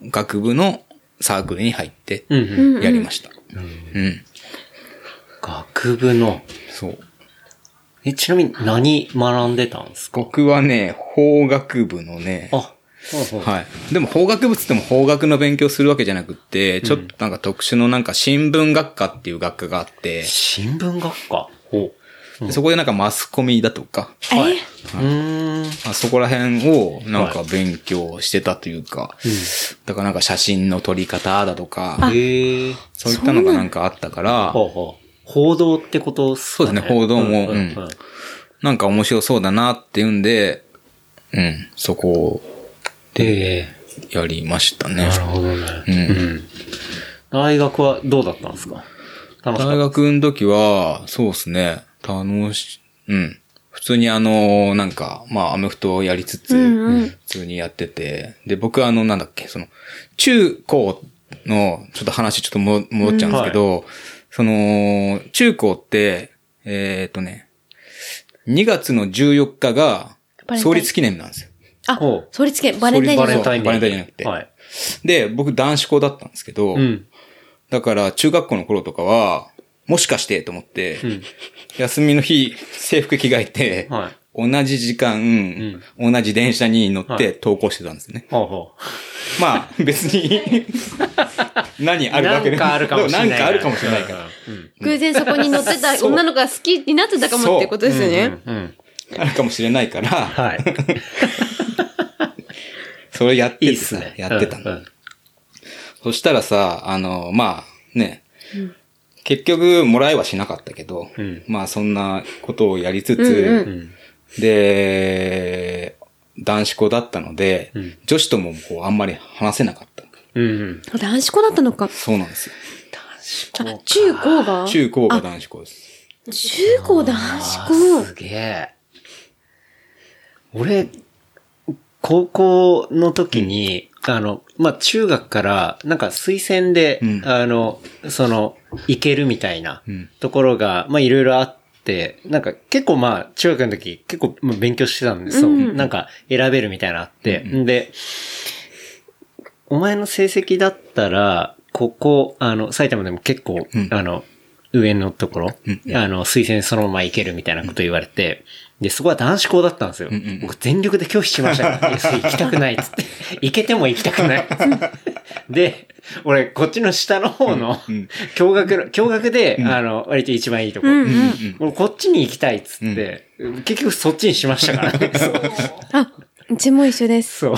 S3: 学部のサークルに入って、
S4: うん
S2: う
S4: うん。
S2: ん、うん
S3: やりました。うん。
S4: 学部の。
S3: そう。
S4: え、ちなみに何学んでたんですか
S3: 僕はね、法学部のね、
S4: あ、そうそう。
S3: はい。でも法学部っつっても法学の勉強するわけじゃなくって、ちょっとなんか特殊のなんか新聞学科っていう学科があって、
S4: 新聞学科ほう。
S3: そこでなんかマスコミだとか、
S4: はい。
S2: え
S4: うーん。
S3: まあ、そこら辺をなんか勉強してたというか、だからなんか写真の撮り方だとか、
S4: へえ。
S3: そういったのがなんかあったから、
S4: ほうほう。報道ってことっすか
S3: そうですね報道も
S4: うんうん
S3: うんなんか面白そうだなっていうんで、うん、そこを
S4: え
S3: やりました
S4: え。
S3: ね
S4: な。るほどね。うん。大学はどうだったんですか楽しか
S3: 大
S4: っ
S3: 学の時は、そうですね、楽し、うん。普通にあの、なんか、まあ、アメフトをやりつ
S2: う
S3: つ、
S2: んうん
S3: 普通にやってて、で、僕はあの、なんだっけ、その、中高の、ちょっと話ちょっとも戻っちゃうんですけど、その、中高って、えーっとね、2月の14日が
S2: バレンタイ、ン
S3: 創立記念日なんですよ。
S2: あ
S4: ほう、
S2: それつけ、バレンタイン
S4: た。
S2: じ
S3: そ
S2: ゃ
S4: バ
S2: な
S3: れ
S4: レ
S2: い
S4: ンタインデー
S3: バレンタインじゃなくて
S4: はい。
S3: で、僕男子校だったんですけど、
S4: うん。
S3: だから中学校の頃とかは、もしかしてと思って、
S4: ん
S3: 休みの日、制服着替えて、
S4: はい。
S3: 同じ時間、同じ電車に乗っ
S4: は
S3: て投稿してたんですね。
S4: ほうほ
S3: ま あ、別に、何
S4: う。
S3: あるわけで
S4: なんかあるかもしれない。
S3: んかあるかもしれないから。
S4: ら。
S2: 偶然そこに乗ってた
S3: そう
S2: 女の子が好きになってたかもってことですよね。
S4: うん。うん。
S3: あるかもしれないから、
S4: はい。
S3: それやっ て
S4: いい
S3: て
S4: っす
S3: さ
S4: ね。
S3: やってたの
S4: うんうん
S3: そしたらさ、あの、まあ、ね、結局、もらいはしなかったけど、
S4: うん
S3: まあ、そんなことをやりつつ、
S2: うんう
S4: うん。
S3: で、男子校だったので、
S4: うん
S3: 女子ともこうあんまり話せなかった。
S4: うん。
S2: 男子校だったのか。
S3: そうなんですよ。
S2: あ中高が
S3: 中高が男子校です。
S2: 中高男
S4: あー
S2: 子
S4: すげえ。俺、高校の時に、あの、まあ、中学から、なんか推薦で、
S3: うん
S4: あの、その、行けるみたいな
S3: うん
S4: ところが、まあ、いろいろあって、なんか結構まあ、中学の時結構まあ勉強してたんですよ。
S2: うん
S4: なんか選べるみたいなのあって。で、お前の成績だったら、ここ、あの、埼玉でも結構、
S3: うん
S4: あの、上のところ、
S3: うん
S4: あの、推薦そのまま行けるみたいなこと言われて、で、そこは男子校だったんですよ。
S3: んうん
S4: 僕全力で拒否しました、ね。いやそれ行きたくないっつって。行けても行きたく ない。で、俺、こっちの下の方の
S3: うんうん、
S4: 驚学の、驚学で、あの、割と一番いいとこ。
S2: うんうん。
S4: 俺、こっちに行きたいっつって、結局そっちにしましたからね。そう
S2: あ、うちも一緒です。
S4: そう。
S2: う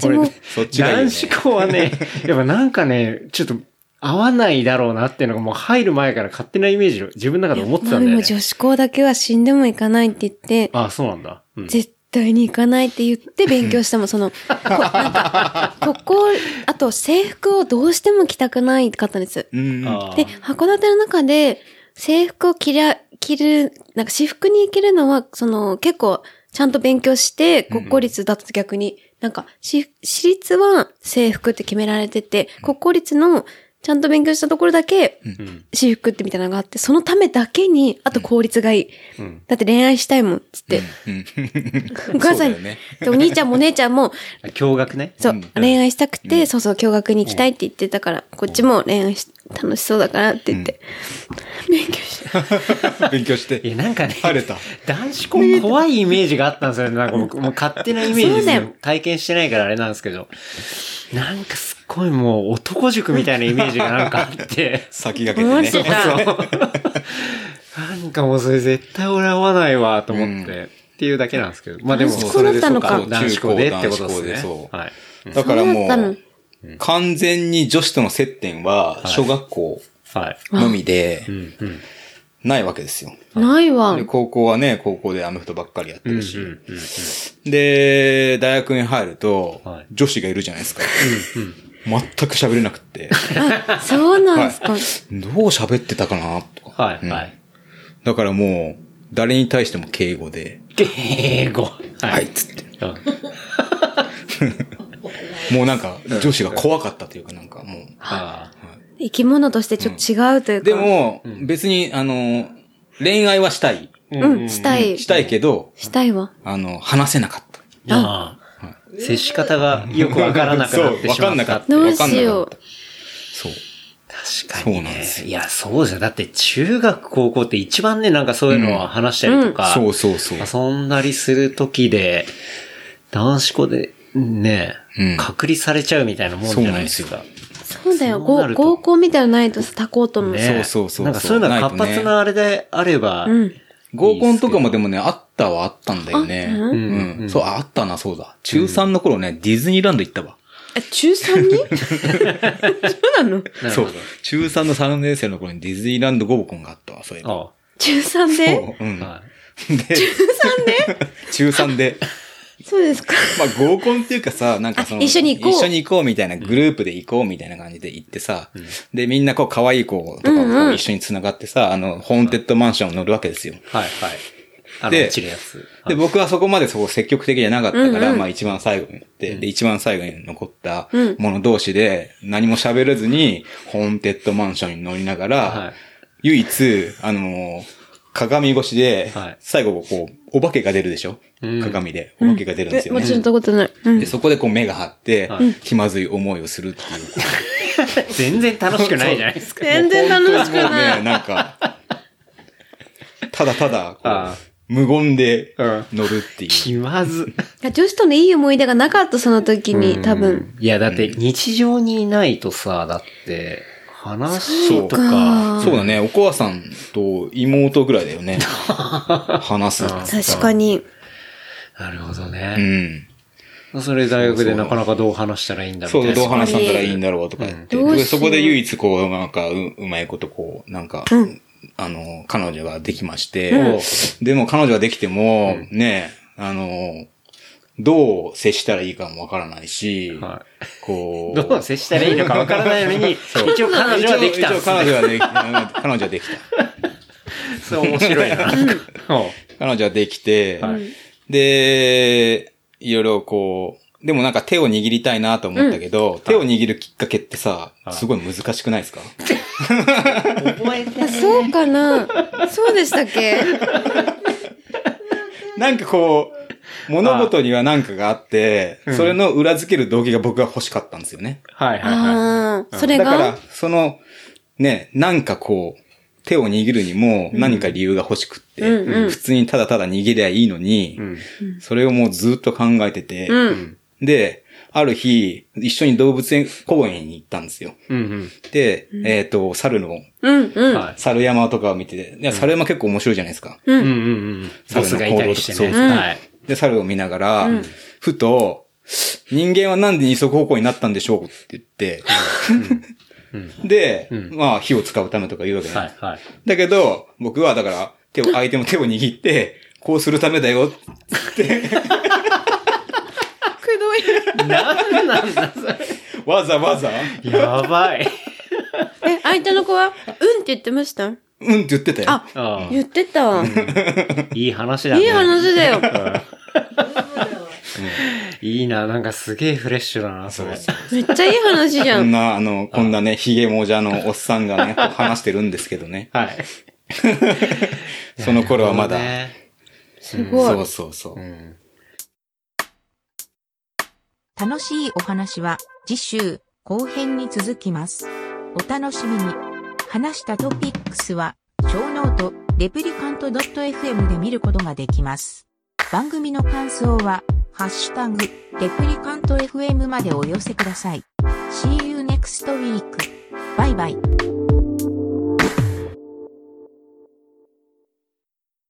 S2: ちも、
S3: そっちがいい、ね。
S4: 男子校はね、やっぱなんかね、ちょっと合わないだろうなっていうのがもう入る前から勝手なイメージを自分の中で思ってた
S2: マ
S4: ん
S2: ミ
S4: だよ
S2: も
S4: ね。
S2: 女子校だけは死んでも行かないって言って、
S4: あそうなんだ。うん
S2: 絶対に行かないって言って勉強したもん、その、こなん か、ここ、あと制服をどうしても着たくないかったんです。
S3: うん。
S4: あー
S2: で、函館の中で制服を着りゃ、着る、なんか私服に行けるのは、その結構ちゃんと勉強して、国公立だと逆に、なんかし私立は制服って決められてて、国公立のちゃんと勉強したところだけ、
S4: うん。
S2: 私服ってみたいなのがあって、そのためだけに、あと効率がいい。
S4: うん。
S2: だって恋愛したいもん、つって。お母さんに、
S3: そうだよね
S2: でお兄ちゃんもお姉ちゃんも、
S4: 驚愕ね。
S2: そう、
S3: うん
S2: 恋愛したくて、そうそう、共学に行きたいって言ってたから、こっちも恋愛し、楽しそうだからって言って、勉強した。
S3: 勉強して。
S4: いや、なんかね、
S3: 晴れた。
S4: 男子校怖いイメージがあったんですよね。なんか僕、もう勝手なイメー
S2: そう
S4: ジ
S2: だ
S4: で
S2: よ
S4: 体験してないからあれなんですけど、なんかすっごいもう男塾みたいなイメージがなんかあって、
S3: 先駆
S2: 思っ
S3: けて
S2: て
S3: ね。
S2: た。
S4: なんかもうそれ絶対俺合わないわと思って、っていうだけなんですけど。まあでも、
S2: 男子
S4: そ
S2: 校だ
S4: れ
S2: っ
S4: で
S2: た
S4: そう
S2: のか
S4: か、男子校でってことで
S3: 中高男子
S4: す
S3: 校
S4: ね
S3: で。そう
S4: はい。うん
S3: だから
S2: そうだった
S3: も
S2: の
S3: う、完全に女子との接点は、
S4: い
S3: 小学校
S4: はい。
S3: のみで
S4: う、ん、うん。
S3: ないわけですよ。
S2: ないわ
S3: で。高校はね、高校でアメフトばっかりやって
S4: うん、うん、
S3: るし。
S4: うん。
S3: で、大学に入ると
S4: はい、
S3: 女子がいるじゃないですか。全く喋れなく って。
S2: そうなんですか。
S3: どう喋ってたかなとか。
S4: はい、はい。
S3: うんだからもう、誰に対しても敬語で、
S4: 敬 語。
S3: は、
S4: はいい。
S3: つって。
S4: うん
S3: もうなんか、女子が怖かったというかなんかもう。
S4: あ
S2: 生き物としてちょっと違うというか。
S3: で、も、別に、あの、恋愛はしたい。
S4: ー
S2: うん、したい。
S3: したいけど、
S2: したいわ。
S3: あの、話せなかった。
S4: ああ、接し方がよくわからなくなってしまった。
S3: そうわかんなかった。
S2: どう
S3: わかん
S2: し
S3: なかっ
S2: よ
S3: たそう。
S4: 確かに、ね。
S3: そうなんですよ
S4: いや、そうじゃん。だって中学、高校って一番ね、なんかそういうのは話したりとか、
S3: そうそうそう。
S4: 遊んだりする時で、男子校でね、
S3: うん
S4: 隔離されちゃうみたいなもんじゃないですか。
S2: そうだよ。
S4: そうな
S2: ご
S4: ると
S2: 合コンみたいなのないとさ、他校とも。
S4: ね
S3: そうそうそうそう
S4: なんかそういうのが活
S3: ない
S4: 発
S3: とね
S4: なあれであれば、
S2: うん。
S3: 合コンとかもでもね、あったはあったんだよね。
S2: あった
S3: う
S2: の
S3: ん、そう、あったな、そうだ。中3の頃ね、ディズニーランド行ったわ。
S2: え、中3にそうなの
S4: なる
S3: そ
S4: ほ
S3: う
S4: ど。。
S3: 中3の3年生の頃にディズニーランド合コンがあったわ、そういえば。
S4: あ
S2: 中3で
S3: そううん。
S4: あ、はい
S3: で、 中3で。
S2: そうですか。
S3: まあ合コンっていうかさ、なんかその、
S2: あ一緒に行こう
S3: 一緒に行こうみたいな、グループで行こうみたいな感じで行ってさ、で、みんなこう可愛い子とか
S2: う
S3: も
S2: ん
S3: こ
S2: う
S3: うん一緒に繋がってさ、あの、ホーンテッドマンションを乗るわけですよ。
S4: はい、はい。あの、
S3: で
S4: 落ちるやつ。
S3: で、僕はそこまでそこ積極的じゃなかったから、
S2: うんうん
S3: まあ一番最後に行って、で、一番最後に残った
S2: うん
S3: もの同士で、何も喋れずに、ホーンテッドマンションに乗りながら、
S4: はい
S3: 唯一、あのー鏡越しで、
S4: はい
S3: 最後こう、お化けが出るでしょ、
S4: うん
S3: 鏡で。お化けが出るんで
S2: え、
S3: すよね。
S2: もちろんたことない。うん
S3: で、。そこでこう目が張って、
S4: はい
S3: 気まずい思いをするっていう。
S4: 全然楽しくないじゃないで すか。
S2: 全然楽しく
S3: もう
S2: な
S3: ね、
S2: い。
S3: なんか、ただただこ
S4: ああ
S3: う、無言で
S4: うん
S3: 乗るっていう。
S4: 気まず。
S2: 女子とのいい思い出がなかった、その時に、多分。
S4: いや、だって日常にいないとさ、だって、話と
S2: か
S4: か、
S3: そうだね、お母さんと妹ぐらいだ よね。話す。
S2: 確かに。
S4: なるほど
S3: う
S4: ね。
S3: ん。
S4: それ大学でなかなかどう話したらいいんだみた
S3: そ、
S4: いうな。
S3: どう話したらいいんだろうとか言って。
S2: うんどうしよ
S3: で
S2: う
S3: そこで唯一こう、なんかう、うまいことこう、なんか、あの、彼女ができまして、でも彼女ができても、ね、あの、どう接したらいいかもわからないし、
S4: は
S3: こう。
S4: どう接したらいいのかわからないのに、一応彼女はできたんで
S3: 一応
S4: すね
S3: 彼女はできた。彼女はできた。
S4: そう、面白いな。おう
S3: 彼女はできて、
S4: はい
S3: で、いろいろこう、でもなんか手を握りたいなと思ったけど、手を握るきっかけってさ、
S4: い
S3: すごい難しくないですか
S4: 覚えて
S2: あ、そうかな。そうでしたっけ
S3: なんかこう、物事には何かがあって、
S4: うん
S3: それの裏付ける動機が僕が欲しかったんですよね。
S4: はいはいは
S2: ああ、それ
S3: だか
S2: が
S3: ら、その、ね、なんかこう、手を握るにも何か理由が欲しくって、
S2: うんうん
S3: 普通にただただ握りゃいいのに、
S4: い。うん。
S3: それをもうずっと考えてて、
S2: うん。
S3: で、ある日、一緒に動物園公園に行ったんですよ。
S4: うん
S3: で、えっ、と、猿の、
S2: うん、う
S4: うん。
S2: ん。
S4: はい。
S3: 猿山とかを見てて、いや、猿山結構面白いじゃないですか。
S4: うんうんうん。ボスがいたりしてね。
S3: そう
S4: はい。
S3: で、猿を見ながら、ふと、人間はなんで二足歩行になったんでしょうって言って、で、
S4: ん
S3: まあ、火を使うためとか言うわけじゃな
S4: はいいはい。
S3: だけど、僕はだから、手を、相手の手を握って、こうするためだよって、
S2: くどい。
S4: なんなんだそれ。
S3: わざわざ、
S4: やばい。
S2: え、相手の子は、うんって言ってました
S3: うんって言ってたよ。
S2: あ、
S4: あ
S2: 言ってたわ。い
S4: あいい話だね。
S2: い話だよ。
S5: そうだわ
S4: いいな、なんかすげえフレッシュだな、それ。
S2: めっちゃいい話じゃ
S3: こん
S2: ん。
S3: な、あの、こんなね、ヒゲもじゃのおっさんがね、こう話してるんですけど ね。
S4: はい。
S3: その頃はまだ。
S4: なる
S2: すごい
S3: そう。そうそう
S4: ほど。ね。
S6: 楽しいお話は次週後編に続きます。お楽しみに。話したトピックスは、小ノート、レプリカント .fm で見ることができます。番組の感想は、ハッシュタグ、レプリカント fm までお寄せください。See you next week. バイバイ。